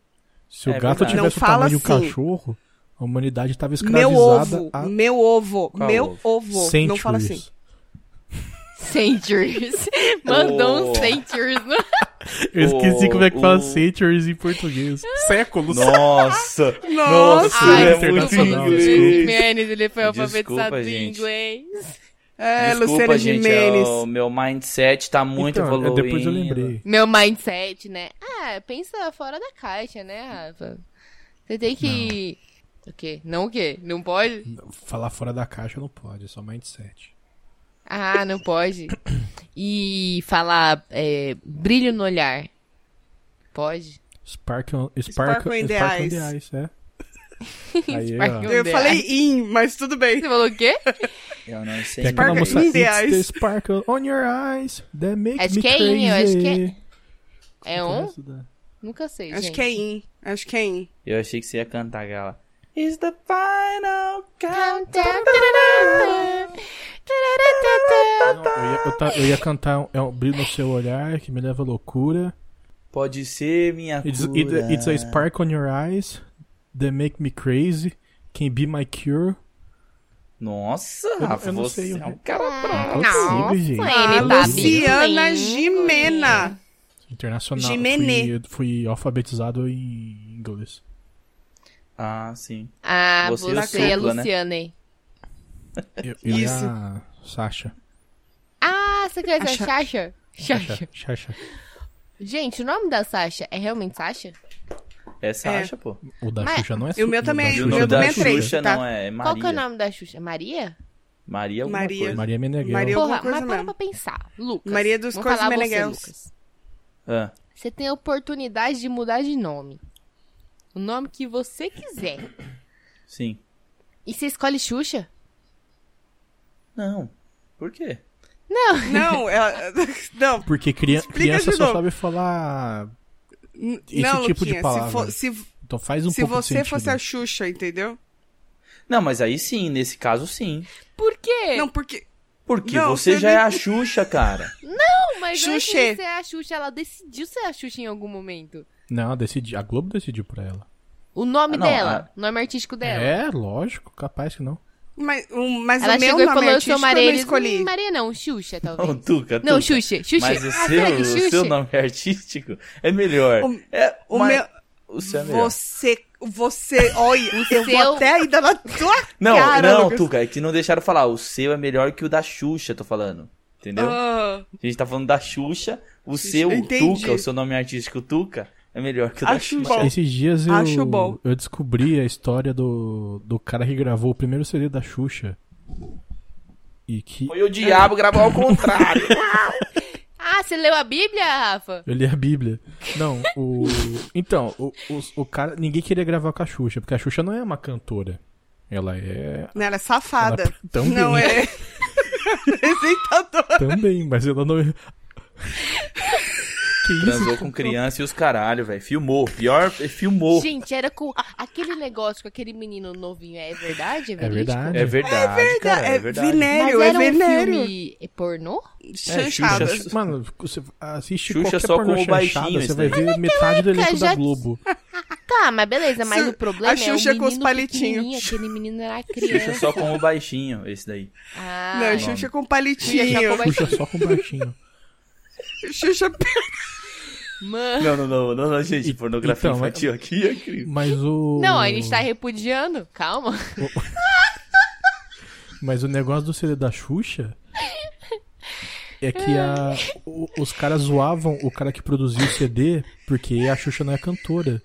Speaker 4: Se o
Speaker 2: É
Speaker 4: gato
Speaker 2: verdade.
Speaker 4: tivesse
Speaker 3: Não
Speaker 4: o
Speaker 3: fala
Speaker 4: tamanho de um
Speaker 3: assim.
Speaker 4: cachorro, a humanidade tava
Speaker 3: Meu
Speaker 4: escravizada
Speaker 3: ovo,
Speaker 4: há
Speaker 3: meu ovo,
Speaker 2: Qual
Speaker 3: meu
Speaker 2: ovo?
Speaker 3: ovo.
Speaker 4: centuries.
Speaker 3: Não fala assim.
Speaker 1: Centuries. Mandou um
Speaker 2: Ô.
Speaker 1: Centuries. no-
Speaker 4: Eu esqueci como é que fala
Speaker 2: O-
Speaker 4: centuries em português. Séculos.
Speaker 2: Nossa!
Speaker 3: Nossa,
Speaker 2: Nossa,
Speaker 1: Ai, desculpa,
Speaker 2: é muito
Speaker 4: internacional,
Speaker 1: Luiz
Speaker 2: inglês.
Speaker 1: Jimenez, ele foi
Speaker 2: Desculpa,
Speaker 1: alfabetizado em
Speaker 2: gente.
Speaker 1: inglês.
Speaker 3: É,
Speaker 2: Desculpa,
Speaker 3: Luciana
Speaker 2: gente,
Speaker 3: Gimenez.
Speaker 2: é, O meu mindset tá muito
Speaker 4: então,
Speaker 2: evoluindo.
Speaker 4: é, Depois eu lembrei.
Speaker 1: Meu mindset, né? Ah, pensa fora da caixa, né, Rafa? Você tem que... O quê? Não o quê? Não pode?
Speaker 4: Falar fora da caixa não pode, é só mindset.
Speaker 1: Ah, não pode. E falar é, brilho no olhar. Pode?
Speaker 4: Spark on, spark,
Speaker 3: Sparkle in the
Speaker 4: spark on
Speaker 3: eyes.
Speaker 4: the eyes, é. Aí,
Speaker 1: Spark
Speaker 4: ó.
Speaker 1: on-
Speaker 3: Eu
Speaker 1: Onde é?
Speaker 3: falei in, mas tudo bem.
Speaker 1: Você falou o quê?
Speaker 2: Eu não sei.
Speaker 4: Tem aquela
Speaker 3: Sparkle
Speaker 4: moça,
Speaker 3: in
Speaker 4: It's
Speaker 3: the
Speaker 4: the
Speaker 3: eyes."
Speaker 4: sparkle on your eyes that make
Speaker 1: Acho
Speaker 4: me
Speaker 1: que é
Speaker 4: crazy.
Speaker 1: in, eu acho que é- É um?
Speaker 4: um?
Speaker 1: Nunca sei,
Speaker 3: Acho
Speaker 1: gente.
Speaker 3: que é in. Acho que é in.
Speaker 2: Eu achei que você ia cantar aquela. It's the final count.
Speaker 4: Eu ia, eu ta- eu ia cantar um- é um brilho no seu olhar que me leva à loucura.
Speaker 2: Pode ser minha
Speaker 4: It's,
Speaker 2: cura.
Speaker 4: it- it's a spark on your eyes that make me crazy. Can be my cure.
Speaker 2: Nossa,
Speaker 4: não-
Speaker 2: Rafa,
Speaker 4: eu não
Speaker 2: você
Speaker 4: sei, eu-
Speaker 2: é um cara bravo.
Speaker 4: Não consigo,
Speaker 1: Nossa,
Speaker 4: gente.
Speaker 1: ele
Speaker 3: Ah,
Speaker 1: tá
Speaker 3: Luciana
Speaker 1: vivo, hein?
Speaker 3: Gimena.
Speaker 4: Internacional.
Speaker 3: Jimenez.
Speaker 4: Fui, fui alfabetizado em inglês.
Speaker 2: Ah, sim.
Speaker 1: Ah,
Speaker 2: Você
Speaker 1: você,
Speaker 2: e a
Speaker 1: é a
Speaker 2: Supla, né?
Speaker 1: Luciana, hein?
Speaker 4: Eu, eu e
Speaker 3: Isso.
Speaker 4: a Sasha.
Speaker 1: Ah, você quer dizer
Speaker 3: A
Speaker 1: Sasha? Sasha.
Speaker 4: Sasha. Sasha.
Speaker 1: Gente, o nome da Sasha é realmente Sasha?
Speaker 2: É Sasha, pô.
Speaker 4: O da
Speaker 1: Mas-
Speaker 4: Xuxa não é
Speaker 3: E o meu
Speaker 4: Su- da
Speaker 3: também-
Speaker 2: E
Speaker 4: Xuxa
Speaker 2: o
Speaker 3: Xuxa
Speaker 2: nome
Speaker 4: não
Speaker 2: da
Speaker 3: também é três,
Speaker 2: Xuxa
Speaker 3: tá?
Speaker 2: não é, é Maria.
Speaker 1: Qual que é o nome da Xuxa? Maria?
Speaker 2: Maria alguma
Speaker 3: Maria.
Speaker 2: coisa.
Speaker 4: Maria Meneghel.
Speaker 3: Maria-
Speaker 1: Porra,
Speaker 3: alguma coisa
Speaker 1: mas para
Speaker 3: mesmo.
Speaker 1: pra pensar. Lucas.
Speaker 3: Maria dos
Speaker 1: vou
Speaker 3: Coisas
Speaker 1: falar você,
Speaker 3: Meneghels.
Speaker 1: Lucas.
Speaker 2: Ah,
Speaker 1: Você tem a oportunidade de mudar de nome. O nome que você quiser.
Speaker 2: sim.
Speaker 1: E você escolhe Xuxa?
Speaker 2: Não. Por quê?
Speaker 1: Não.
Speaker 3: Não, ela, não,
Speaker 4: Porque cria,
Speaker 3: Explica
Speaker 4: criança
Speaker 3: de
Speaker 4: só
Speaker 3: novo.
Speaker 4: sabe falar
Speaker 3: n-
Speaker 4: Esse
Speaker 3: não,
Speaker 4: tipo de
Speaker 3: Luquinha,
Speaker 4: palavra.
Speaker 3: Se, fo- se-
Speaker 4: Então faz um
Speaker 3: se
Speaker 4: pouco de
Speaker 3: você
Speaker 4: sentido.
Speaker 3: fosse a Xuxa, entendeu?
Speaker 2: Não, mas aí sim, nesse caso sim.
Speaker 1: Por quê?
Speaker 3: Não, porque.
Speaker 2: Porque
Speaker 3: Não,
Speaker 2: você
Speaker 3: você
Speaker 2: já
Speaker 3: me-
Speaker 2: é a Xuxa, cara.
Speaker 1: mas
Speaker 3: Xuxa.
Speaker 1: antes de ser a Xuxa, ela decidiu ser a Xuxa em algum momento.
Speaker 4: Não, decidi. A Globo decidiu pra ela.
Speaker 1: O nome
Speaker 2: Ah, não,
Speaker 1: dela, o nome artístico dela.
Speaker 4: É, lógico, capaz que não.
Speaker 3: Mas, um, mas
Speaker 1: Ela
Speaker 3: o meu
Speaker 1: chegou e falou, eu
Speaker 3: nome
Speaker 1: sou
Speaker 3: artístico eu não
Speaker 1: Maria. Elis-
Speaker 3: escolhi.
Speaker 1: Hum, Maria não, Xuxa, talvez.
Speaker 2: Não, Tuca,
Speaker 1: Não,
Speaker 2: Tuca.
Speaker 1: Xuxa, Xuxa.
Speaker 2: Mas o
Speaker 1: Ah, será
Speaker 2: seu,
Speaker 1: que
Speaker 2: o
Speaker 1: Xuxa?
Speaker 2: seu nome artístico é melhor.
Speaker 3: O-
Speaker 2: é,
Speaker 3: o
Speaker 2: mas-
Speaker 3: meu-
Speaker 2: O seu é melhor.
Speaker 3: Você, você, olha, eu
Speaker 1: seu-
Speaker 3: vou até ainda na tua
Speaker 2: Não,
Speaker 3: cara,
Speaker 2: não,
Speaker 3: Lucas.
Speaker 2: Tuca, é que não deixaram falar. O seu é melhor que o da Xuxa, tô falando. Entendeu?
Speaker 3: Ah,
Speaker 2: A gente tá falando da Xuxa, o seu,
Speaker 3: entendi.
Speaker 2: Tuca, o seu nome artístico Tuca, é melhor que o da
Speaker 3: A Xuxa.
Speaker 2: Xuxa.
Speaker 4: Esses dias eu,
Speaker 3: Acho bom.
Speaker 4: eu descobri a história do, do cara que gravou o primeiro CD da Xuxa. E que
Speaker 2: Foi o diabo gravar ao contrário.
Speaker 1: Ah, você leu a Bíblia, Rafa?
Speaker 4: eu li a Bíblia. Não, o. Então, o, o, o cara. Ninguém queria gravar com a Xuxa, porque a Xuxa não é uma cantora. Ela é.
Speaker 3: não, ela é safada.
Speaker 4: Ela- também.
Speaker 3: Não é. Apresentadora.
Speaker 4: Também, mas ela não. Que é. isso?
Speaker 2: Transou com criança e os caralho, velho. Filmou. Pior, eh, filmou.
Speaker 1: Gente, era com aquele negócio com aquele menino novinho. É verdade?
Speaker 4: É
Speaker 1: verídico?
Speaker 4: verdade.
Speaker 2: É verdade, cara, é verdade.
Speaker 1: Mas
Speaker 3: venério, é
Speaker 1: era um
Speaker 3: venério.
Speaker 1: filme pornô?
Speaker 4: É,
Speaker 3: Chanchada.
Speaker 2: Xuxa.
Speaker 4: Mano, você assiste
Speaker 2: Xuxa
Speaker 4: qualquer
Speaker 2: só
Speaker 4: pornô
Speaker 2: com o
Speaker 4: chanchada,
Speaker 2: baixinho,
Speaker 4: você
Speaker 2: esse
Speaker 4: vai
Speaker 2: daí.
Speaker 4: ver metade do elenco
Speaker 1: já-
Speaker 4: da Globo.
Speaker 1: Tá, mas beleza. Mas
Speaker 3: Su-
Speaker 1: o problema
Speaker 3: a Xuxa
Speaker 1: é o
Speaker 3: com os
Speaker 1: menino
Speaker 3: palitinhos.
Speaker 1: pequenininho, Aquele menino era
Speaker 2: Xuxa
Speaker 1: criança.
Speaker 2: só com o baixinho, esse daí.
Speaker 1: Ah,
Speaker 3: Não,
Speaker 1: Xuxa.
Speaker 3: Xuxa com palitinho.
Speaker 1: Xuxa
Speaker 4: Xuxa só com baixinho.
Speaker 3: Xuxa
Speaker 1: Mano.
Speaker 2: Não, não, não, não, não, gente.
Speaker 4: E-
Speaker 2: Pornografia
Speaker 4: então,
Speaker 2: infantil aqui é incrível.
Speaker 4: Mas o.
Speaker 1: Não, a gente tá repudiando. Calma.
Speaker 4: Mas o negócio do CD da Xuxa é que a- o- os caras zoavam o cara que produziu o CD porque a Xuxa não é cantora.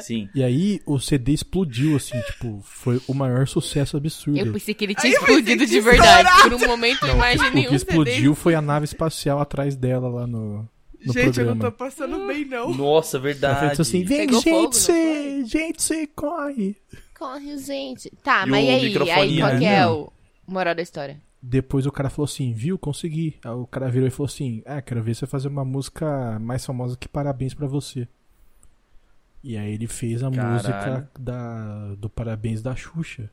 Speaker 2: Sim.
Speaker 4: E aí o CD explodiu, assim, tipo, foi o maior sucesso
Speaker 1: Eu
Speaker 4: absurdo.
Speaker 1: pensei que ele tinha
Speaker 3: Aí eu pensei
Speaker 1: explodido
Speaker 3: que
Speaker 1: de
Speaker 3: tinha
Speaker 1: verdade. Por um momento, eu imaginei
Speaker 4: O tipo, que
Speaker 1: um CD.
Speaker 4: explodiu foi a nave espacial atrás dela lá no, no
Speaker 3: Gente, eu não
Speaker 4: programa.
Speaker 3: tô passando bem, não.
Speaker 2: Nossa,
Speaker 4: Ela fez
Speaker 2: verdade.
Speaker 4: assim, vem,
Speaker 1: Pegou fogo, não
Speaker 4: gente, cê, gente, cê, corre.
Speaker 1: Corre, gente. Tá,
Speaker 2: E
Speaker 1: mas
Speaker 2: o
Speaker 1: e aí? Aí
Speaker 2: microfone,
Speaker 1: qual
Speaker 4: né?
Speaker 1: que é
Speaker 4: Não.
Speaker 1: o moral da história?
Speaker 4: Depois o cara falou assim, viu, consegui. Aí o cara virou e falou assim, ah, quero ver você fazer uma música mais famosa que Parabéns pra você. E aí ele fez a
Speaker 2: Caralho.
Speaker 4: música da, do Parabéns da Xuxa.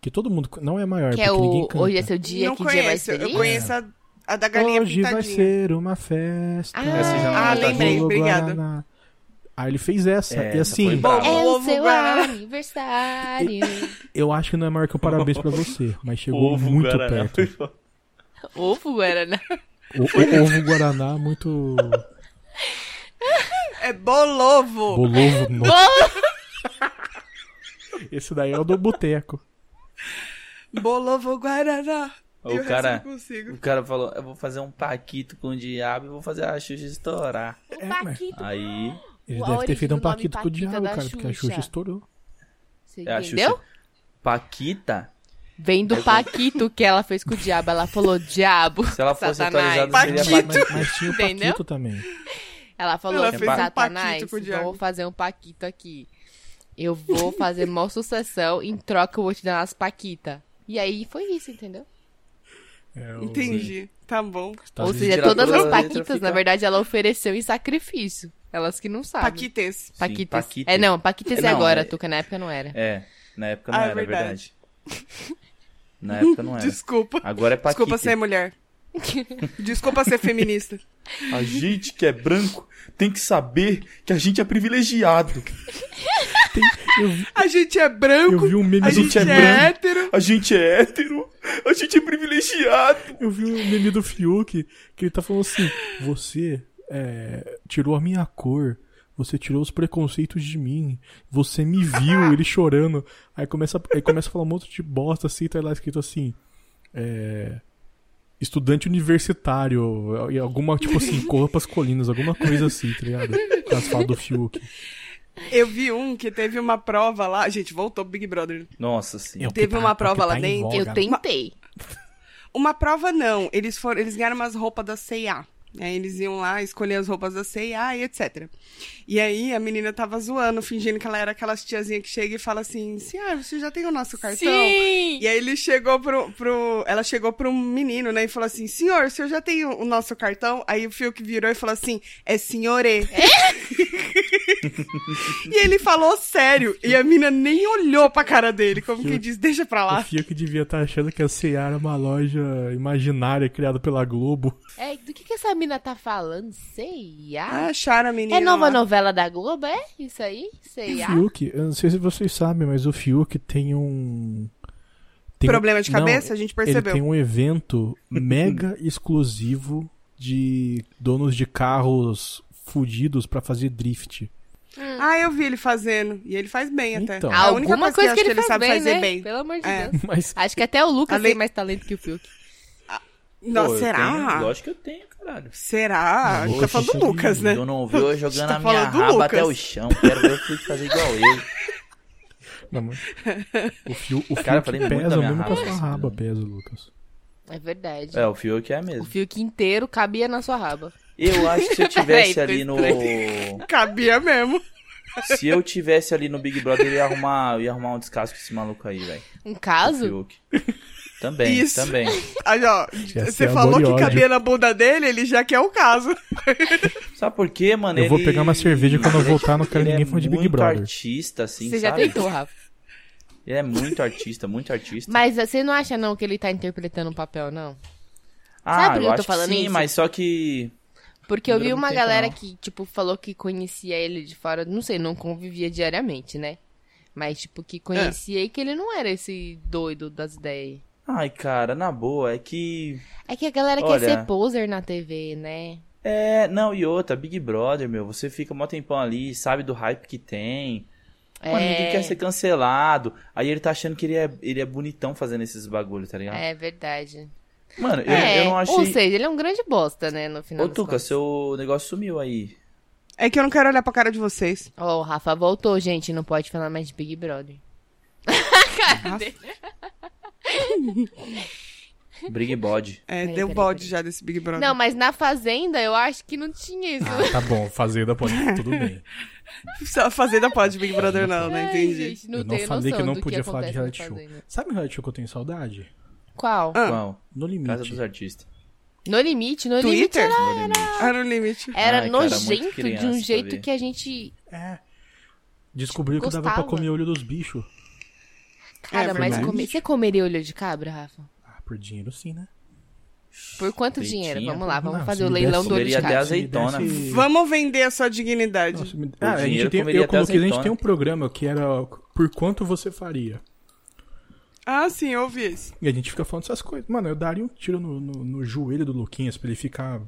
Speaker 4: Que todo mundo, não é a maior,
Speaker 1: Que
Speaker 4: porque
Speaker 1: é
Speaker 4: ninguém
Speaker 1: o
Speaker 4: canta.
Speaker 1: Hoje é seu dia,
Speaker 3: não
Speaker 1: que dia mais
Speaker 3: conheço. Eu
Speaker 1: feliz?
Speaker 3: conheço a, a da galinha
Speaker 4: Hoje vai
Speaker 3: pintadinha.
Speaker 4: ser uma festa.
Speaker 1: Ah, Essa
Speaker 2: já não é
Speaker 4: Ah,
Speaker 2: da
Speaker 4: lembrei,
Speaker 3: Xuxa.
Speaker 4: obrigado.
Speaker 3: Obrigada.
Speaker 4: Aí ele fez
Speaker 2: É,
Speaker 4: essa. e
Speaker 2: essa foi
Speaker 4: assim,
Speaker 2: brava.
Speaker 1: É o
Speaker 3: Ovo
Speaker 1: seu
Speaker 3: Guará.
Speaker 1: aniversário.
Speaker 4: eu acho que não é maior que o Parabéns pra você, mas chegou
Speaker 2: Ovo,
Speaker 4: muito
Speaker 2: Guaraná.
Speaker 4: perto.
Speaker 1: Ovo Guaraná.
Speaker 4: O, o ovo Guaraná muito
Speaker 3: É bolovo.
Speaker 4: bolovo. no-
Speaker 1: Bom,
Speaker 4: Esse daí é o do boteco.
Speaker 3: Bolovo Guaraná.
Speaker 2: O
Speaker 3: E resto
Speaker 2: cara-
Speaker 3: eu não consigo.
Speaker 2: O cara falou, eu vou fazer um paquito com o diabo e vou fazer a Xuxa estourar.
Speaker 3: É,
Speaker 1: o Paquito.
Speaker 2: Aí,
Speaker 4: É, Ele
Speaker 1: O- a
Speaker 4: deve ter
Speaker 1: origem
Speaker 4: feito um
Speaker 1: do nome
Speaker 4: paquito com o
Speaker 1: Paquita
Speaker 4: diabo,
Speaker 1: da
Speaker 4: cara, porque a Xuxa
Speaker 1: Xuxa.
Speaker 4: estourou.
Speaker 1: Você
Speaker 2: é a
Speaker 1: entendeu?
Speaker 2: Xuxa. Paquita,
Speaker 1: Vem do Paquito que ela fez com o diabo. Ela falou, diabo.
Speaker 2: se ela fosse
Speaker 1: Satanás.
Speaker 2: atualizada,
Speaker 4: Mas,
Speaker 2: seria
Speaker 3: Paquito.
Speaker 4: mas- mas tinha o paquito
Speaker 1: Entendeu?
Speaker 4: também.
Speaker 1: Ela falou, assim,
Speaker 3: Ela
Speaker 2: fez um
Speaker 1: Satanás,
Speaker 3: Paquito com o
Speaker 1: então eu vou
Speaker 3: diabo."
Speaker 1: fazer um Paquito aqui. Eu vou fazer mó sucessão, em troca eu vou te dar umas Paquita. E aí foi isso, entendeu?
Speaker 4: É, o-
Speaker 3: Entendi. Tá bom.
Speaker 4: Estados
Speaker 1: Ou seja,
Speaker 2: Literatura
Speaker 1: todas as
Speaker 2: da letra
Speaker 1: Paquitas,
Speaker 2: fica-
Speaker 1: na verdade, ela ofereceu em sacrifício. Elas que não sabem.
Speaker 3: Paquites.
Speaker 1: Paquitas.
Speaker 2: Sim, Paquita.
Speaker 1: É, não, Paquitas é
Speaker 2: Não,
Speaker 1: agora,
Speaker 2: é-
Speaker 1: Tuca, na época não era.
Speaker 2: É, na época não
Speaker 3: Ah, é
Speaker 2: era,
Speaker 3: verdade.
Speaker 2: verdade. Na época não era.
Speaker 3: Desculpa.
Speaker 2: Agora é Paquita.
Speaker 3: Desculpa ser mulher. Desculpa ser feminista.
Speaker 2: A gente que é branco tem que saber que a gente é privilegiado.
Speaker 4: Eu, vi-
Speaker 3: A gente é branco.
Speaker 4: eu vi um meme
Speaker 3: A
Speaker 4: do
Speaker 3: gente é,
Speaker 4: branco.
Speaker 3: hétero.
Speaker 2: A gente é hétero. A gente é privilegiado.
Speaker 4: Eu vi um meme do Fiuk que ele tá falando assim: Você é, tirou a minha cor. Você tirou os preconceitos de mim. Você me viu, ele chorando. Aí começa, aí começa a falar um monte de bosta assim, tá lá escrito assim. é, estudante universitário. e Alguma, tipo assim, corra pras colinas, alguma coisa assim, tá ligado? As falas do Fiuk.
Speaker 3: Eu vi um que teve uma prova lá. Gente, voltou pro Big Brother.
Speaker 2: Nossa senhora.
Speaker 3: Teve uma prova lá dentro.
Speaker 1: Eu tentei.
Speaker 3: Uma prova não. Eles foram, eles ganharam umas roupas da C&A. Aí É, eles iam lá escolher as roupas da C&A e etc. E aí a menina tava zoando, fingindo que ela era aquelas tiazinha que chega e fala assim, senhora, você já tem o nosso cartão?
Speaker 1: Sim!
Speaker 3: E aí ele chegou pro, pro. Ela chegou pro menino, né? E falou assim: senhor, o senhor já tem o, o nosso cartão? Aí o Fiuk virou e falou assim: é senhorê.
Speaker 1: É?
Speaker 3: e ele falou sério. E a mina nem olhou pra cara dele, como que diz, deixa pra
Speaker 4: O
Speaker 3: lá.
Speaker 4: Fiuk devia estar achando que a Ceara é uma loja imaginária criada pela Globo.
Speaker 1: É, do que, que essa mina tá falando? Sei lá.
Speaker 3: Acharam a menina.
Speaker 1: É nova
Speaker 3: lá.
Speaker 1: novela da Globo, é? Isso aí? Sei lá.
Speaker 4: Fiuk, eu não sei se vocês sabem, mas o Fiuk tem um. tem um-
Speaker 3: Problema de
Speaker 4: não,
Speaker 3: cabeça, a gente percebeu.
Speaker 4: Ele tem um evento mega exclusivo de donos de carros fudidos pra fazer drift.
Speaker 3: Ah, eu vi ele fazendo. E ele faz bem até.
Speaker 4: um Então.
Speaker 3: a única
Speaker 1: Alguma coisa
Speaker 3: eu
Speaker 1: que
Speaker 3: acho
Speaker 1: ele, faz
Speaker 3: sabe
Speaker 1: bem,
Speaker 3: fazer
Speaker 1: né?
Speaker 3: bem.
Speaker 1: Pelo amor de
Speaker 3: É.
Speaker 1: Deus.
Speaker 4: Mas
Speaker 1: Acho que até o Lucas
Speaker 3: Ale-
Speaker 1: tem mais talento que o Fiuk.
Speaker 3: Não,
Speaker 2: Pô, eu
Speaker 3: será?
Speaker 2: tenho- lógico que eu tenho, caralho.
Speaker 3: Será? A gente tá
Speaker 4: Poxa,
Speaker 3: falando
Speaker 4: um isso é
Speaker 3: do
Speaker 4: aí,
Speaker 3: Lucas, né?
Speaker 2: Eu não vi eu jogando
Speaker 3: tá
Speaker 2: a minha
Speaker 3: falando do
Speaker 2: raba
Speaker 3: Lucas.
Speaker 2: até o chão. Quero ver o Fiuk fazer igual ele.
Speaker 4: Não, mas- o Fiuk, o Fiuk
Speaker 2: Cara, eu falei muito
Speaker 4: pesa
Speaker 2: da minha
Speaker 4: mesmo com a
Speaker 2: raba,
Speaker 4: sua
Speaker 2: esse
Speaker 4: raba,
Speaker 2: programa.
Speaker 4: pesa, Lucas.
Speaker 1: É verdade.
Speaker 2: É, o Fiuk é mesmo.
Speaker 1: O Fiuk inteiro cabia na sua raba.
Speaker 2: Eu acho que se eu tivesse
Speaker 1: Peraí,
Speaker 2: ali
Speaker 1: tô
Speaker 2: no.
Speaker 3: Cabia mesmo.
Speaker 2: Se eu tivesse ali no Big Brother, eu ia arrumar, eu ia arrumar um descasco com esse maluco aí, velho.
Speaker 1: Um
Speaker 2: O
Speaker 1: caso?
Speaker 2: Fiuk. Também,
Speaker 3: Isso.
Speaker 2: também.
Speaker 3: Aí, ó,
Speaker 4: Ia
Speaker 3: você
Speaker 4: ser
Speaker 3: falou
Speaker 4: é amor e
Speaker 3: que
Speaker 4: ódio.
Speaker 3: cabia na bunda dele, ele já quer o caso.
Speaker 2: Sabe por quê, mano?
Speaker 4: Eu vou
Speaker 2: Ele-
Speaker 4: pegar uma cerveja quando eu voltar, não quero
Speaker 2: ele
Speaker 4: ninguém
Speaker 2: é
Speaker 4: falando de Big
Speaker 2: muito
Speaker 4: Brother.
Speaker 2: artista, assim,
Speaker 1: Você já
Speaker 2: sabe?
Speaker 1: tentou, Rafa.
Speaker 2: Ele é muito artista, muito artista.
Speaker 1: Mas você não acha, não, que ele tá interpretando um papel, não?
Speaker 2: ah,
Speaker 1: sabe por que eu
Speaker 2: eu
Speaker 1: tô
Speaker 2: acho que
Speaker 1: falando
Speaker 2: sim,
Speaker 1: isso?
Speaker 2: mas só que...
Speaker 1: Porque eu
Speaker 2: Não
Speaker 1: vi
Speaker 2: dura
Speaker 1: uma
Speaker 2: muito tempo,
Speaker 1: galera
Speaker 2: não.
Speaker 1: que, tipo, falou que conhecia ele de fora, não sei, não convivia diariamente, né? Mas, tipo, que conhecia e que ele não era esse doido das ideias.
Speaker 2: Ai, cara, na boa, é que...
Speaker 1: aí. É que a galera
Speaker 2: Olha.
Speaker 1: quer ser poser na TV, né?
Speaker 2: É, não, e outra, Big Brother, meu, você fica mó tempão ali, sabe do hype que tem. Mano, ninguém
Speaker 1: É.
Speaker 2: quer ser cancelado. Aí ele tá achando que ele é, ele é bonitão fazendo esses bagulho, tá ligado?
Speaker 1: É verdade.
Speaker 2: Mano, eu,
Speaker 1: é,
Speaker 2: eu não
Speaker 1: Ou
Speaker 2: achei...
Speaker 1: seja, ele é um grande bosta, né, no final
Speaker 2: Ô,
Speaker 1: das
Speaker 2: Tuca,
Speaker 1: contas.
Speaker 2: seu negócio sumiu aí.
Speaker 3: É que eu não quero olhar pra cara de vocês.
Speaker 1: Ó, o Rafa voltou, gente, não pode falar mais de Big Brother.
Speaker 2: Big Body.
Speaker 3: É,
Speaker 1: Peraí,
Speaker 3: deu
Speaker 1: peraí,
Speaker 3: bode
Speaker 1: peraí.
Speaker 3: já desse Big Brother.
Speaker 1: Não, mas na Fazenda eu acho que não tinha isso.
Speaker 4: Ah, tá bom, fazenda pode, tudo bem.
Speaker 3: Só Fazenda pode Big Brother não, não
Speaker 1: Ai,
Speaker 3: entendi.
Speaker 1: gente, não
Speaker 4: eu não
Speaker 1: tenho
Speaker 4: falei que
Speaker 1: noção
Speaker 4: eu não
Speaker 1: do
Speaker 4: podia falar de
Speaker 1: acontece
Speaker 4: reality
Speaker 1: na
Speaker 4: show.
Speaker 1: Fazenda.
Speaker 4: Sabe o reality show que eu tenho saudade?
Speaker 1: Qual?
Speaker 3: Ah.
Speaker 2: Qual?
Speaker 4: No
Speaker 2: Casa
Speaker 4: Limite.
Speaker 2: dos Artistas.
Speaker 1: No limite, no limite
Speaker 3: Twitter?
Speaker 1: era, É.
Speaker 2: No limite.
Speaker 3: Era o limite.
Speaker 1: era
Speaker 2: Ai, cara, muito
Speaker 1: nojento de
Speaker 2: criança
Speaker 1: um
Speaker 2: pra
Speaker 1: jeito
Speaker 2: ver.
Speaker 1: que a gente.
Speaker 4: Descobriu que dava
Speaker 1: Gostava.
Speaker 4: pra comer olho dos bichos.
Speaker 1: Cara,
Speaker 3: É
Speaker 1: mas
Speaker 3: verdade.
Speaker 1: come- você comeria olho de cabra, Rafa?
Speaker 4: Ah, por dinheiro sim, né?
Speaker 1: Por quanto
Speaker 2: Peitinho.
Speaker 1: dinheiro? Vamos lá, vamos
Speaker 4: Não,
Speaker 1: fazer
Speaker 4: se
Speaker 1: o
Speaker 4: me
Speaker 1: leilão
Speaker 4: desse-
Speaker 1: do olho de
Speaker 2: Comeria até
Speaker 1: cabra.
Speaker 2: as- azeitona.
Speaker 4: Se me desse-
Speaker 3: Vamos vender a sua dignidade.
Speaker 4: Nossa, me-
Speaker 2: O
Speaker 4: Ah, a gente
Speaker 2: dinheiro
Speaker 4: tem,
Speaker 2: comeria
Speaker 4: eu
Speaker 2: até
Speaker 4: coloquei, a gente
Speaker 2: azeitona.
Speaker 4: tem um programa que era por quanto você faria.
Speaker 3: Ah, sim, eu ouvi isso.
Speaker 4: E a gente fica falando essas coisas. Mano, eu daria um tiro no, no- no joelho do Luquinhas pra ele ficar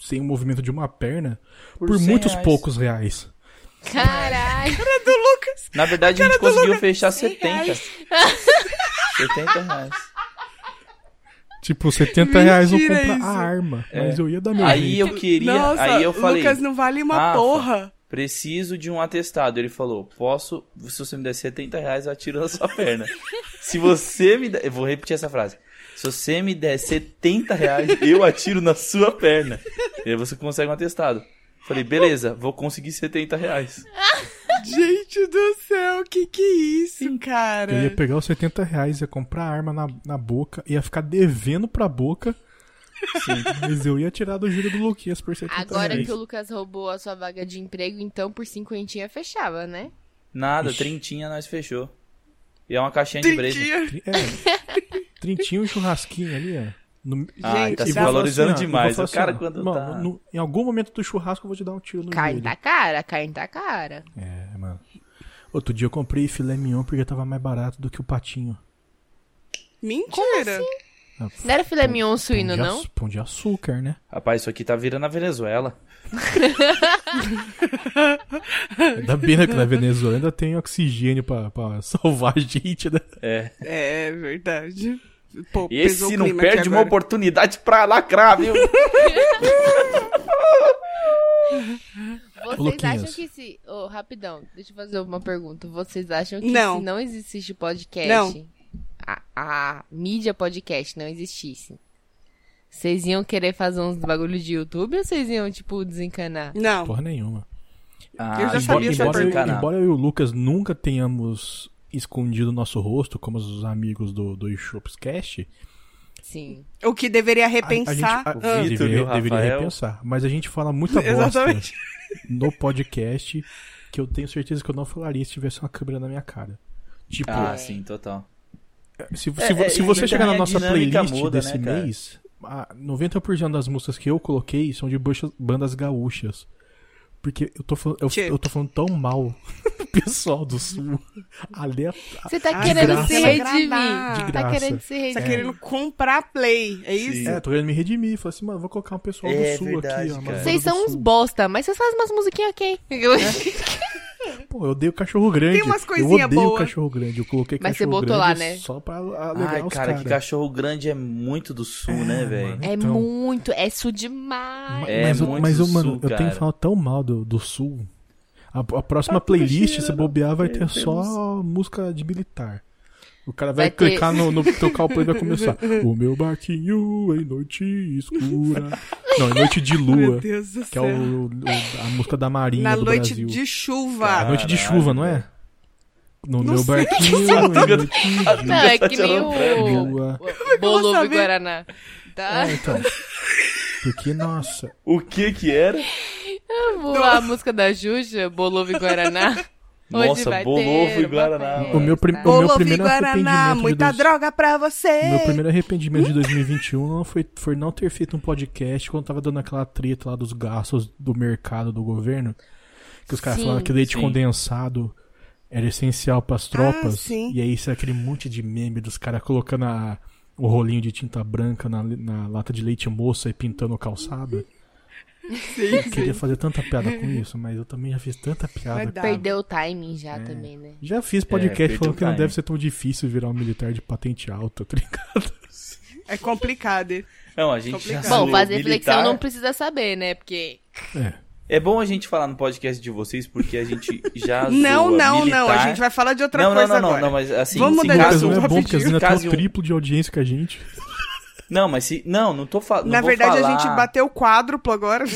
Speaker 4: sem o movimento de uma perna por,
Speaker 2: Por 100
Speaker 4: muitos
Speaker 2: reais.
Speaker 4: poucos reais.
Speaker 1: Caralho!
Speaker 3: É do Lucas.
Speaker 2: Na verdade, a gente conseguiu fechar 70.
Speaker 3: reais.
Speaker 2: 70 reais.
Speaker 4: Tipo, 70 reais eu
Speaker 3: Mentira
Speaker 4: comprar
Speaker 3: isso.
Speaker 4: a arma. Mas eu ia dar meu
Speaker 2: Aí
Speaker 4: jeito.
Speaker 2: eu queria.
Speaker 3: Nossa,
Speaker 2: aí eu falei.
Speaker 3: Lucas não vale uma
Speaker 2: Rafa,
Speaker 3: porra.
Speaker 2: Preciso de um atestado. Ele falou: Posso, se você me der 70 reais, eu atiro na sua perna. Se você me der. Eu vou repetir essa frase. Se você me der 70 reais, eu atiro na sua perna. E aí você consegue um atestado. Falei, beleza, vou conseguir 70 reais.
Speaker 3: Gente do céu, que que é isso, cara?
Speaker 4: Eu ia pegar os 70 reais, ia comprar a arma na, na boca, ia ficar devendo pra boca. Mas eu ia tirar do júlio do Luquinhas por 70
Speaker 1: Agora
Speaker 4: reais.
Speaker 1: que o Lucas roubou a sua vaga de emprego, então por cinquentinha fechava, né?
Speaker 2: Nada,
Speaker 4: Ixi.
Speaker 2: trintinha nós fechou. E é uma caixinha de breja.
Speaker 3: Trinquinha.
Speaker 4: Tri- é. Trintinho e um churrasquinho ali, ó. No-
Speaker 2: Ai, tá
Speaker 4: e
Speaker 2: se
Speaker 4: vou falar
Speaker 2: valorizando
Speaker 4: assim, ó,
Speaker 2: demais.
Speaker 4: eu vou
Speaker 2: O
Speaker 4: falar
Speaker 2: cara
Speaker 4: assim, ó,
Speaker 2: quando
Speaker 4: mano,
Speaker 2: tá-
Speaker 4: no- em algum momento do churrasco eu vou te dar um tiro no
Speaker 1: Carne
Speaker 4: joelho.
Speaker 1: tá cara, carne tá cara.
Speaker 4: É, mano. Outro dia eu comprei filé mignon porque tava mais barato do que o patinho.
Speaker 3: Mentira.
Speaker 4: Ah,
Speaker 1: Não era filé mignon
Speaker 4: pão
Speaker 1: suíno,
Speaker 4: de
Speaker 1: não?
Speaker 4: aç- Pão de açúcar, né?
Speaker 2: Rapaz, isso aqui tá virando a Venezuela.
Speaker 4: Ainda bem né, que na Venezuela ainda tem oxigênio pra, pra salvar a gente, né?
Speaker 2: É.
Speaker 3: É verdade. Pô, pesou
Speaker 2: Esse
Speaker 3: o
Speaker 2: não
Speaker 3: clima aqui
Speaker 2: perde uma
Speaker 3: agora.
Speaker 2: oportunidade pra lacrar, viu?
Speaker 1: Vocês
Speaker 4: Ô, Luquinhas.
Speaker 1: acham que se. Ô, rapidão, deixa eu fazer uma pergunta. Vocês acham que
Speaker 3: Não.
Speaker 1: se não existisse podcast,
Speaker 3: Não.
Speaker 1: A, a mídia podcast não existisse, vocês iam querer fazer uns bagulho de YouTube ou vocês iam, tipo, desencanar?
Speaker 3: Não.
Speaker 4: Porra nenhuma.
Speaker 2: Ah,
Speaker 3: Eu já sabia essa
Speaker 4: embora, eu,
Speaker 2: né?
Speaker 3: pergunta.
Speaker 4: embora eu e o Lucas nunca tenhamos escondido o nosso rosto, como os amigos do, do Shopscast,
Speaker 1: Sim.
Speaker 3: O que deveria
Speaker 4: a- a gente-
Speaker 3: repensar.
Speaker 4: a-
Speaker 3: ah,
Speaker 2: Vitor e o
Speaker 4: deveria, deveria
Speaker 2: Rafael.
Speaker 4: repensar. Mas a gente fala muita bosta né?
Speaker 3: Exatamente.
Speaker 4: no podcast que eu tenho certeza que eu não falaria se tivesse uma câmera na minha cara. Tipo,
Speaker 2: Ah, sim, total.
Speaker 4: Se,
Speaker 2: É,
Speaker 4: se vo-
Speaker 2: é,
Speaker 4: se
Speaker 2: e
Speaker 4: você
Speaker 2: também
Speaker 4: chegar na
Speaker 2: a
Speaker 4: nossa
Speaker 2: dinâmica
Speaker 4: playlist
Speaker 2: muda,
Speaker 4: desse
Speaker 2: né, cara?
Speaker 4: mês, a 90% das músicas que eu coloquei são de bucha- bandas gaúchas. Porque eu tô, fal- eu,
Speaker 3: Tipo.
Speaker 4: eu tô falando tão mal do pessoal do sul. Ale-
Speaker 1: Você tá
Speaker 4: Ah,
Speaker 1: querendo
Speaker 4: graça.
Speaker 1: se
Speaker 4: De
Speaker 1: redimir.
Speaker 3: graça.
Speaker 4: De
Speaker 1: Tá
Speaker 4: graça.
Speaker 1: querendo se
Speaker 3: Tá
Speaker 1: redimir.
Speaker 3: querendo comprar play, é isso?
Speaker 4: É, tô querendo me redimir. Falei assim, mano, vou colocar um pessoal
Speaker 2: É
Speaker 4: do sul
Speaker 2: verdade,
Speaker 4: aqui. ó, umas
Speaker 2: cara.
Speaker 4: bandas
Speaker 1: Vocês
Speaker 4: do
Speaker 1: são uns
Speaker 4: sul.
Speaker 1: bosta, mas vocês fazem umas musiquinhas ok.
Speaker 4: Pô, eu dei o cachorro grande.
Speaker 3: Tem umas
Speaker 4: eu
Speaker 3: coisinha
Speaker 4: odeio
Speaker 3: boa.
Speaker 4: o cachorro grande. Eu coloquei
Speaker 1: Mas você
Speaker 4: cachorro
Speaker 1: botou
Speaker 4: grande
Speaker 1: lá, né?
Speaker 4: só pra alegar
Speaker 2: Ai,
Speaker 4: Tá os
Speaker 2: cara, que
Speaker 4: caras.
Speaker 2: cachorro grande é muito do sul,
Speaker 4: É,
Speaker 2: né, velho?
Speaker 4: mano.
Speaker 1: É
Speaker 4: Então.
Speaker 1: muito, é isso demais.
Speaker 2: É
Speaker 4: mas, eu-
Speaker 2: muito
Speaker 4: mas eu,
Speaker 2: do
Speaker 4: mano,
Speaker 2: Sul,
Speaker 4: eu tenho
Speaker 2: cara.
Speaker 4: que falar tão mal do, do Sul. A, a próxima
Speaker 2: Ah,
Speaker 4: playlist,
Speaker 2: imagina,
Speaker 4: se bobear,
Speaker 3: é,
Speaker 4: vai ter
Speaker 2: temos-
Speaker 4: só música de militar. O cara vai,
Speaker 1: Vai ter-
Speaker 4: clicar no, no tocar o play e vai começar. o meu barquinho em noite escura. Não, em noite de
Speaker 3: Meu
Speaker 4: lua.
Speaker 3: Deus do
Speaker 4: Que é
Speaker 3: céu.
Speaker 4: o, o- a música da Marinha
Speaker 3: Na
Speaker 4: do
Speaker 3: noite
Speaker 4: Brasil.
Speaker 3: de
Speaker 4: É
Speaker 3: chuva.
Speaker 4: noite de
Speaker 2: Caralho,
Speaker 4: chuva, não é?
Speaker 2: velho.
Speaker 4: No
Speaker 3: Não
Speaker 4: meu
Speaker 3: sei o que
Speaker 4: barquinho,
Speaker 3: você
Speaker 4: eu
Speaker 2: falou.
Speaker 1: Não,
Speaker 4: entendi.
Speaker 2: Já
Speaker 1: é
Speaker 2: tá
Speaker 1: que
Speaker 2: te
Speaker 1: nem
Speaker 2: aloprando.
Speaker 1: o,
Speaker 4: Boa.
Speaker 1: o
Speaker 3: vou
Speaker 1: Bolovo e
Speaker 3: saber?
Speaker 1: Guaraná. Tá?
Speaker 4: É, então. Porque, nossa,
Speaker 2: O que que era?
Speaker 1: Vamos lá, a música da Xuxa, Bolovo e Guaraná. Hoje
Speaker 2: Nossa,
Speaker 1: vai
Speaker 2: Bolovo
Speaker 1: ter
Speaker 2: e
Speaker 1: uma
Speaker 2: Guaraná,
Speaker 1: festa.
Speaker 4: o meu, prim... o meu
Speaker 3: Bolo
Speaker 4: primeiro
Speaker 3: Guaraná,
Speaker 4: arrependimento. de
Speaker 3: muita
Speaker 4: dois-
Speaker 3: droga pra você.
Speaker 4: Meu primeiro arrependimento de 2021 não foi, foi não ter feito um podcast quando tava dando aquela treta lá dos gastos do mercado do governo. Que os caras
Speaker 1: Sim.
Speaker 4: falaram que leite
Speaker 2: Sim.
Speaker 4: condensado era essencial pras tropas.
Speaker 3: sim.
Speaker 4: E aí isso é aquele monte de meme dos caras colocando a- o rolinho de tinta branca na, na lata de leite moça e pintando o calçado. eu queria fazer tanta piada com isso, mas eu também já fiz tanta piada.
Speaker 3: Vai dar.
Speaker 1: Perdeu o timing já
Speaker 4: É.
Speaker 1: também, né?
Speaker 4: Já fiz
Speaker 2: É,
Speaker 4: podcast
Speaker 2: perdi
Speaker 4: falando
Speaker 2: o
Speaker 4: que não
Speaker 2: time.
Speaker 4: deve ser tão difícil virar um militar de patente alta, tá ligado?
Speaker 3: É complicado. hein?
Speaker 2: Não, a gente já
Speaker 3: Complicado.
Speaker 1: Bom,
Speaker 2: zoou
Speaker 1: fazer
Speaker 2: militar.
Speaker 1: flexão não precisa saber, né? Porque.
Speaker 4: É.
Speaker 2: É bom a gente falar no podcast de vocês, porque a gente já
Speaker 3: Não,
Speaker 2: zoa
Speaker 3: não, não. A
Speaker 2: militar.
Speaker 3: gente vai falar de outra
Speaker 2: não,
Speaker 3: coisa
Speaker 2: não, não,
Speaker 3: agora.
Speaker 2: Não, mas assim,
Speaker 3: Vamos
Speaker 2: se
Speaker 3: mudar de
Speaker 4: Lucas,
Speaker 2: caso,
Speaker 4: não é bom, porque a
Speaker 2: se
Speaker 4: Zina tem
Speaker 2: caso
Speaker 4: o
Speaker 2: um-
Speaker 4: triplo de audiência que a gente.
Speaker 2: Não, mas se... Não, não É. tô falando...
Speaker 3: Na verdade, a gente bateu o quádruplo agora.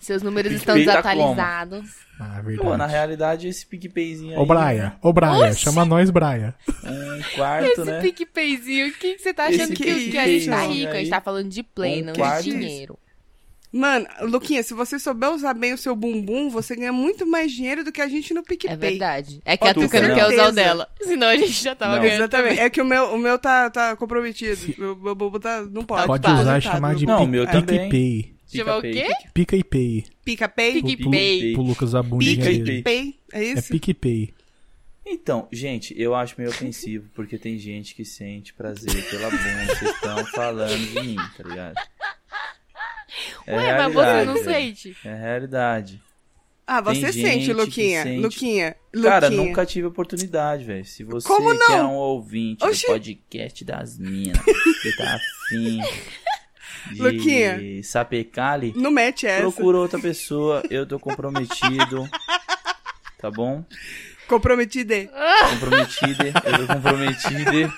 Speaker 1: Seus números
Speaker 2: Tem que
Speaker 1: estão
Speaker 2: peitar como?
Speaker 1: desatualizados.
Speaker 2: Pô,
Speaker 4: Ah,
Speaker 2: na
Speaker 4: verdade.
Speaker 2: realidade, esse PicPayzinho aí...
Speaker 4: Ô, Braia, ô, Braia, chama nós, Braia.
Speaker 2: Um quarto,
Speaker 1: Esse
Speaker 2: né?
Speaker 1: PicPayzinho, o que que você tá achando
Speaker 2: Esse
Speaker 1: que, que a gente tá
Speaker 2: PicPayzinho
Speaker 1: rico? A
Speaker 2: aí.
Speaker 1: gente tá falando de play,
Speaker 2: Um
Speaker 1: não
Speaker 2: quarto.
Speaker 1: de dinheiro.
Speaker 3: Mano, Luquinha, se você souber usar bem o seu bumbum, você ganha muito mais dinheiro do que a gente no PicPay.
Speaker 1: É verdade. É que a
Speaker 2: Com
Speaker 1: Tuca não quer
Speaker 2: certeza.
Speaker 1: usar o dela. Senão a gente já tava
Speaker 2: Não.
Speaker 1: ganhando
Speaker 3: Exatamente. É que o meu, o meu tá, tá comprometido. Meu, meu bumbum tá, não pode.
Speaker 4: Pode
Speaker 1: pá,
Speaker 4: usar e
Speaker 3: Tá,
Speaker 4: chamar de
Speaker 2: Não,
Speaker 4: pi-
Speaker 2: meu também.
Speaker 4: pica-pay.
Speaker 1: Chamar o
Speaker 2: PicPay.
Speaker 1: quê?
Speaker 4: Pica e pay.
Speaker 3: É, Pica-pay?
Speaker 1: Pique-
Speaker 4: Pro-
Speaker 1: PicPay.
Speaker 4: Pro Lucas a bunda
Speaker 3: Pica
Speaker 2: PicPay.
Speaker 4: dele.
Speaker 3: Pay? É
Speaker 4: É
Speaker 3: isso?
Speaker 4: pica e pay.
Speaker 2: Então, gente, eu acho meio ofensivo, porque tem gente que sente prazer pela bunda. Vocês estão falando de mim, tá ligado? É
Speaker 1: Ué, mas você
Speaker 2: realidade,
Speaker 1: não
Speaker 2: velho.
Speaker 1: sente.
Speaker 2: É realidade.
Speaker 3: ah, você
Speaker 2: Tem
Speaker 3: sente,
Speaker 2: gente
Speaker 3: Luquinha.
Speaker 2: que sente.
Speaker 3: Luquinha.
Speaker 2: Cara,
Speaker 3: Luquinha.
Speaker 2: nunca tive oportunidade, velho. Se você
Speaker 3: Como não?
Speaker 2: quer um ouvinte
Speaker 3: Oxi.
Speaker 2: do podcast das minas, que tá afim de
Speaker 3: Luquinha.
Speaker 2: sapecale,
Speaker 3: Não mete essa.
Speaker 2: procura outra pessoa. Eu tô comprometido. Tá bom?
Speaker 3: Comprometida.
Speaker 2: Comprometida. Eu tô comprometida.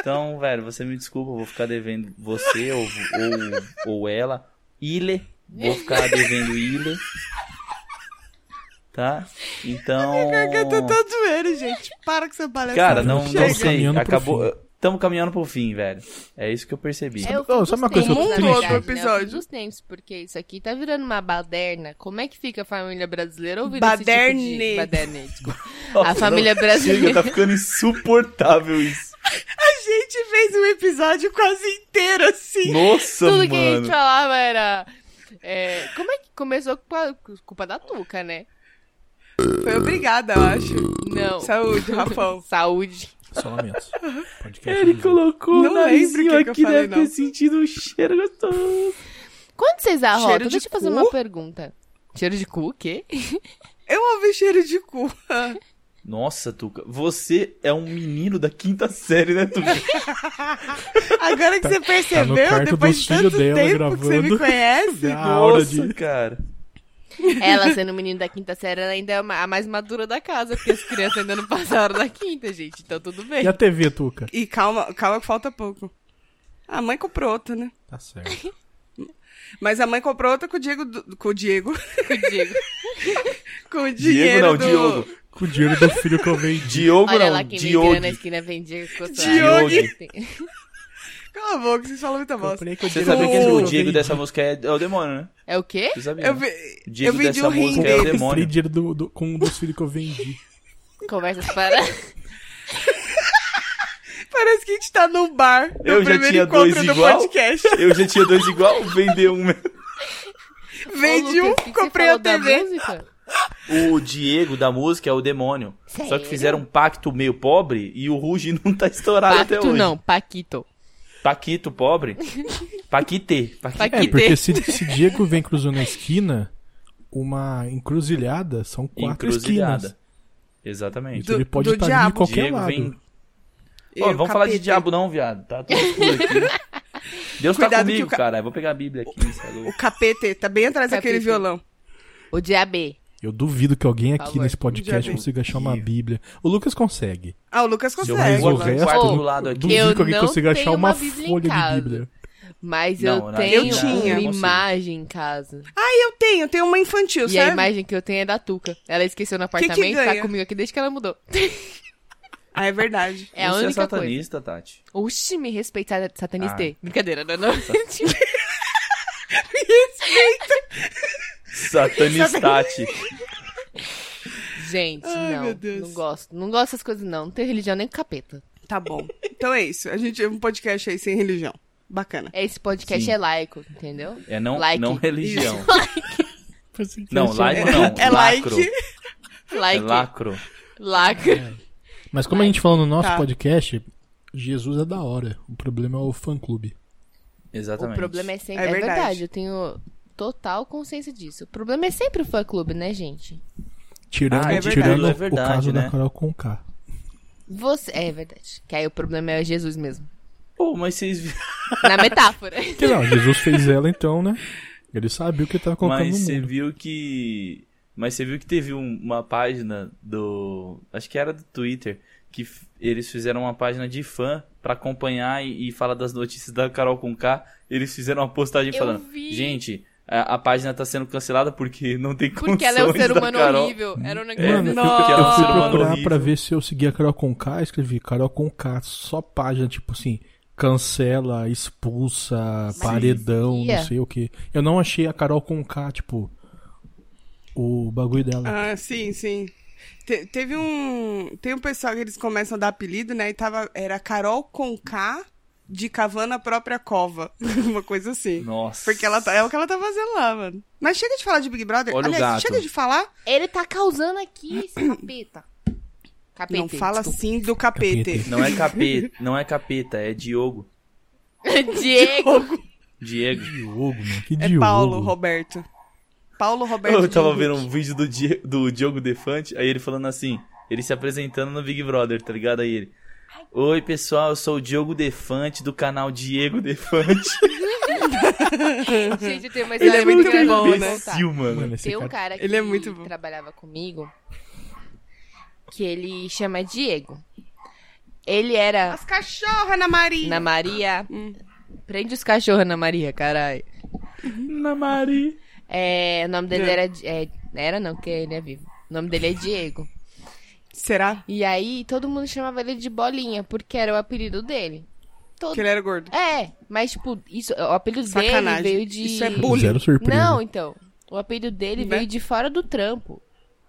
Speaker 2: Então, velho, você me desculpa, eu vou ficar devendo você ou, ou, ou ela. Ile. Vou ficar devendo Ile. Tá? Então.
Speaker 3: Eu tô todo zoeiro, gente. Para com essa palhaçada.
Speaker 2: Cara, não,
Speaker 4: Tamo
Speaker 2: não sei.
Speaker 4: caminhando pro
Speaker 2: Acabou.
Speaker 4: fim.
Speaker 2: Tamo caminhando pro fim, velho. É isso que eu percebi.
Speaker 1: É o
Speaker 4: Ô,
Speaker 1: fim
Speaker 4: sabe
Speaker 1: dos
Speaker 4: uma coisa que eu tô
Speaker 1: tempos, na
Speaker 4: triste?
Speaker 1: verdade,
Speaker 3: Todo
Speaker 1: né?
Speaker 3: episódio.
Speaker 1: É o fim dos tempos, porque isso aqui tá virando uma baderna. Como é que fica a família brasileira ouvindo esse tipo
Speaker 3: Baderne.
Speaker 1: de... Baderne. desculpa.
Speaker 2: Nossa,
Speaker 1: a família
Speaker 2: não,
Speaker 1: brasileira-
Speaker 2: Chega, tá ficando insuportável isso.
Speaker 3: A gente fez um episódio quase inteiro assim.
Speaker 2: Nossa,
Speaker 1: Tudo que a gente
Speaker 2: mano.
Speaker 1: falava era... é, como é que começou com a culpa da Tuca, né?
Speaker 3: Foi obrigada, eu acho.
Speaker 1: Não.
Speaker 3: Saúde,
Speaker 1: tá
Speaker 3: Rafão.
Speaker 1: Saúde.
Speaker 4: Só lamento. Podcast.
Speaker 2: Ele colocou
Speaker 3: Não
Speaker 2: o
Speaker 3: lembro o que é
Speaker 2: narizinho
Speaker 3: que eu
Speaker 2: aqui,
Speaker 3: falei,
Speaker 2: deve ter
Speaker 3: não.
Speaker 2: sentido um cheiro gostoso.
Speaker 1: Quando vocês
Speaker 3: Cheiro
Speaker 1: arrotam,
Speaker 3: de
Speaker 1: deixa eu fazer
Speaker 3: cu?
Speaker 1: uma pergunta. Cheiro de cu, o quê?
Speaker 3: Eu ouvi cheiro de cu.
Speaker 2: Nossa, Tuca, você é um menino da quinta série, né, Tuca?
Speaker 3: Agora
Speaker 2: Tá
Speaker 3: que você percebeu,
Speaker 4: quarto
Speaker 3: depois
Speaker 4: dos
Speaker 3: de tanto
Speaker 4: filhos dela
Speaker 3: tempo que você me
Speaker 4: gravando.
Speaker 3: conhece.
Speaker 4: A aura
Speaker 2: Nossa,
Speaker 4: de-
Speaker 2: cara.
Speaker 1: Ela, sendo menino da quinta série, ela ainda é uma- a mais madura da casa, porque as crianças ainda não passaram a hora da quinta, gente. Então tudo bem.
Speaker 4: E a TV, Tuca?
Speaker 3: E calma, calma que falta pouco. A mãe comprou outra, né?
Speaker 4: Tá certo.
Speaker 3: Mas a mãe comprou outra com o Diego. do- Com o Diego.
Speaker 1: Com o Diego.
Speaker 3: Com o
Speaker 2: Diego
Speaker 3: dinheiro
Speaker 2: não,
Speaker 3: do...
Speaker 2: Diogo.
Speaker 4: Com o dinheiro do filho que eu vendi.
Speaker 2: Diogo
Speaker 1: Olha
Speaker 2: não,
Speaker 1: lá quem
Speaker 2: Diogo.
Speaker 1: me na esquina vendia
Speaker 3: Diogo.
Speaker 1: Diogo.
Speaker 3: Cala a boca, vocês falam muita bosta.
Speaker 4: Comprei com o
Speaker 2: Você
Speaker 4: dinheiro
Speaker 2: sabia
Speaker 4: do
Speaker 2: que
Speaker 4: filho
Speaker 2: o
Speaker 4: eu
Speaker 2: Diego
Speaker 4: vendi.
Speaker 2: dessa música é, é o demônio, né?
Speaker 1: É o quê?
Speaker 2: Você sabia?
Speaker 3: Eu,
Speaker 2: né?
Speaker 3: vi...
Speaker 2: O
Speaker 3: eu
Speaker 2: Diego
Speaker 3: vendi o
Speaker 2: dessa
Speaker 3: rim
Speaker 2: música é o
Speaker 3: dele.
Speaker 4: Comprei
Speaker 2: demônio.
Speaker 4: dinheiro do, do- com um dos filhos que eu vendi.
Speaker 1: Conversas para.
Speaker 2: é-
Speaker 3: Parece que a gente tá num bar. No
Speaker 2: Eu já
Speaker 3: primeiro
Speaker 2: tinha
Speaker 3: encontro
Speaker 2: dois
Speaker 3: do
Speaker 2: igual.
Speaker 3: podcast.
Speaker 2: Eu já tinha dois igual, vender um.
Speaker 3: Vendi
Speaker 1: Ô,
Speaker 3: um,
Speaker 1: Lucas, o que que você
Speaker 3: comprei a
Speaker 1: falou da
Speaker 3: TV.
Speaker 1: música?
Speaker 2: O Diego da música é o demônio.
Speaker 1: Sério?
Speaker 2: Só que fizeram um pacto meio pobre e o Ruge não tá estourado até
Speaker 1: Pacto
Speaker 2: hoje.
Speaker 1: não, Paquito.
Speaker 2: Paquito pobre? Paquite.
Speaker 4: É,
Speaker 1: Que
Speaker 2: Paquite.
Speaker 4: porque
Speaker 1: tem.
Speaker 4: se, se Diego vem cruzando a esquina, uma encruzilhada são quatro esquinas.
Speaker 2: Encruzilhada. Exatamente.
Speaker 4: Então ele
Speaker 3: Do-
Speaker 4: pode
Speaker 3: do
Speaker 4: estar
Speaker 3: diabo.
Speaker 4: de qualquer
Speaker 2: Diego
Speaker 4: lado.
Speaker 2: vem.
Speaker 3: E
Speaker 2: Ó,
Speaker 3: o
Speaker 2: vamos falar de
Speaker 3: capeta.
Speaker 2: diabo não, viado. Tá tudo escuro aqui. Deus tá
Speaker 3: Cuidado que
Speaker 2: comigo,
Speaker 3: o ca-
Speaker 2: cara. Eu vou pegar a Bíblia aqui, cê é
Speaker 3: O
Speaker 2: louco.
Speaker 3: capete tá bem atrás daquele
Speaker 1: Capete.
Speaker 3: violão.
Speaker 1: O Diabê.
Speaker 4: Eu duvido que alguém
Speaker 1: Por
Speaker 4: aqui
Speaker 1: favor.
Speaker 4: nesse
Speaker 3: Já
Speaker 4: podcast
Speaker 3: vi.
Speaker 4: consiga achar uma bíblia. O Lucas consegue.
Speaker 3: Ah, o Lucas
Speaker 2: Se eu
Speaker 4: Mas
Speaker 3: consegue.
Speaker 4: o
Speaker 2: resolver
Speaker 4: resto,
Speaker 2: um quarto
Speaker 1: Ô,
Speaker 2: do lado aqui.
Speaker 4: Duvido
Speaker 1: Eu
Speaker 4: que alguém
Speaker 1: não
Speaker 4: consiga achar
Speaker 1: tenho
Speaker 4: uma,
Speaker 1: uma Bíblia em
Speaker 4: folha de
Speaker 1: casa.
Speaker 4: bíblia.
Speaker 1: Mas
Speaker 2: Não,
Speaker 1: eu
Speaker 2: não,
Speaker 1: tenho
Speaker 3: eu
Speaker 1: uma
Speaker 3: tinha. Eu
Speaker 2: consigo.
Speaker 1: imagem em casa.
Speaker 3: Ah, eu tenho, eu tenho uma infantil,
Speaker 1: e a
Speaker 3: sabe?
Speaker 1: imagem que eu tenho é da Tuca. Ela esqueceu no
Speaker 3: que
Speaker 1: apartamento, tá
Speaker 3: ganha?
Speaker 1: comigo aqui desde que ela mudou.
Speaker 3: Ah, é verdade.
Speaker 1: É a
Speaker 2: Você é
Speaker 1: única coisa.
Speaker 2: satanista, Tati.
Speaker 1: Oxi, me respeita, satanista.
Speaker 2: Ah.
Speaker 1: Brincadeira, não, não.
Speaker 2: Satanistate.
Speaker 1: Gente,
Speaker 3: Ai,
Speaker 1: não.
Speaker 3: meu Deus.
Speaker 1: Não gosto. Não gosto dessas coisas, não. Não tenho religião nem com capeta.
Speaker 3: Tá bom. Então é isso. A gente é um podcast aí sem religião. Bacana.
Speaker 1: Esse podcast
Speaker 2: Sim.
Speaker 1: é laico, entendeu?
Speaker 2: É não,
Speaker 1: Like.
Speaker 2: não religião.
Speaker 4: Faz sentido.
Speaker 2: Não, like não.
Speaker 3: É
Speaker 2: lacro.
Speaker 3: like.
Speaker 2: É
Speaker 1: Like,
Speaker 2: lacro.
Speaker 1: lacro.
Speaker 4: Mas como a gente falou no nosso
Speaker 3: Tá.
Speaker 4: podcast, Jesus é da hora. O problema é o fã clube.
Speaker 2: Exatamente.
Speaker 1: O problema é sempre.
Speaker 3: É
Speaker 1: É verdade.
Speaker 3: verdade.
Speaker 1: eu tenho total consciência disso. O problema é sempre o fã clube, né, gente?
Speaker 4: Tirando,
Speaker 2: Ah,
Speaker 3: é verdade,
Speaker 4: tirando
Speaker 2: é
Speaker 4: o
Speaker 2: verdade,
Speaker 4: caso
Speaker 2: né?
Speaker 4: da Carol Conká.
Speaker 1: Você. É verdade. Que aí o problema é Jesus mesmo.
Speaker 2: Pô, mas vocês viram.
Speaker 1: Na metáfora.
Speaker 4: Que não, Jesus fez ela então, né? Ele sabia o que tava colocando
Speaker 2: Mas
Speaker 4: no
Speaker 2: você
Speaker 4: mundo.
Speaker 2: viu que. Mas você viu que teve um- uma página do. Acho que era do Twitter. Que f- eles fizeram uma página de fã pra acompanhar e, e falar das notícias da Carol Conká. Eles fizeram uma postagem
Speaker 1: Eu
Speaker 2: falando:
Speaker 1: vi.
Speaker 2: Gente, a, a página tá sendo cancelada porque não tem
Speaker 1: Porque ela é um
Speaker 2: condições
Speaker 1: ser
Speaker 2: da
Speaker 1: humano
Speaker 2: Carol.
Speaker 1: horrível. Era um negócio.
Speaker 2: É,
Speaker 4: Mano, eu fui-
Speaker 2: porque ela é um ser
Speaker 4: Eu fui
Speaker 2: humano
Speaker 4: procurar
Speaker 2: horrível.
Speaker 4: pra ver se eu seguia a Carol Conká, escrevi Carol Conká, só página, tipo assim, cancela, expulsa, paredão,
Speaker 1: seguia?
Speaker 4: não sei o que. Eu não achei a Carol Conká, tipo, o bagulho dela.
Speaker 3: Ah, sim, sim. Te- teve um. Tem um pessoal que eles começam a dar apelido, né? E tava. Era Carol com K de cavando a própria cova. Uma coisa assim.
Speaker 2: Nossa.
Speaker 3: Porque ela tá- é o que ela tá fazendo lá, mano. Mas chega de falar de Big Brother.
Speaker 2: Olha o
Speaker 3: Aliás,
Speaker 2: gato.
Speaker 3: chega de falar.
Speaker 1: Ele tá causando aqui esse capeta. Capeta.
Speaker 3: não fala
Speaker 1: desculpa.
Speaker 3: assim do capete.
Speaker 4: Capete.
Speaker 2: Não é capeta, não é capeta, é Diogo.
Speaker 1: Diego.
Speaker 2: Diego.
Speaker 4: Diogo, mano, que
Speaker 3: É
Speaker 4: Diogo.
Speaker 3: Paulo Roberto. Paulo Roberto.
Speaker 2: Eu tava
Speaker 3: de
Speaker 2: vendo
Speaker 3: Henrique.
Speaker 2: um vídeo do, Di- do Diogo Defante, aí ele falando assim, ele se apresentando no Big Brother, tá ligado? Aí ele. Oi, pessoal, eu sou o Diogo Defante do canal Diego Defante.
Speaker 1: Gente, eu tenho uma
Speaker 2: ele
Speaker 1: história
Speaker 2: é muito
Speaker 1: grande
Speaker 3: bom,
Speaker 1: pra
Speaker 3: né?
Speaker 1: contar.
Speaker 2: imbecil, mano.
Speaker 4: Mano, esse
Speaker 1: Tem um
Speaker 4: cara...
Speaker 1: cara que
Speaker 3: Ele é muito bom.
Speaker 1: trabalhava comigo que ele chama Diego. Ele era
Speaker 3: As cachorras, Ana Maria.
Speaker 1: na Maria. Prende os cachorros na Maria, caralho.
Speaker 2: Ana Maria.
Speaker 1: É, o nome dele
Speaker 3: Não.
Speaker 1: era. é, era não, porque ele é vivo. O nome dele é Diego.
Speaker 3: Será
Speaker 1: E aí todo mundo chamava ele de Bolinha, porque era o apelido dele. Todo...
Speaker 3: que ele era gordo?
Speaker 1: É, mas tipo, isso, o apelido
Speaker 3: Sacanagem.
Speaker 1: dele veio de.
Speaker 3: Isso é bullying.
Speaker 4: Zero surpresa.
Speaker 1: Não, então. O apelido dele
Speaker 3: Né?
Speaker 1: veio de fora do trampo.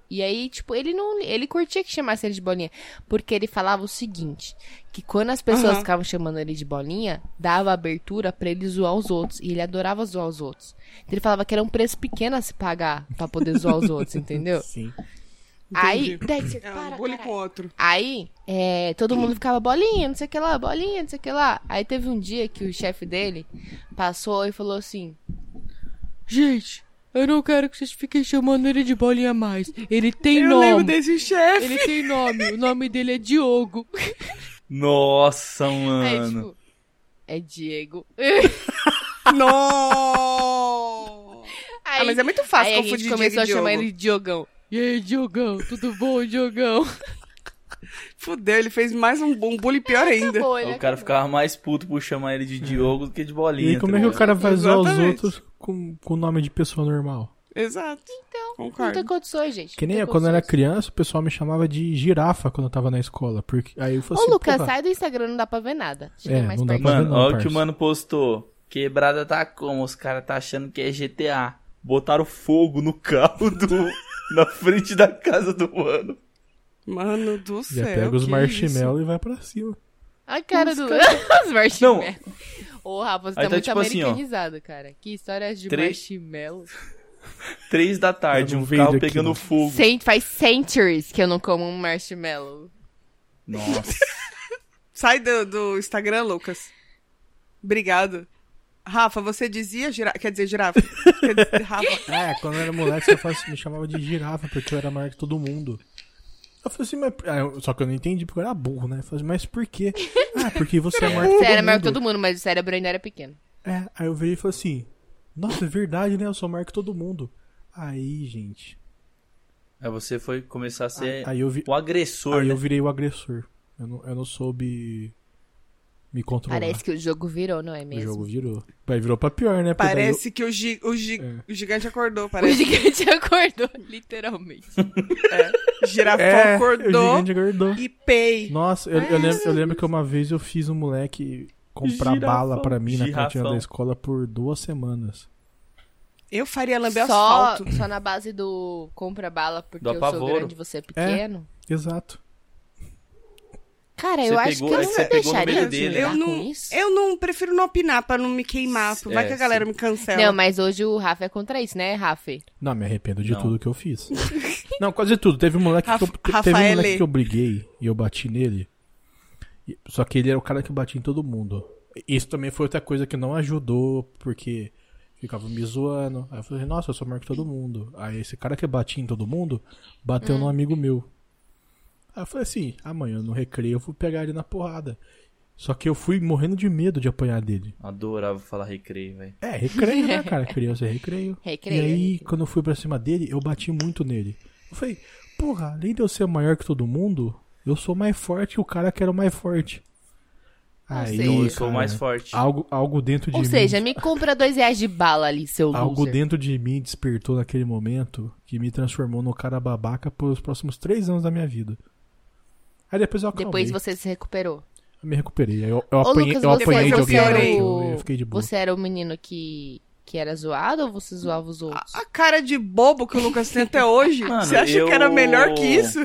Speaker 1: E aí, tipo, ele não. Ele curtia que chamasse ele de bolinha. Porque ele falava o seguinte: que quando as pessoas
Speaker 3: Aham.
Speaker 1: ficavam chamando ele de bolinha, dava abertura pra ele zoar os outros. E ele adorava zoar os outros. Então ele falava que era um preço pequeno a se pagar pra poder zoar os outros, entendeu?
Speaker 4: Sim.
Speaker 1: Aí. Dexter,
Speaker 3: É
Speaker 1: para,
Speaker 3: um bullying
Speaker 1: caralho.
Speaker 3: com outro.
Speaker 1: Aí, é, todo mundo ficava bolinha, não sei o que lá, bolinha, não sei o que lá. Aí teve um dia que o chefe dele passou e falou assim: Gente, eu não quero que vocês fiquem chamando ele de bolinha mais. Ele tem
Speaker 3: Eu lembro
Speaker 1: nome.
Speaker 3: desse chefe.
Speaker 1: Ele tem nome. O nome dele é Diogo.
Speaker 2: Nossa,
Speaker 1: Aí,
Speaker 2: mano.
Speaker 1: tipo, é Diego.
Speaker 3: Não!
Speaker 1: Aí-
Speaker 3: ah, mas é muito
Speaker 1: aí
Speaker 3: fácil
Speaker 1: a gente
Speaker 3: confundir
Speaker 1: começou a
Speaker 3: Diego e Diogo.
Speaker 1: chamar ele de Diogão. E aí, Diogão, tudo bom, Diogão?
Speaker 3: Fudeu, ele fez mais um, um bullying pior ainda.
Speaker 1: Acabou, ele é
Speaker 2: o cara ficava mais puto por chamar ele de Diogo do que de bolinha.
Speaker 4: É. E aí, como é que o
Speaker 2: tá ligado?
Speaker 4: cara vai zoar os
Speaker 3: Exatamente.
Speaker 4: outros com com o nome de pessoa normal?
Speaker 3: Exato.
Speaker 1: Então, não
Speaker 3: Concordo.
Speaker 1: tem condições, gente.
Speaker 4: Que nem
Speaker 1: não
Speaker 4: eu,
Speaker 1: tem
Speaker 4: quando eu era
Speaker 1: condições.
Speaker 4: criança, o pessoal me chamava de girafa quando eu tava na escola. Porque... Aí eu falei
Speaker 1: Ô,
Speaker 4: assim,
Speaker 1: Lucas,
Speaker 4: porra,
Speaker 1: sai do Instagram, não dá pra ver nada. Chega
Speaker 4: É,
Speaker 1: mais
Speaker 4: não dá
Speaker 1: perto.
Speaker 4: pra-
Speaker 2: Mano,
Speaker 4: Não,
Speaker 2: olha o
Speaker 4: parça.
Speaker 2: que o mano postou. Quebrada tá como? Os caras tá achando que é GTA. Botaram fogo no carro do. na frente da casa do mano.
Speaker 3: Mano do
Speaker 4: já
Speaker 3: céu.
Speaker 1: é
Speaker 4: pega os
Speaker 3: que
Speaker 4: marshmallows e vai pra cima.
Speaker 1: A cara do. Os marshmallows. Ô, Rafa, você
Speaker 2: Aí
Speaker 1: tá,
Speaker 2: tá
Speaker 1: muito
Speaker 2: tipo assim, ó.
Speaker 1: americanizado, cara. Que história de
Speaker 2: Três-
Speaker 1: marshmallow.
Speaker 2: Três da tarde,
Speaker 4: Eu não
Speaker 2: um
Speaker 4: vejo
Speaker 2: carro
Speaker 4: Tá aqui,
Speaker 2: pegando
Speaker 4: não.
Speaker 2: fogo.
Speaker 1: Cent... Faz centuries que eu não como um marshmallow.
Speaker 2: Nossa.
Speaker 3: isso. Sai do, do Instagram, Lucas. Obrigado. Rafa, você dizia girafa. Quer dizer, girafa. Quer dizer, Rafa.
Speaker 4: É, quando eu era moleque, você faz- me chamava de girafa, porque eu era maior que todo mundo. Eu falei assim, mas. ah, eu- Só que eu não entendi, porque eu era burro, né? Eu falei, mas por quê? Ah, porque você é maior que todo
Speaker 1: Você
Speaker 4: mundo.
Speaker 1: era maior que todo mundo, mas o cérebro ainda era pequeno.
Speaker 4: É, aí eu virei e falei assim: Nossa, é verdade, né? Eu sou maior que todo mundo. Aí, gente.
Speaker 2: Aí você foi começar a ser
Speaker 4: Aí eu vi.
Speaker 2: o agressor,
Speaker 4: Aí
Speaker 2: né?
Speaker 4: eu virei o agressor. Eu não, eu não soube me controlar.
Speaker 1: Parece que o jogo virou, não é
Speaker 4: O
Speaker 1: mesmo?
Speaker 4: jogo virou. Aí virou pra pior, né? Porque daí eu-
Speaker 3: Parece que o, gi- o gi-
Speaker 4: É.
Speaker 3: o gigante acordou,
Speaker 1: O
Speaker 3: parece.
Speaker 1: gigante acordou, literalmente.
Speaker 3: Girafa
Speaker 4: É, O
Speaker 3: acordou
Speaker 4: gigante acordou.
Speaker 3: e pei.
Speaker 4: Nossa, eu, eu lembro, eu lembro que uma vez eu fiz um moleque comprar
Speaker 2: Girafão.
Speaker 4: bala pra mim na cantina
Speaker 2: Girafão.
Speaker 4: da escola por duas semanas.
Speaker 3: Eu faria lamber
Speaker 1: só,
Speaker 3: asfalto.
Speaker 1: só na base do compra bala porque
Speaker 2: Do
Speaker 1: eu sou
Speaker 2: apavoro.
Speaker 1: grande e você é pequeno.
Speaker 4: Exato.
Speaker 1: Cara,
Speaker 2: Você
Speaker 1: eu acho
Speaker 2: pegou-
Speaker 1: que eu
Speaker 2: aí
Speaker 1: não
Speaker 2: você
Speaker 1: vou
Speaker 2: pegou no
Speaker 1: deixar
Speaker 2: meio
Speaker 1: ele
Speaker 2: dele,
Speaker 1: dele,
Speaker 2: né?
Speaker 1: eu
Speaker 3: Eu
Speaker 1: com
Speaker 3: não,
Speaker 1: isso.
Speaker 3: eu não prefiro não opinar pra não me queimar. Vai
Speaker 2: É,
Speaker 3: que a galera me cancela.
Speaker 1: Não, mas hoje o Rafa é contra isso, né, Rafa?
Speaker 4: Não, me arrependo de
Speaker 2: Não.
Speaker 4: tudo que eu fiz. Não, quase tudo. Teve um moleque, que, eu,
Speaker 3: Rafa-
Speaker 4: te- teve um
Speaker 3: Rafaele.
Speaker 4: moleque que eu briguei e eu bati nele. E- Só que ele era o cara que batia em todo mundo. Isso também foi outra coisa que não ajudou, porque ficava me zoando. Aí eu falei, nossa, eu sou maior que todo mundo. Aí esse cara que batia em todo mundo bateu num amigo meu. Aí eu falei assim, amanhã no recreio eu vou pegar ele na porrada. Só que eu fui morrendo de medo de apanhar dele.
Speaker 2: Adorava falar recreio, velho.
Speaker 4: É, recreio, né, cara? Criança é recreio.
Speaker 1: Recreio,
Speaker 4: E aí,
Speaker 1: recreio.
Speaker 4: quando eu fui pra cima dele, eu bati muito nele. Eu falei, porra, além de eu ser maior que todo mundo, eu sou mais forte que o cara que era o mais forte. Aí,
Speaker 1: seja-
Speaker 2: Então eu
Speaker 1: Ih,
Speaker 2: sou
Speaker 4: cara,
Speaker 2: mais forte.
Speaker 4: Algo, algo dentro de
Speaker 1: Ou
Speaker 4: mim.
Speaker 1: seja, me compra dois reais de bala ali, seu
Speaker 4: Algo
Speaker 1: loser.
Speaker 4: dentro de mim despertou naquele momento que me transformou no cara babaca pelos próximos três anos da minha vida. Aí depois eu acalmei.
Speaker 1: Depois você se recuperou.
Speaker 4: Eu me recuperei. Aí Eu, eu
Speaker 1: Ô,
Speaker 4: apanhei,
Speaker 1: Lucas,
Speaker 4: eu
Speaker 1: você,
Speaker 4: apanhei de
Speaker 1: você
Speaker 4: alguém.
Speaker 1: era
Speaker 4: eu-
Speaker 1: o...
Speaker 4: Eu fiquei de boa.
Speaker 1: Você era o menino que... que era zoado ou você zoava os outros?
Speaker 2: Ah,
Speaker 3: A cara de bobo que o Lucas tem até hoje.
Speaker 2: Mano,
Speaker 3: você acha
Speaker 2: eu-
Speaker 3: que era melhor que isso?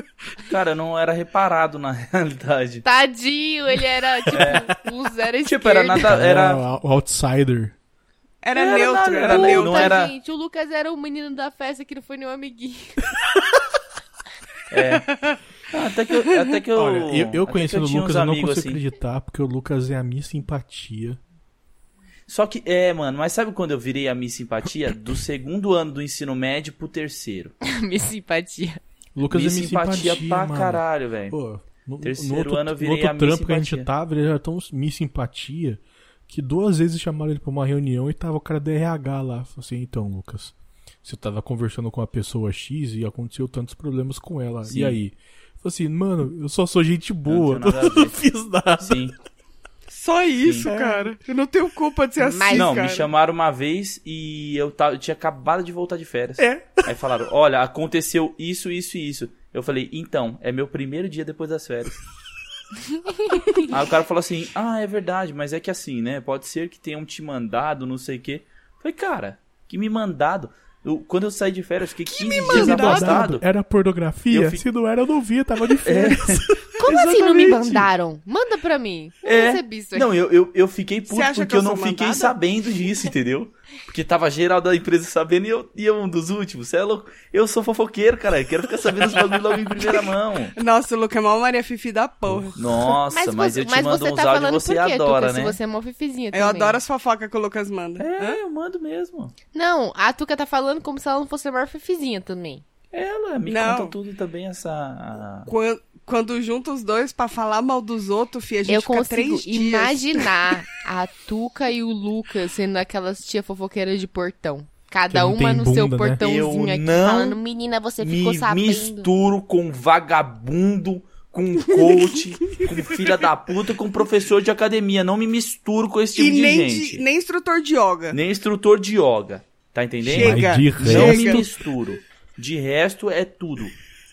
Speaker 2: Cara, eu não era reparado na realidade.
Speaker 1: Tadinho, ele era tipo um zero esquerdo.
Speaker 2: Tipo, era nada. Era.
Speaker 4: o outsider.
Speaker 3: Era,
Speaker 2: Era
Speaker 3: neutro,
Speaker 2: nada,
Speaker 3: era,
Speaker 2: era
Speaker 3: neutro.
Speaker 2: né?
Speaker 1: Puta,
Speaker 2: não era-
Speaker 1: gente, o Lucas era o menino da festa que não foi nenhum amiguinho.
Speaker 2: Ah, Até que eu. Até que eu,
Speaker 4: Olha, eu, eu
Speaker 2: até é que
Speaker 4: conhecendo o
Speaker 2: tinha
Speaker 4: Lucas,
Speaker 2: uns
Speaker 4: eu não
Speaker 2: amigos,
Speaker 4: consigo
Speaker 2: assim.
Speaker 4: acreditar, porque o Lucas é a minha simpatia.
Speaker 2: Só que, é, mano, mas sabe quando eu virei a minha simpatia? Do segundo ano do ensino médio pro terceiro.
Speaker 1: Me simpatia.
Speaker 4: O Lucas
Speaker 2: minha
Speaker 4: é minha
Speaker 2: simpatia,
Speaker 4: simpatia,
Speaker 2: pra
Speaker 4: mano.
Speaker 2: caralho, velho.
Speaker 4: Pô, no,
Speaker 2: Terceiro
Speaker 4: no outro,
Speaker 2: ano eu virei
Speaker 4: no outro
Speaker 2: a Miss
Speaker 4: trampo que a gente
Speaker 2: Simpatia.
Speaker 4: tava, ele era tão minha simpatia que duas vezes chamaram ele pra uma reunião e tava o cara da RH lá. Falei assim, então, Lucas, você tava conversando com a pessoa X e aconteceu tantos problemas com ela.
Speaker 2: Sim.
Speaker 4: E aí? Falei assim, mano, eu só sou gente boa,
Speaker 2: tenho
Speaker 4: não,
Speaker 2: nada a ver.
Speaker 4: fiz nada.
Speaker 2: Sim.
Speaker 3: Só isso,
Speaker 4: Sim.
Speaker 3: cara. Eu não tenho culpa de ser assim,
Speaker 1: Mas-
Speaker 2: É. não,
Speaker 3: cara.
Speaker 2: me chamaram uma vez e eu, tava, eu tinha acabado de voltar de férias.
Speaker 4: É.
Speaker 2: Aí falaram, olha, aconteceu isso, isso e isso. Eu falei, então, é meu primeiro dia depois das férias. Aí o cara falou assim, ah, é verdade, mas é que assim, né? Pode ser que tenham te mandado, não sei o quê. Eu falei, cara, que me mandado? Eu- quando eu saí de férias, fiquei 15 dias afastado.
Speaker 4: Era pornografia?
Speaker 2: Eu fi-
Speaker 4: Se não era, eu não via, tava de férias.
Speaker 1: Como assim não me
Speaker 4: Exatamente.
Speaker 1: mandaram? Manda pra mim. Não
Speaker 2: É.
Speaker 1: recebi isso aqui.
Speaker 2: Não, eu, eu, eu fiquei
Speaker 3: Você
Speaker 2: puto
Speaker 3: acha
Speaker 2: porque
Speaker 3: que eu
Speaker 2: eu não
Speaker 3: sou
Speaker 2: fiquei
Speaker 3: mandada?
Speaker 2: sabendo disso, entendeu? Porque tava geral da empresa sabendo e eu, e eu um dos últimos. Você é louco? Eu sou fofoqueiro, cara. Eu quero ficar sabendo os bagulho logo em primeira mão.
Speaker 3: Nossa, o Luca é mó Maria Fifi da porra.
Speaker 2: Nossa, mas, eu te mando uns áudios e você
Speaker 1: tá por quê,
Speaker 2: adora,
Speaker 1: Tuca,
Speaker 2: né?
Speaker 1: Se você é mó fifizinha também.
Speaker 3: Eu adoro as fofocas que o Lucas manda. Hã?
Speaker 2: É, eu mando mesmo.
Speaker 1: Não, a Tuca tá falando como se ela não fosse a maior fifizinha também.
Speaker 2: Ela me
Speaker 3: Não.
Speaker 2: conta tudo também, essa.
Speaker 3: Quan- Quando, junta os dois pra falar mal dos outros, fi, a gente
Speaker 1: Eu
Speaker 3: fica
Speaker 1: consigo
Speaker 3: três dias.
Speaker 1: imaginar a Tuca e o Lucas sendo aquelas tia fofoqueiras de portão.
Speaker 4: Que
Speaker 1: Cada
Speaker 4: não
Speaker 1: uma
Speaker 4: tem
Speaker 1: no seu
Speaker 4: bunda, né?
Speaker 1: portãozinho
Speaker 2: Eu
Speaker 1: aqui,
Speaker 2: não
Speaker 1: falando, menina, você ficou
Speaker 2: Me
Speaker 1: sabendo.
Speaker 2: misturo com vagabundo, com coach, com filha da puta, com professor de academia. Não me misturo com esse tipo
Speaker 3: E
Speaker 2: de
Speaker 3: nem,
Speaker 2: gente.
Speaker 3: de- nem instrutor de yoga.
Speaker 2: Nem instrutor de yoga. Tá entendendo?
Speaker 4: Mas
Speaker 3: Chega,
Speaker 4: de
Speaker 2: Não
Speaker 4: resto,
Speaker 2: me
Speaker 3: chega.
Speaker 2: misturo. De resto é tudo.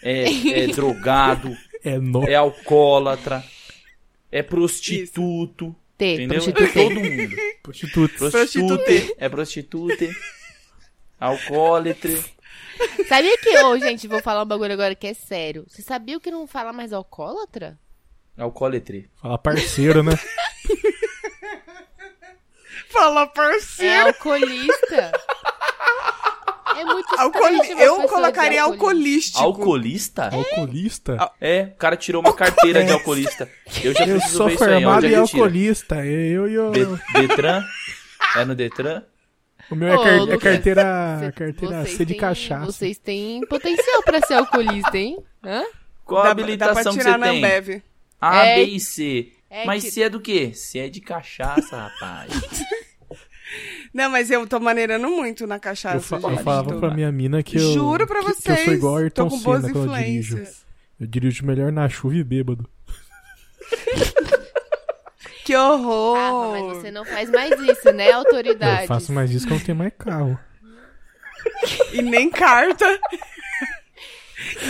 Speaker 2: É, é drogado,
Speaker 4: é nó.
Speaker 2: é alcoólatra, é prostituto,
Speaker 1: T,
Speaker 2: entendeu? É
Speaker 1: prostituta.
Speaker 2: todo mundo.
Speaker 4: Prostituta.
Speaker 2: Prostitute, é prostitute, alcoólatra.
Speaker 1: Sabia que, ô, gente, vou falar um bagulho agora que é sério. Você sabia que não fala mais alcoólatra?
Speaker 2: Alcoólatra.
Speaker 4: Fala parceiro, né?
Speaker 3: Fala, parceiro.
Speaker 1: É alcoolista. É muito estranho
Speaker 3: Alcooli-
Speaker 1: chamar pessoa
Speaker 3: Eu
Speaker 1: de
Speaker 3: colocaria alcoolístico.
Speaker 2: Alcoolista?
Speaker 4: Alcoolista?
Speaker 2: É, o cara tirou uma carteira de alcoolista. Eu já
Speaker 4: É. Eu
Speaker 2: preciso
Speaker 4: sou
Speaker 2: ver isso aí, onde
Speaker 4: formado
Speaker 2: é que
Speaker 4: em
Speaker 2: tira?
Speaker 4: alcoolista. é Eu e o.
Speaker 2: De- Detran? É no Detran?
Speaker 4: O meu é,
Speaker 1: Ô,
Speaker 4: car- é
Speaker 1: Lucas,
Speaker 4: carteira,
Speaker 1: Cê-
Speaker 4: carteira
Speaker 1: vocês
Speaker 4: C de
Speaker 1: têm-
Speaker 4: cachaça.
Speaker 1: Vocês têm potencial pra ser alcoolista, hein? Hã?
Speaker 4: é
Speaker 2: Qual a
Speaker 3: Dá- dá pra
Speaker 2: habilitação que
Speaker 3: tirar
Speaker 2: você
Speaker 3: na
Speaker 2: tem?
Speaker 3: Ambev.
Speaker 2: A,
Speaker 1: É-
Speaker 2: B e C.
Speaker 1: é
Speaker 2: Mas
Speaker 1: que-
Speaker 2: C é do quê? C é de cachaça, rapaz.
Speaker 3: Não, mas eu tô maneirando muito na cachaça.
Speaker 4: Eu, fa- eu
Speaker 3: gente.
Speaker 4: falava
Speaker 3: Tô-
Speaker 4: pra minha mina que eu.
Speaker 3: Juro pra
Speaker 4: que-
Speaker 3: vocês.
Speaker 4: que eu sou igual a Ayrton
Speaker 3: tô com boas
Speaker 4: Senna quando eu dirijo.
Speaker 3: influências.
Speaker 4: Eu dirijo melhor na chuva e bêbado.
Speaker 3: Que horror!
Speaker 1: Ah, mas você não faz mais isso, né, autoridade?
Speaker 4: Eu faço mais isso que eu não tenho mais carro.
Speaker 3: E nem carta.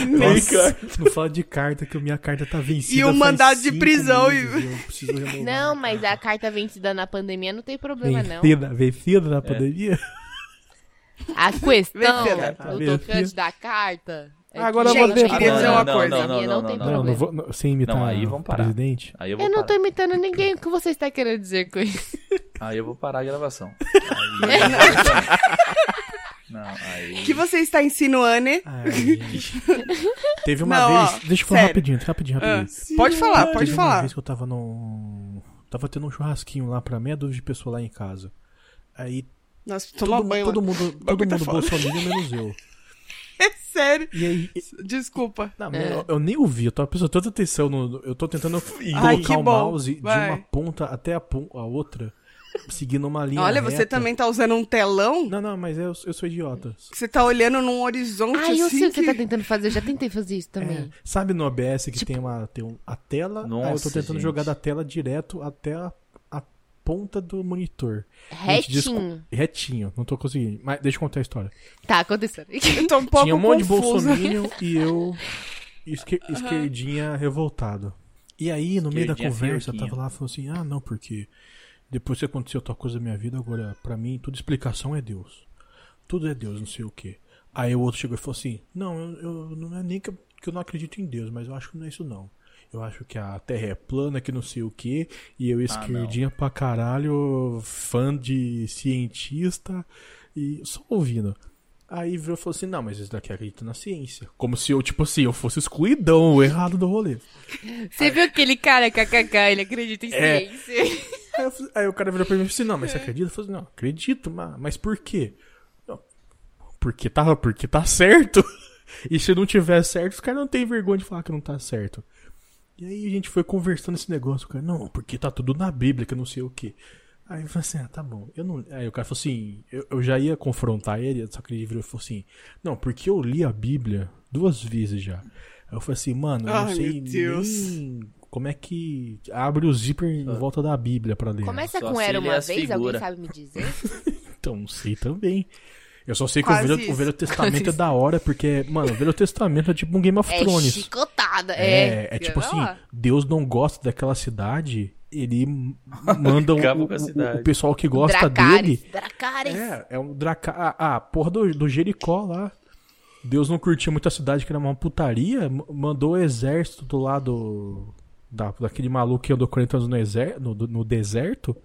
Speaker 3: E nem...
Speaker 4: Nossa, não fala de carta que minha carta tá vencida.
Speaker 3: E o
Speaker 4: faz
Speaker 3: mandado de
Speaker 4: cinco
Speaker 3: prisão e-
Speaker 4: meses, eu preciso renovar.
Speaker 1: Não, mas a carta vencida na pandemia não tem problema, não.
Speaker 4: Vencida, vencida
Speaker 2: É.
Speaker 4: na pandemia?
Speaker 1: A questão
Speaker 3: Vencida.
Speaker 1: do tocante da carta. é que-
Speaker 4: Agora eu vou
Speaker 3: Gente, eu queria
Speaker 4: Ah,
Speaker 3: dizer
Speaker 4: não,
Speaker 3: uma
Speaker 2: não,
Speaker 3: coisa.
Speaker 1: A minha não tem
Speaker 4: Não, não,
Speaker 1: problema.
Speaker 4: vou. não, sem imitar
Speaker 2: Não, aí
Speaker 4: o
Speaker 2: vamos parar.
Speaker 4: presidente.
Speaker 2: Aí eu vou
Speaker 1: Eu não tô
Speaker 2: parar.
Speaker 1: imitando ninguém. O que você está querendo dizer com isso?
Speaker 2: Aí eu vou parar a gravação. Aí- não, aí.
Speaker 3: O que você está insinuando? hein?
Speaker 4: Ai, Teve uma
Speaker 3: Não, ó,
Speaker 4: vez. Deixa eu falar
Speaker 3: sério.
Speaker 4: rapidinho, rapidinho,
Speaker 3: Ah,
Speaker 4: rapidinho.
Speaker 3: pode falar, pode
Speaker 4: Teve uma
Speaker 3: falar.
Speaker 4: vez que eu tava num. Tava tendo um churrasquinho lá pra meia dúzia de pessoas lá em casa. Aí
Speaker 3: Nossa,
Speaker 4: todo,
Speaker 3: toma banho. lá.
Speaker 4: todo mundo, todo
Speaker 3: bagulho tá
Speaker 4: mundo
Speaker 3: foda.
Speaker 4: bolsominion menos eu.
Speaker 3: É sério.
Speaker 4: E aí.
Speaker 3: Desculpa.
Speaker 4: Não, mas eu, eu nem ouvi, eu tava prestando tanta atenção no. no- Eu tô tentando
Speaker 3: Ai, que
Speaker 4: colocar o
Speaker 3: bom.
Speaker 4: mouse
Speaker 3: Vai.
Speaker 4: de uma ponta até a, pon- a outra, seguindo uma linha.
Speaker 3: Olha, você
Speaker 4: reta.
Speaker 3: também tá usando um telão?
Speaker 4: Não, não, mas eu, eu sou idiota.
Speaker 3: que Você tá olhando num horizonte
Speaker 1: Ah, eu
Speaker 3: assim
Speaker 1: sei o que você
Speaker 3: que-
Speaker 1: tá tentando fazer. Eu já tentei fazer isso também.
Speaker 4: É. Sabe no OBS que tem, uma, tem um- a tela? aí eu tô
Speaker 2: Nossa,
Speaker 4: tentando
Speaker 2: gente.
Speaker 4: jogar da tela direto até a, a ponta do monitor. Gente, descul-
Speaker 1: Retinho.
Speaker 4: retinho, não tô conseguindo. Mas deixa eu contar a história.
Speaker 1: Tá, acontecendo.
Speaker 3: Eu tô um pouco
Speaker 4: Tinha um monte
Speaker 3: confusa.
Speaker 4: de bolsominion e eu esque- esquerdinha revoltado. E aí, no meio da
Speaker 2: Esquerdinha
Speaker 4: conversa, eu tava
Speaker 2: fioquinha.
Speaker 4: lá falando assim, ah, não, porque depois que aconteceu tal coisa na minha vida, agora, pra mim, tudo explicação é Deus. Tudo é Deus, não sei o quê. Aí o outro chegou e falou assim, não, eu, eu- não é nem que eu, que eu não acredito em Deus, mas eu acho que não é isso não. Eu acho que a Terra é plana, que não sei o quê, e eu esquerdinha pra caralho, fã de cientista, e só ouvindo. Aí virou e falou assim, não, mas isso daqui acredita na ciência. Como se eu, tipo assim, eu fosse excluidão, o errado do rolê.
Speaker 1: Você viu aquele cara, kkk, ele acredita em
Speaker 4: É.
Speaker 1: ciência.
Speaker 4: Aí, eu falei- aí o cara virou pra mim e falou assim, não, mas
Speaker 3: É.
Speaker 4: você acredita? Eu falei assim, não, acredito, mas, mas por quê? Não, porque, tá, porque tá certo. E se não tiver certo, os caras não têm vergonha de falar que não tá certo. E aí a gente foi conversando esse negócio, o cara, não, porque tá tudo na Bíblia, que eu não sei o quê. Aí eu falei assim, ah, tá bom. Eu não... Aí o cara falou assim, eu, eu já ia confrontar ele, só que ele virou e falou assim, não, porque eu li a Bíblia duas vezes já. Aí eu falei assim, mano, eu
Speaker 3: Ai,
Speaker 4: não sei
Speaker 3: meu Deus.
Speaker 4: nem como é que abre o zíper em
Speaker 2: Ah.
Speaker 4: volta da Bíblia pra ler.
Speaker 1: Começa
Speaker 2: Só
Speaker 1: com
Speaker 2: se
Speaker 1: era
Speaker 2: ele
Speaker 1: uma
Speaker 2: as
Speaker 1: vez,
Speaker 2: figura.
Speaker 1: alguém sabe me dizer?
Speaker 4: Então, não sei também. Eu só sei que o
Speaker 3: Quase
Speaker 4: Velho,
Speaker 3: isso.
Speaker 4: o Velho Testamento é da hora, porque, mano, o Velho Testamento é tipo um Game of
Speaker 1: É
Speaker 4: Thrones.
Speaker 1: chicotada.
Speaker 4: É,
Speaker 1: É,
Speaker 4: é tipo
Speaker 1: Vai
Speaker 4: assim,
Speaker 1: lá.
Speaker 4: Deus não gosta daquela cidade, ele m- manda o,
Speaker 2: Acaba
Speaker 4: o-
Speaker 2: com a
Speaker 4: o-
Speaker 2: cidade.
Speaker 4: o pessoal que gosta
Speaker 1: Dracarys,
Speaker 4: dele.
Speaker 1: Dracarys.
Speaker 4: É, é um draca... Ah, ah, porra do, do Jericó lá. Deus não curtia muito a cidade, que era uma putaria, m- mandou o exército do lado da, daquele maluco que andou 40 anos no, exer... no, do- no deserto,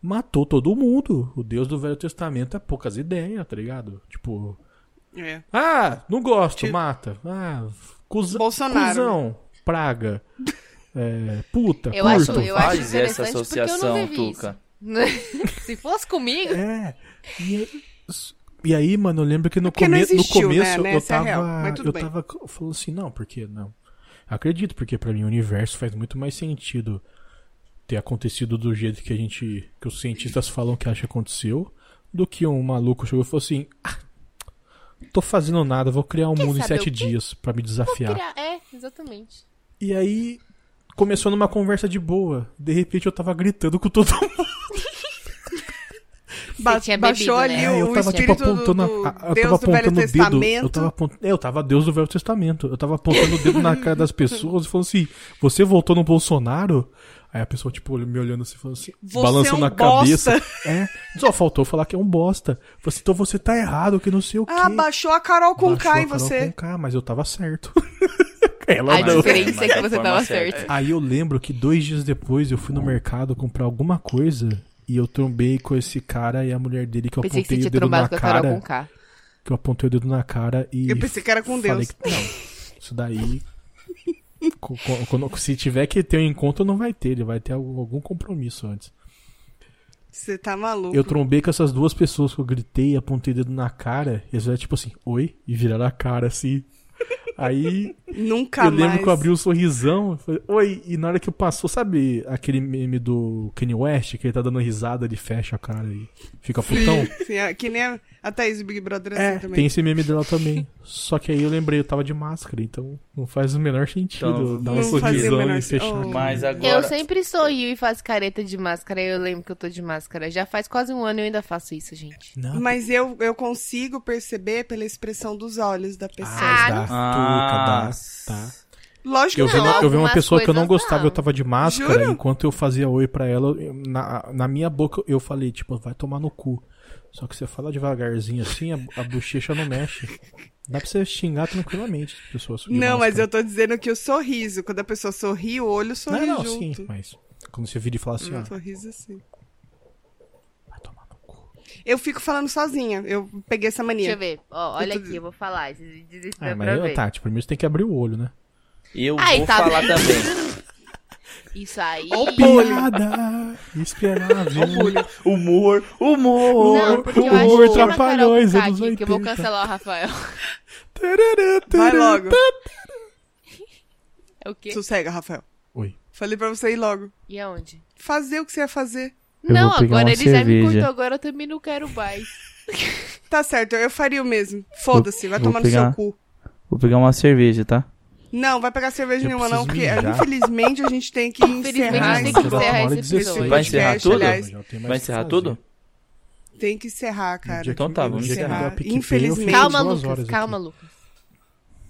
Speaker 4: matou todo mundo. O Deus do Velho Testamento é poucas ideias, tá ligado? Tipo,
Speaker 3: É.
Speaker 4: ah, não gosto, mata. Ah, cusa,
Speaker 3: Bolsonaro,
Speaker 4: cuzão, praga. É, puta,
Speaker 1: Eu
Speaker 4: curto.
Speaker 1: acho, eu acho
Speaker 2: Faz
Speaker 1: interessante
Speaker 2: essa
Speaker 1: porque eu não
Speaker 2: associação,
Speaker 1: vivi isso.
Speaker 2: Tuca.
Speaker 1: Se fosse comigo,
Speaker 4: É. E, e aí, mano, eu lembro que no,
Speaker 3: É Porque não
Speaker 4: come-
Speaker 3: existiu,
Speaker 4: no
Speaker 3: né,
Speaker 4: começo
Speaker 3: né?
Speaker 4: eu
Speaker 3: Essa é a
Speaker 4: tava.
Speaker 3: real, mas tudo
Speaker 4: eu
Speaker 3: bem.
Speaker 4: tava. Eu falo assim, não, porque não. Acredito, porque pra mim o universo faz muito mais sentido ter acontecido do jeito que a gente. que os cientistas falam que acha que aconteceu, do que um maluco chegou e falou assim. Ah, Tô fazendo nada, vou criar um mundo em
Speaker 1: saber
Speaker 4: sete
Speaker 1: o quê?
Speaker 4: dias pra me desafiar.
Speaker 1: criar- é, exatamente.
Speaker 4: E aí começou numa conversa de boa. De repente eu tava gritando com todo mundo.
Speaker 3: Ba-
Speaker 1: tinha
Speaker 3: baixou
Speaker 1: bebido, né?
Speaker 3: ali
Speaker 1: É,
Speaker 3: o,
Speaker 4: eu tava tipo
Speaker 3: espírito
Speaker 4: apontando,
Speaker 3: do,
Speaker 4: a- a- eu
Speaker 3: Deus
Speaker 4: tava
Speaker 3: do Velho
Speaker 4: apontando o dedo. Eu
Speaker 3: Testamento.
Speaker 4: tava apontando, eu tava Deus do Velho Testamento. Eu tava apontando o dedo na cara das pessoas e falando assim: "Você voltou no Bolsonaro?" Aí a pessoa tipo olh- me olhando assim, falando assim,
Speaker 3: Você
Speaker 4: balançando
Speaker 3: é um
Speaker 4: na
Speaker 3: bosta.
Speaker 4: cabeça. É. Só faltou falar que é um bosta. Eu falei assim, então você tá errado, que não sei o quê.
Speaker 3: Ah, baixou a Carol com
Speaker 4: Baixou
Speaker 3: K
Speaker 4: a
Speaker 3: em
Speaker 4: Carol
Speaker 3: você.
Speaker 4: Conká, mas eu tava certo. Ela
Speaker 1: A
Speaker 4: não.
Speaker 1: diferença
Speaker 2: mas
Speaker 1: é que
Speaker 2: da
Speaker 1: você
Speaker 2: forma
Speaker 1: tava
Speaker 2: certa.
Speaker 1: certo.
Speaker 4: Aí eu lembro que dois dias depois eu fui no mercado comprar alguma coisa e eu trombei com esse cara e a mulher dele que eu
Speaker 1: Pensei que
Speaker 4: apontei
Speaker 1: você
Speaker 4: o
Speaker 1: tinha
Speaker 4: dedo
Speaker 1: trombado
Speaker 4: na
Speaker 1: com a Carol
Speaker 4: cara.
Speaker 1: com K.
Speaker 4: Que eu apontei o dedo na cara e.
Speaker 3: Eu pensei que era com
Speaker 4: falei
Speaker 3: Deus.
Speaker 4: que- não, isso daí. co- co- quando- se tiver que ter um encontro, não vai ter, ele vai ter algum algum compromisso antes.
Speaker 3: Você tá maluco.
Speaker 4: Eu trombei com essas duas pessoas que eu gritei, apontei o dedo na cara, e eles olharam tipo assim, oi, e viraram a cara assim. Aí
Speaker 3: Nunca
Speaker 4: eu
Speaker 3: mais.
Speaker 4: lembro que eu abri um sorrisão. eu Falei, Oi, e na hora que eu passou, sabe aquele meme do Kanye West, que ele tá dando risada, ele fecha a cara e fica putão?
Speaker 3: Sim, é, que nem a, a Thaís do Big Brother é assim também.
Speaker 4: Tem esse meme dela também. Só que aí eu lembrei, eu tava de máscara, então não faz o menor sentido
Speaker 2: Então,
Speaker 4: dar
Speaker 2: não fazia
Speaker 4: um
Speaker 2: o
Speaker 4: sorrisão
Speaker 3: menor
Speaker 4: e
Speaker 3: sen-
Speaker 4: fechar. a
Speaker 3: Oh.
Speaker 4: cara.
Speaker 2: Mas agora.
Speaker 1: Eu sempre sorrio e faço careta de máscara. Eu lembro que eu tô de máscara. Já faz quase um ano e eu ainda faço isso, gente.
Speaker 4: Não,
Speaker 3: Mas eu, eu consigo perceber pela expressão dos olhos da pessoa.
Speaker 1: Ah,
Speaker 4: dá,
Speaker 2: Ah,
Speaker 4: tuca, dá, tá.
Speaker 3: Lógico
Speaker 4: Eu
Speaker 3: que
Speaker 4: vi,
Speaker 1: Não,
Speaker 4: uma, eu vi uma
Speaker 1: algumas
Speaker 4: pessoa que eu não
Speaker 1: coisas
Speaker 4: gostava,
Speaker 1: não.
Speaker 4: eu tava de máscara,
Speaker 3: Jura?
Speaker 4: enquanto eu fazia oi pra ela, eu- na, na minha boca eu falei, tipo, vai tomar no cu. Só que você fala devagarzinho assim, a, a bochecha não mexe. Dá pra você xingar tranquilamente as pessoas. de
Speaker 3: Não, mas
Speaker 4: máscara.
Speaker 3: eu tô dizendo que o sorriso, quando a pessoa sorri, o olho sorri
Speaker 4: Não, não,
Speaker 3: junto.
Speaker 4: sim, mas quando você vira e fala assim,
Speaker 3: Um
Speaker 4: ó,
Speaker 3: sorriso assim.
Speaker 4: vai tomar no cu.
Speaker 3: Eu fico falando sozinha. Eu peguei essa
Speaker 1: Deixa
Speaker 3: mania.
Speaker 1: eu ver. Ó, olha
Speaker 3: Eu tô-
Speaker 1: aqui, eu vou falar. Vocês dizem se
Speaker 4: Ah,
Speaker 1: dá
Speaker 4: mas
Speaker 1: pra
Speaker 4: eu-
Speaker 1: ver.
Speaker 4: tá, tipo, primeiro você tem que abrir o olho, né?
Speaker 2: Eu
Speaker 1: Ai,
Speaker 2: vou
Speaker 1: tá
Speaker 2: falar
Speaker 1: vendo?
Speaker 2: também.
Speaker 1: Isso aí.
Speaker 4: Piada! Esperável.
Speaker 2: Humor, humor,
Speaker 1: Não, porque eu
Speaker 4: humor
Speaker 1: acho que tem uma
Speaker 4: Trapalhões,
Speaker 1: Carol
Speaker 4: anos
Speaker 1: Kaki, que eu vou
Speaker 4: 80.
Speaker 1: cancelar o Rafael.
Speaker 3: Vai logo.
Speaker 1: É o quê?
Speaker 3: Sossega, Rafael.
Speaker 4: Oi.
Speaker 3: Falei pra você ir logo.
Speaker 1: E aonde?
Speaker 3: Fazer o que você ia fazer.
Speaker 2: Eu
Speaker 1: não,
Speaker 2: vou pegar
Speaker 1: agora
Speaker 2: uma
Speaker 1: ele já me
Speaker 2: cerveja.
Speaker 1: cortou, agora eu também não quero mais.
Speaker 3: Tá certo, eu faria o mesmo. Foda-se, vai
Speaker 2: Vou
Speaker 3: tomar
Speaker 2: pegar.
Speaker 3: no seu cu.
Speaker 2: Vou pegar uma cerveja, tá?
Speaker 3: Não, vai pegar cerveja
Speaker 4: Eu
Speaker 3: nenhuma, não,
Speaker 4: preciso
Speaker 3: porque
Speaker 4: mijar.
Speaker 3: infelizmente a gente tem que
Speaker 1: Infelizmente a
Speaker 3: encerrar.
Speaker 1: gente
Speaker 3: esse-
Speaker 1: tem
Speaker 4: tá
Speaker 1: que encerrar esse episódio.
Speaker 2: Vai encerrar tudo?
Speaker 3: aliás.
Speaker 2: Vai encerrar tudo?
Speaker 3: Tem que encerrar, cara.
Speaker 2: Então tá, vamos
Speaker 4: encerrar.
Speaker 3: encerrar. Infelizmente.
Speaker 1: Calma, Lucas, calma, Lucas.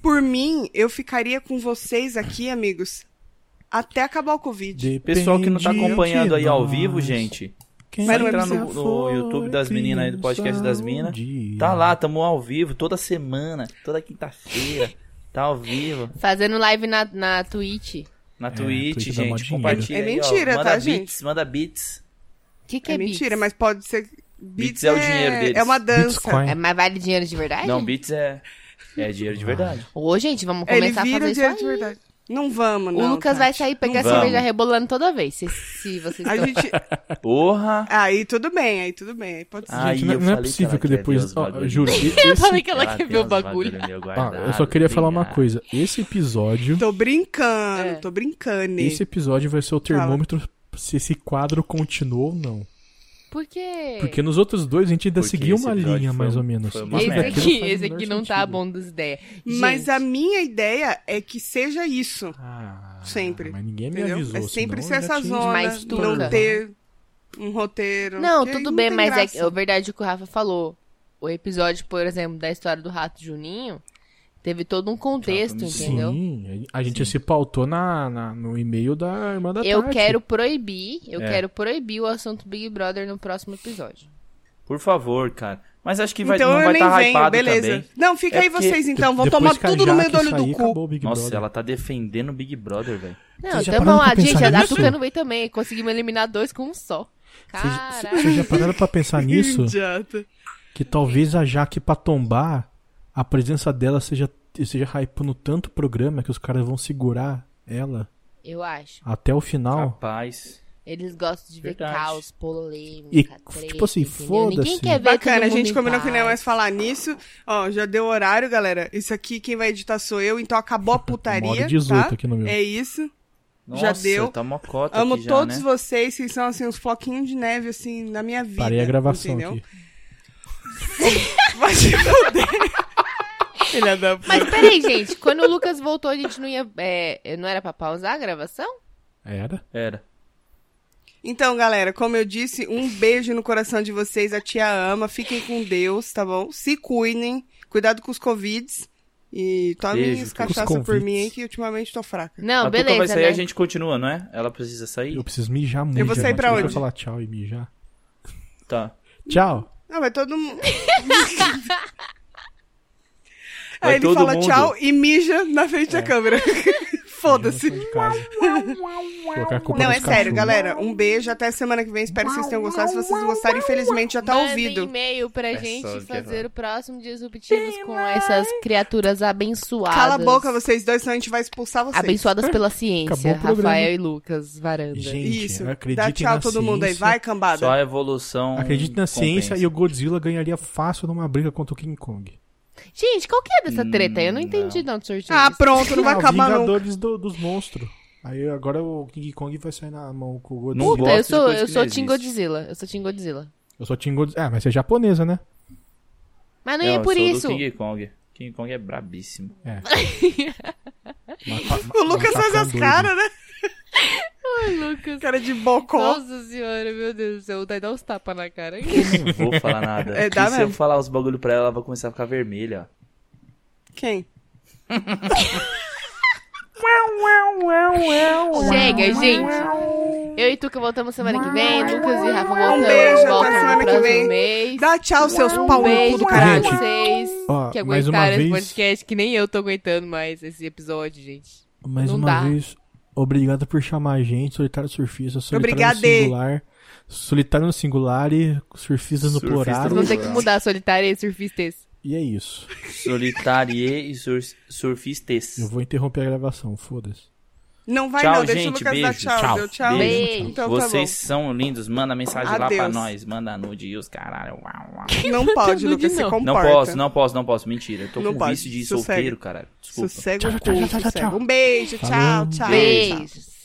Speaker 3: Por mim, eu ficaria com vocês aqui, amigos, até acabar o Covid.
Speaker 2: Pessoal que não tá acompanhando aí ao vivo, gente,
Speaker 3: vai
Speaker 2: entrar no- no YouTube das meninas aí, do podcast das
Speaker 4: um
Speaker 2: minas. tá lá, tamo ao vivo toda semana, toda quinta-feira. Tá ao vivo.
Speaker 1: Fazendo live na, na Twitch.
Speaker 2: Na
Speaker 4: É,
Speaker 2: Twitch,
Speaker 4: Twitch dá mó
Speaker 2: gente.
Speaker 4: dinheiro.
Speaker 2: Compartilha.
Speaker 3: É
Speaker 2: aí, ó.
Speaker 3: mentira,
Speaker 2: manda
Speaker 3: tá,
Speaker 2: beats,
Speaker 3: gente?
Speaker 2: Manda beats.
Speaker 1: O que, que
Speaker 3: É
Speaker 1: é,
Speaker 3: mentira,
Speaker 1: Beats?
Speaker 3: mas pode ser.
Speaker 2: Beats é o dinheiro deles.
Speaker 3: É uma dança.
Speaker 4: Bitcoin.
Speaker 1: É, mas vale dinheiro de verdade?
Speaker 2: Não, beats é. É dinheiro
Speaker 4: Ah.
Speaker 2: de verdade.
Speaker 1: Ô, gente, vamos
Speaker 3: É, Ele
Speaker 1: começar a
Speaker 3: vira
Speaker 1: fazer isso
Speaker 3: dinheiro
Speaker 1: aí.
Speaker 3: de verdade. Não vamos, não.
Speaker 1: o Lucas vai
Speaker 3: Tati.
Speaker 1: sair pegar
Speaker 2: Vamos.
Speaker 1: cerveja rebolando toda vez, se, se vocês
Speaker 3: A
Speaker 1: estão-
Speaker 3: gente.
Speaker 2: Porra!
Speaker 3: Aí tudo bem, aí tudo bem. Aí pode ser.
Speaker 2: Aí
Speaker 4: Gente, não-
Speaker 2: eu
Speaker 4: não é
Speaker 2: falei
Speaker 4: possível
Speaker 2: ela
Speaker 4: que
Speaker 2: quer
Speaker 4: depois-
Speaker 2: ver os
Speaker 4: ó, eu
Speaker 2: bagulho.
Speaker 4: juro, e-
Speaker 1: Eu falei que ela,
Speaker 2: Ela
Speaker 1: quer
Speaker 2: tem
Speaker 1: ver o
Speaker 2: uns
Speaker 1: bagulho.
Speaker 2: meio
Speaker 4: Ah,
Speaker 2: guardado,
Speaker 4: eu só queria falar uma
Speaker 2: obrigado.
Speaker 4: coisa. Esse episódio.
Speaker 3: Tô brincando,
Speaker 1: É.
Speaker 3: tô brincando.
Speaker 4: Esse episódio vai ser o termômetro se esse quadro continuou ou não.
Speaker 1: Por quê?
Speaker 3: É.
Speaker 4: Porque nos outros dois a gente ainda
Speaker 2: Porque
Speaker 4: seguiu
Speaker 2: esse
Speaker 4: uma
Speaker 2: episódio
Speaker 4: linha,
Speaker 2: foi
Speaker 4: mais
Speaker 2: um-
Speaker 4: ou menos.
Speaker 2: foi uma
Speaker 4: Esse
Speaker 1: esse
Speaker 2: merda.
Speaker 4: daqui
Speaker 1: aqui,
Speaker 4: faz o
Speaker 1: esse
Speaker 4: menor
Speaker 1: aqui não tá
Speaker 4: sentido.
Speaker 1: bom das ideias.
Speaker 3: Mas
Speaker 1: Gente,
Speaker 3: a minha ideia é que seja isso.
Speaker 4: Ah,
Speaker 3: Sempre.
Speaker 4: Mas ninguém me
Speaker 3: Entendeu?
Speaker 4: avisou.
Speaker 3: é sempre
Speaker 4: senão
Speaker 3: ser
Speaker 4: eu já
Speaker 3: essa
Speaker 4: tinha-
Speaker 3: zona,
Speaker 1: Mas tudo.
Speaker 3: não ter um roteiro.
Speaker 1: Não,
Speaker 3: porque aí
Speaker 1: tudo bem,
Speaker 3: tem
Speaker 1: mas é,
Speaker 3: graça.
Speaker 1: que- é verdade que o Rafa falou. O episódio, por exemplo, da história do rato Juninho, teve todo um contexto,
Speaker 2: Exatamente.
Speaker 1: entendeu?
Speaker 4: Sim, a gente
Speaker 2: Sim.
Speaker 4: se pautou na, na- no e-mail da irmã da
Speaker 1: Eu
Speaker 4: Tati.
Speaker 1: quero proibir, eu
Speaker 2: É.
Speaker 1: quero proibir o assunto Big Brother no próximo episódio.
Speaker 2: Por favor, cara. Mas acho que vai,
Speaker 3: então
Speaker 2: não
Speaker 3: eu
Speaker 2: vai
Speaker 3: nem
Speaker 4: tá
Speaker 2: estar
Speaker 3: venho,
Speaker 2: hypado
Speaker 3: beleza.
Speaker 2: também.
Speaker 3: Não, fica
Speaker 2: É
Speaker 3: aí
Speaker 2: porque
Speaker 3: vocês então, vão
Speaker 4: Depois
Speaker 3: tomar
Speaker 4: que a
Speaker 3: tudo no meio do
Speaker 4: Jaque
Speaker 3: olho do
Speaker 4: sair,
Speaker 3: cu.
Speaker 4: acabou o Big
Speaker 2: Nossa,
Speaker 4: Brother.
Speaker 2: ela tá defendendo o Big Brother, velho.
Speaker 1: Não,
Speaker 4: Vocês já
Speaker 1: então
Speaker 4: pararam
Speaker 1: vamos lá,
Speaker 4: pra
Speaker 1: gente,
Speaker 4: pensar
Speaker 1: a
Speaker 4: nisso?
Speaker 1: Tuca não veio também, conseguimos eliminar dois com um só. Caralho.
Speaker 4: Vocês já pararam pra pensar Tá nisso?
Speaker 3: Idiota.
Speaker 4: Que talvez a Jaque pra tombar, a presença dela seja, esteja hypando tanto o programa que os caras vão segurar ela
Speaker 1: Eu acho.
Speaker 4: até o final.
Speaker 2: Rapaz.
Speaker 1: Eles gostam de ver
Speaker 2: Verdade.
Speaker 1: caos, polêmica,
Speaker 4: E,
Speaker 1: treta,
Speaker 4: tipo assim,
Speaker 1: entendeu?
Speaker 4: foda-se.
Speaker 1: Ninguém quer ver
Speaker 3: Bacana, a
Speaker 1: todo mundo
Speaker 3: gente
Speaker 1: em
Speaker 3: combinou que não é ia
Speaker 1: paz.
Speaker 3: mais falar nisso. Ó, já deu horário, galera. Isso aqui quem vai editar sou eu, então acabou a
Speaker 4: Uma hora
Speaker 3: putaria.
Speaker 4: e 18
Speaker 3: tá?
Speaker 4: aqui no meu.
Speaker 3: É isso.
Speaker 2: Nossa,
Speaker 3: Já deu.
Speaker 2: tá mó cota
Speaker 3: Amo
Speaker 2: aqui já,
Speaker 3: todos
Speaker 2: né?
Speaker 3: vocês, vocês são assim, uns floquinhos de neve, assim, na minha vida.
Speaker 4: Parei a gravação
Speaker 3: entendeu?
Speaker 4: aqui.
Speaker 3: Vai se fuder. Filha da puta.
Speaker 1: Mas peraí, gente, quando o Lucas voltou, a gente não ia. é, não era pra pausar a gravação?
Speaker 4: Era?
Speaker 2: Era.
Speaker 3: Então, galera, como eu disse, um beijo no coração de vocês. A tia ama. Fiquem com Deus, tá bom? Se cuidem. Cuidado com os covids. E tomem
Speaker 2: Beijo,
Speaker 3: as
Speaker 2: com os
Speaker 3: cachaça por
Speaker 4: convites.
Speaker 3: mim, aí, que ultimamente tô fraca.
Speaker 1: Não,
Speaker 2: a Tuca
Speaker 1: beleza.
Speaker 2: vai sair,
Speaker 1: né?
Speaker 2: a gente continua, não é? Ela precisa sair?
Speaker 4: Eu preciso mijar muito.
Speaker 3: vou sair
Speaker 4: gente.
Speaker 3: pra
Speaker 4: Eu quero
Speaker 3: onde?
Speaker 4: falar tchau e mijar.
Speaker 2: Tá.
Speaker 4: Tchau.
Speaker 3: Não, mas todo mundo.
Speaker 2: Vai
Speaker 3: Aí ele
Speaker 2: todo
Speaker 3: fala
Speaker 2: mundo.
Speaker 3: tchau e mija na frente
Speaker 4: É.
Speaker 3: da câmera. Foda-se.
Speaker 4: Eu vou sair de casa. Colocar a culpa
Speaker 3: Não,
Speaker 4: nos
Speaker 3: é sério,
Speaker 4: cachorros.
Speaker 3: galera. Um beijo. Até semana que vem. Espero que vocês tenham gostado. Se vocês gostarem, infelizmente já tá
Speaker 1: Mandem
Speaker 3: ouvido.
Speaker 1: e-mail pra
Speaker 2: É
Speaker 1: gente
Speaker 2: só o que eu
Speaker 1: fazer o próximo Disruptivos com essas criaturas abençoadas.
Speaker 3: Cala a boca, vocês dois, senão a gente vai expulsar vocês.
Speaker 1: Abençoadas pela
Speaker 4: Acabou
Speaker 1: ciência,
Speaker 4: o programa.
Speaker 1: Rafael e Lucas, varanda.
Speaker 4: Gente,
Speaker 3: Isso. Dá
Speaker 4: acreditem
Speaker 3: tchau
Speaker 4: na
Speaker 3: todo mundo aí.
Speaker 4: ciência.
Speaker 3: Vai, cambada.
Speaker 2: Só a evolução.
Speaker 4: Acredite na ciência e o Godzilla ganharia fácil numa briga contra o King Kong.
Speaker 1: Gente, qual que é dessa treta? aí? Eu não
Speaker 2: Hum,
Speaker 1: entendi não, do sorteio.
Speaker 3: Ah, pronto, não vai
Speaker 4: Ah,
Speaker 3: acabar não.
Speaker 4: Vingadores do- dos monstros. Aí agora o King Kong vai sair na mão com o
Speaker 2: Não gosto
Speaker 4: Godzilla.
Speaker 1: Puta, eu
Speaker 2: de
Speaker 1: sou,
Speaker 2: coisa
Speaker 1: eu
Speaker 2: que
Speaker 1: sou
Speaker 2: não
Speaker 1: Team
Speaker 2: existe.
Speaker 1: Godzilla. Eu sou Team Godzilla.
Speaker 4: Eu só tinha Godzilla. Ah, mas você é japonesa, né?
Speaker 1: Mas não, ia
Speaker 2: eu
Speaker 1: por
Speaker 2: sou do
Speaker 1: isso.
Speaker 2: King Kong. King Kong é brabíssimo.
Speaker 4: É. tá-
Speaker 3: O
Speaker 4: um
Speaker 3: Lucas faz as caras, né?
Speaker 1: Lucas.
Speaker 3: Cara de bocó.
Speaker 1: Nossa senhora, meu Deus do céu. Daí dá uns tapas na cara.
Speaker 2: Não vou falar nada.
Speaker 3: É,
Speaker 2: Porque
Speaker 3: dá
Speaker 2: se eu
Speaker 3: mesmo.
Speaker 2: falar os bagulho pra ela, ela vai começar a ficar vermelha. ó.
Speaker 3: Quem? é.
Speaker 1: Chega, gente. Eu e Tuca voltamos semana que vem. Lucas e Rafa voltamos.
Speaker 3: Um beijo, até
Speaker 1: voltam no
Speaker 3: semana que
Speaker 1: próximo
Speaker 3: vem.
Speaker 1: mês.
Speaker 3: Dá tchau, seus pau
Speaker 1: um
Speaker 3: no cu
Speaker 1: beijo
Speaker 3: do
Speaker 1: pra
Speaker 3: caralho.
Speaker 4: Gente,
Speaker 1: vocês
Speaker 4: ó,
Speaker 1: que
Speaker 4: mais uma
Speaker 1: aguentaram esse
Speaker 4: vez-
Speaker 1: podcast, que nem eu tô aguentando mais esse episódio, gente.
Speaker 4: Mais
Speaker 1: Não
Speaker 4: uma
Speaker 1: dá.
Speaker 4: vez, obrigado por chamar a gente, Solitário Surfista, Solitário
Speaker 3: Obrigada.
Speaker 4: no singular, Solitário no singular e Surfistas no
Speaker 2: Surfistas
Speaker 4: plural.
Speaker 1: Vocês vão
Speaker 2: Vamos
Speaker 1: ter
Speaker 2: lá.
Speaker 1: que mudar solitária e surfistas.
Speaker 4: E é isso.
Speaker 2: Solitarie e sur surfistes.
Speaker 4: Eu vou interromper a gravação, foda-se.
Speaker 3: Não vai
Speaker 2: Tchau,
Speaker 3: não, deixa o
Speaker 2: gente,
Speaker 3: Lucas
Speaker 2: beijo.
Speaker 3: dar tchau.
Speaker 4: Tchau.
Speaker 3: Deu tchau.
Speaker 1: Beijo.
Speaker 3: Então tá
Speaker 2: Vocês são lindos. Manda mensagem lá pra
Speaker 3: Adeus.
Speaker 2: nós. Manda nude e os caralho. Uau, uau.
Speaker 3: bom. Não pode,
Speaker 1: Não
Speaker 3: Lucas, se
Speaker 1: não.
Speaker 3: comporta.
Speaker 2: Não posso, não posso, não posso. Mentira. Eu tô
Speaker 3: Não
Speaker 2: com
Speaker 3: pode.
Speaker 2: vício de
Speaker 3: Sossega.
Speaker 2: solteiro, caralho. Desculpa.
Speaker 3: Sossega o
Speaker 4: Tchau, tchau,
Speaker 3: cu,
Speaker 4: tchau, tchau,
Speaker 3: sossega.
Speaker 4: tchau.
Speaker 3: Um beijo, tchau,
Speaker 4: Falou.
Speaker 3: tchau.
Speaker 1: Beijos.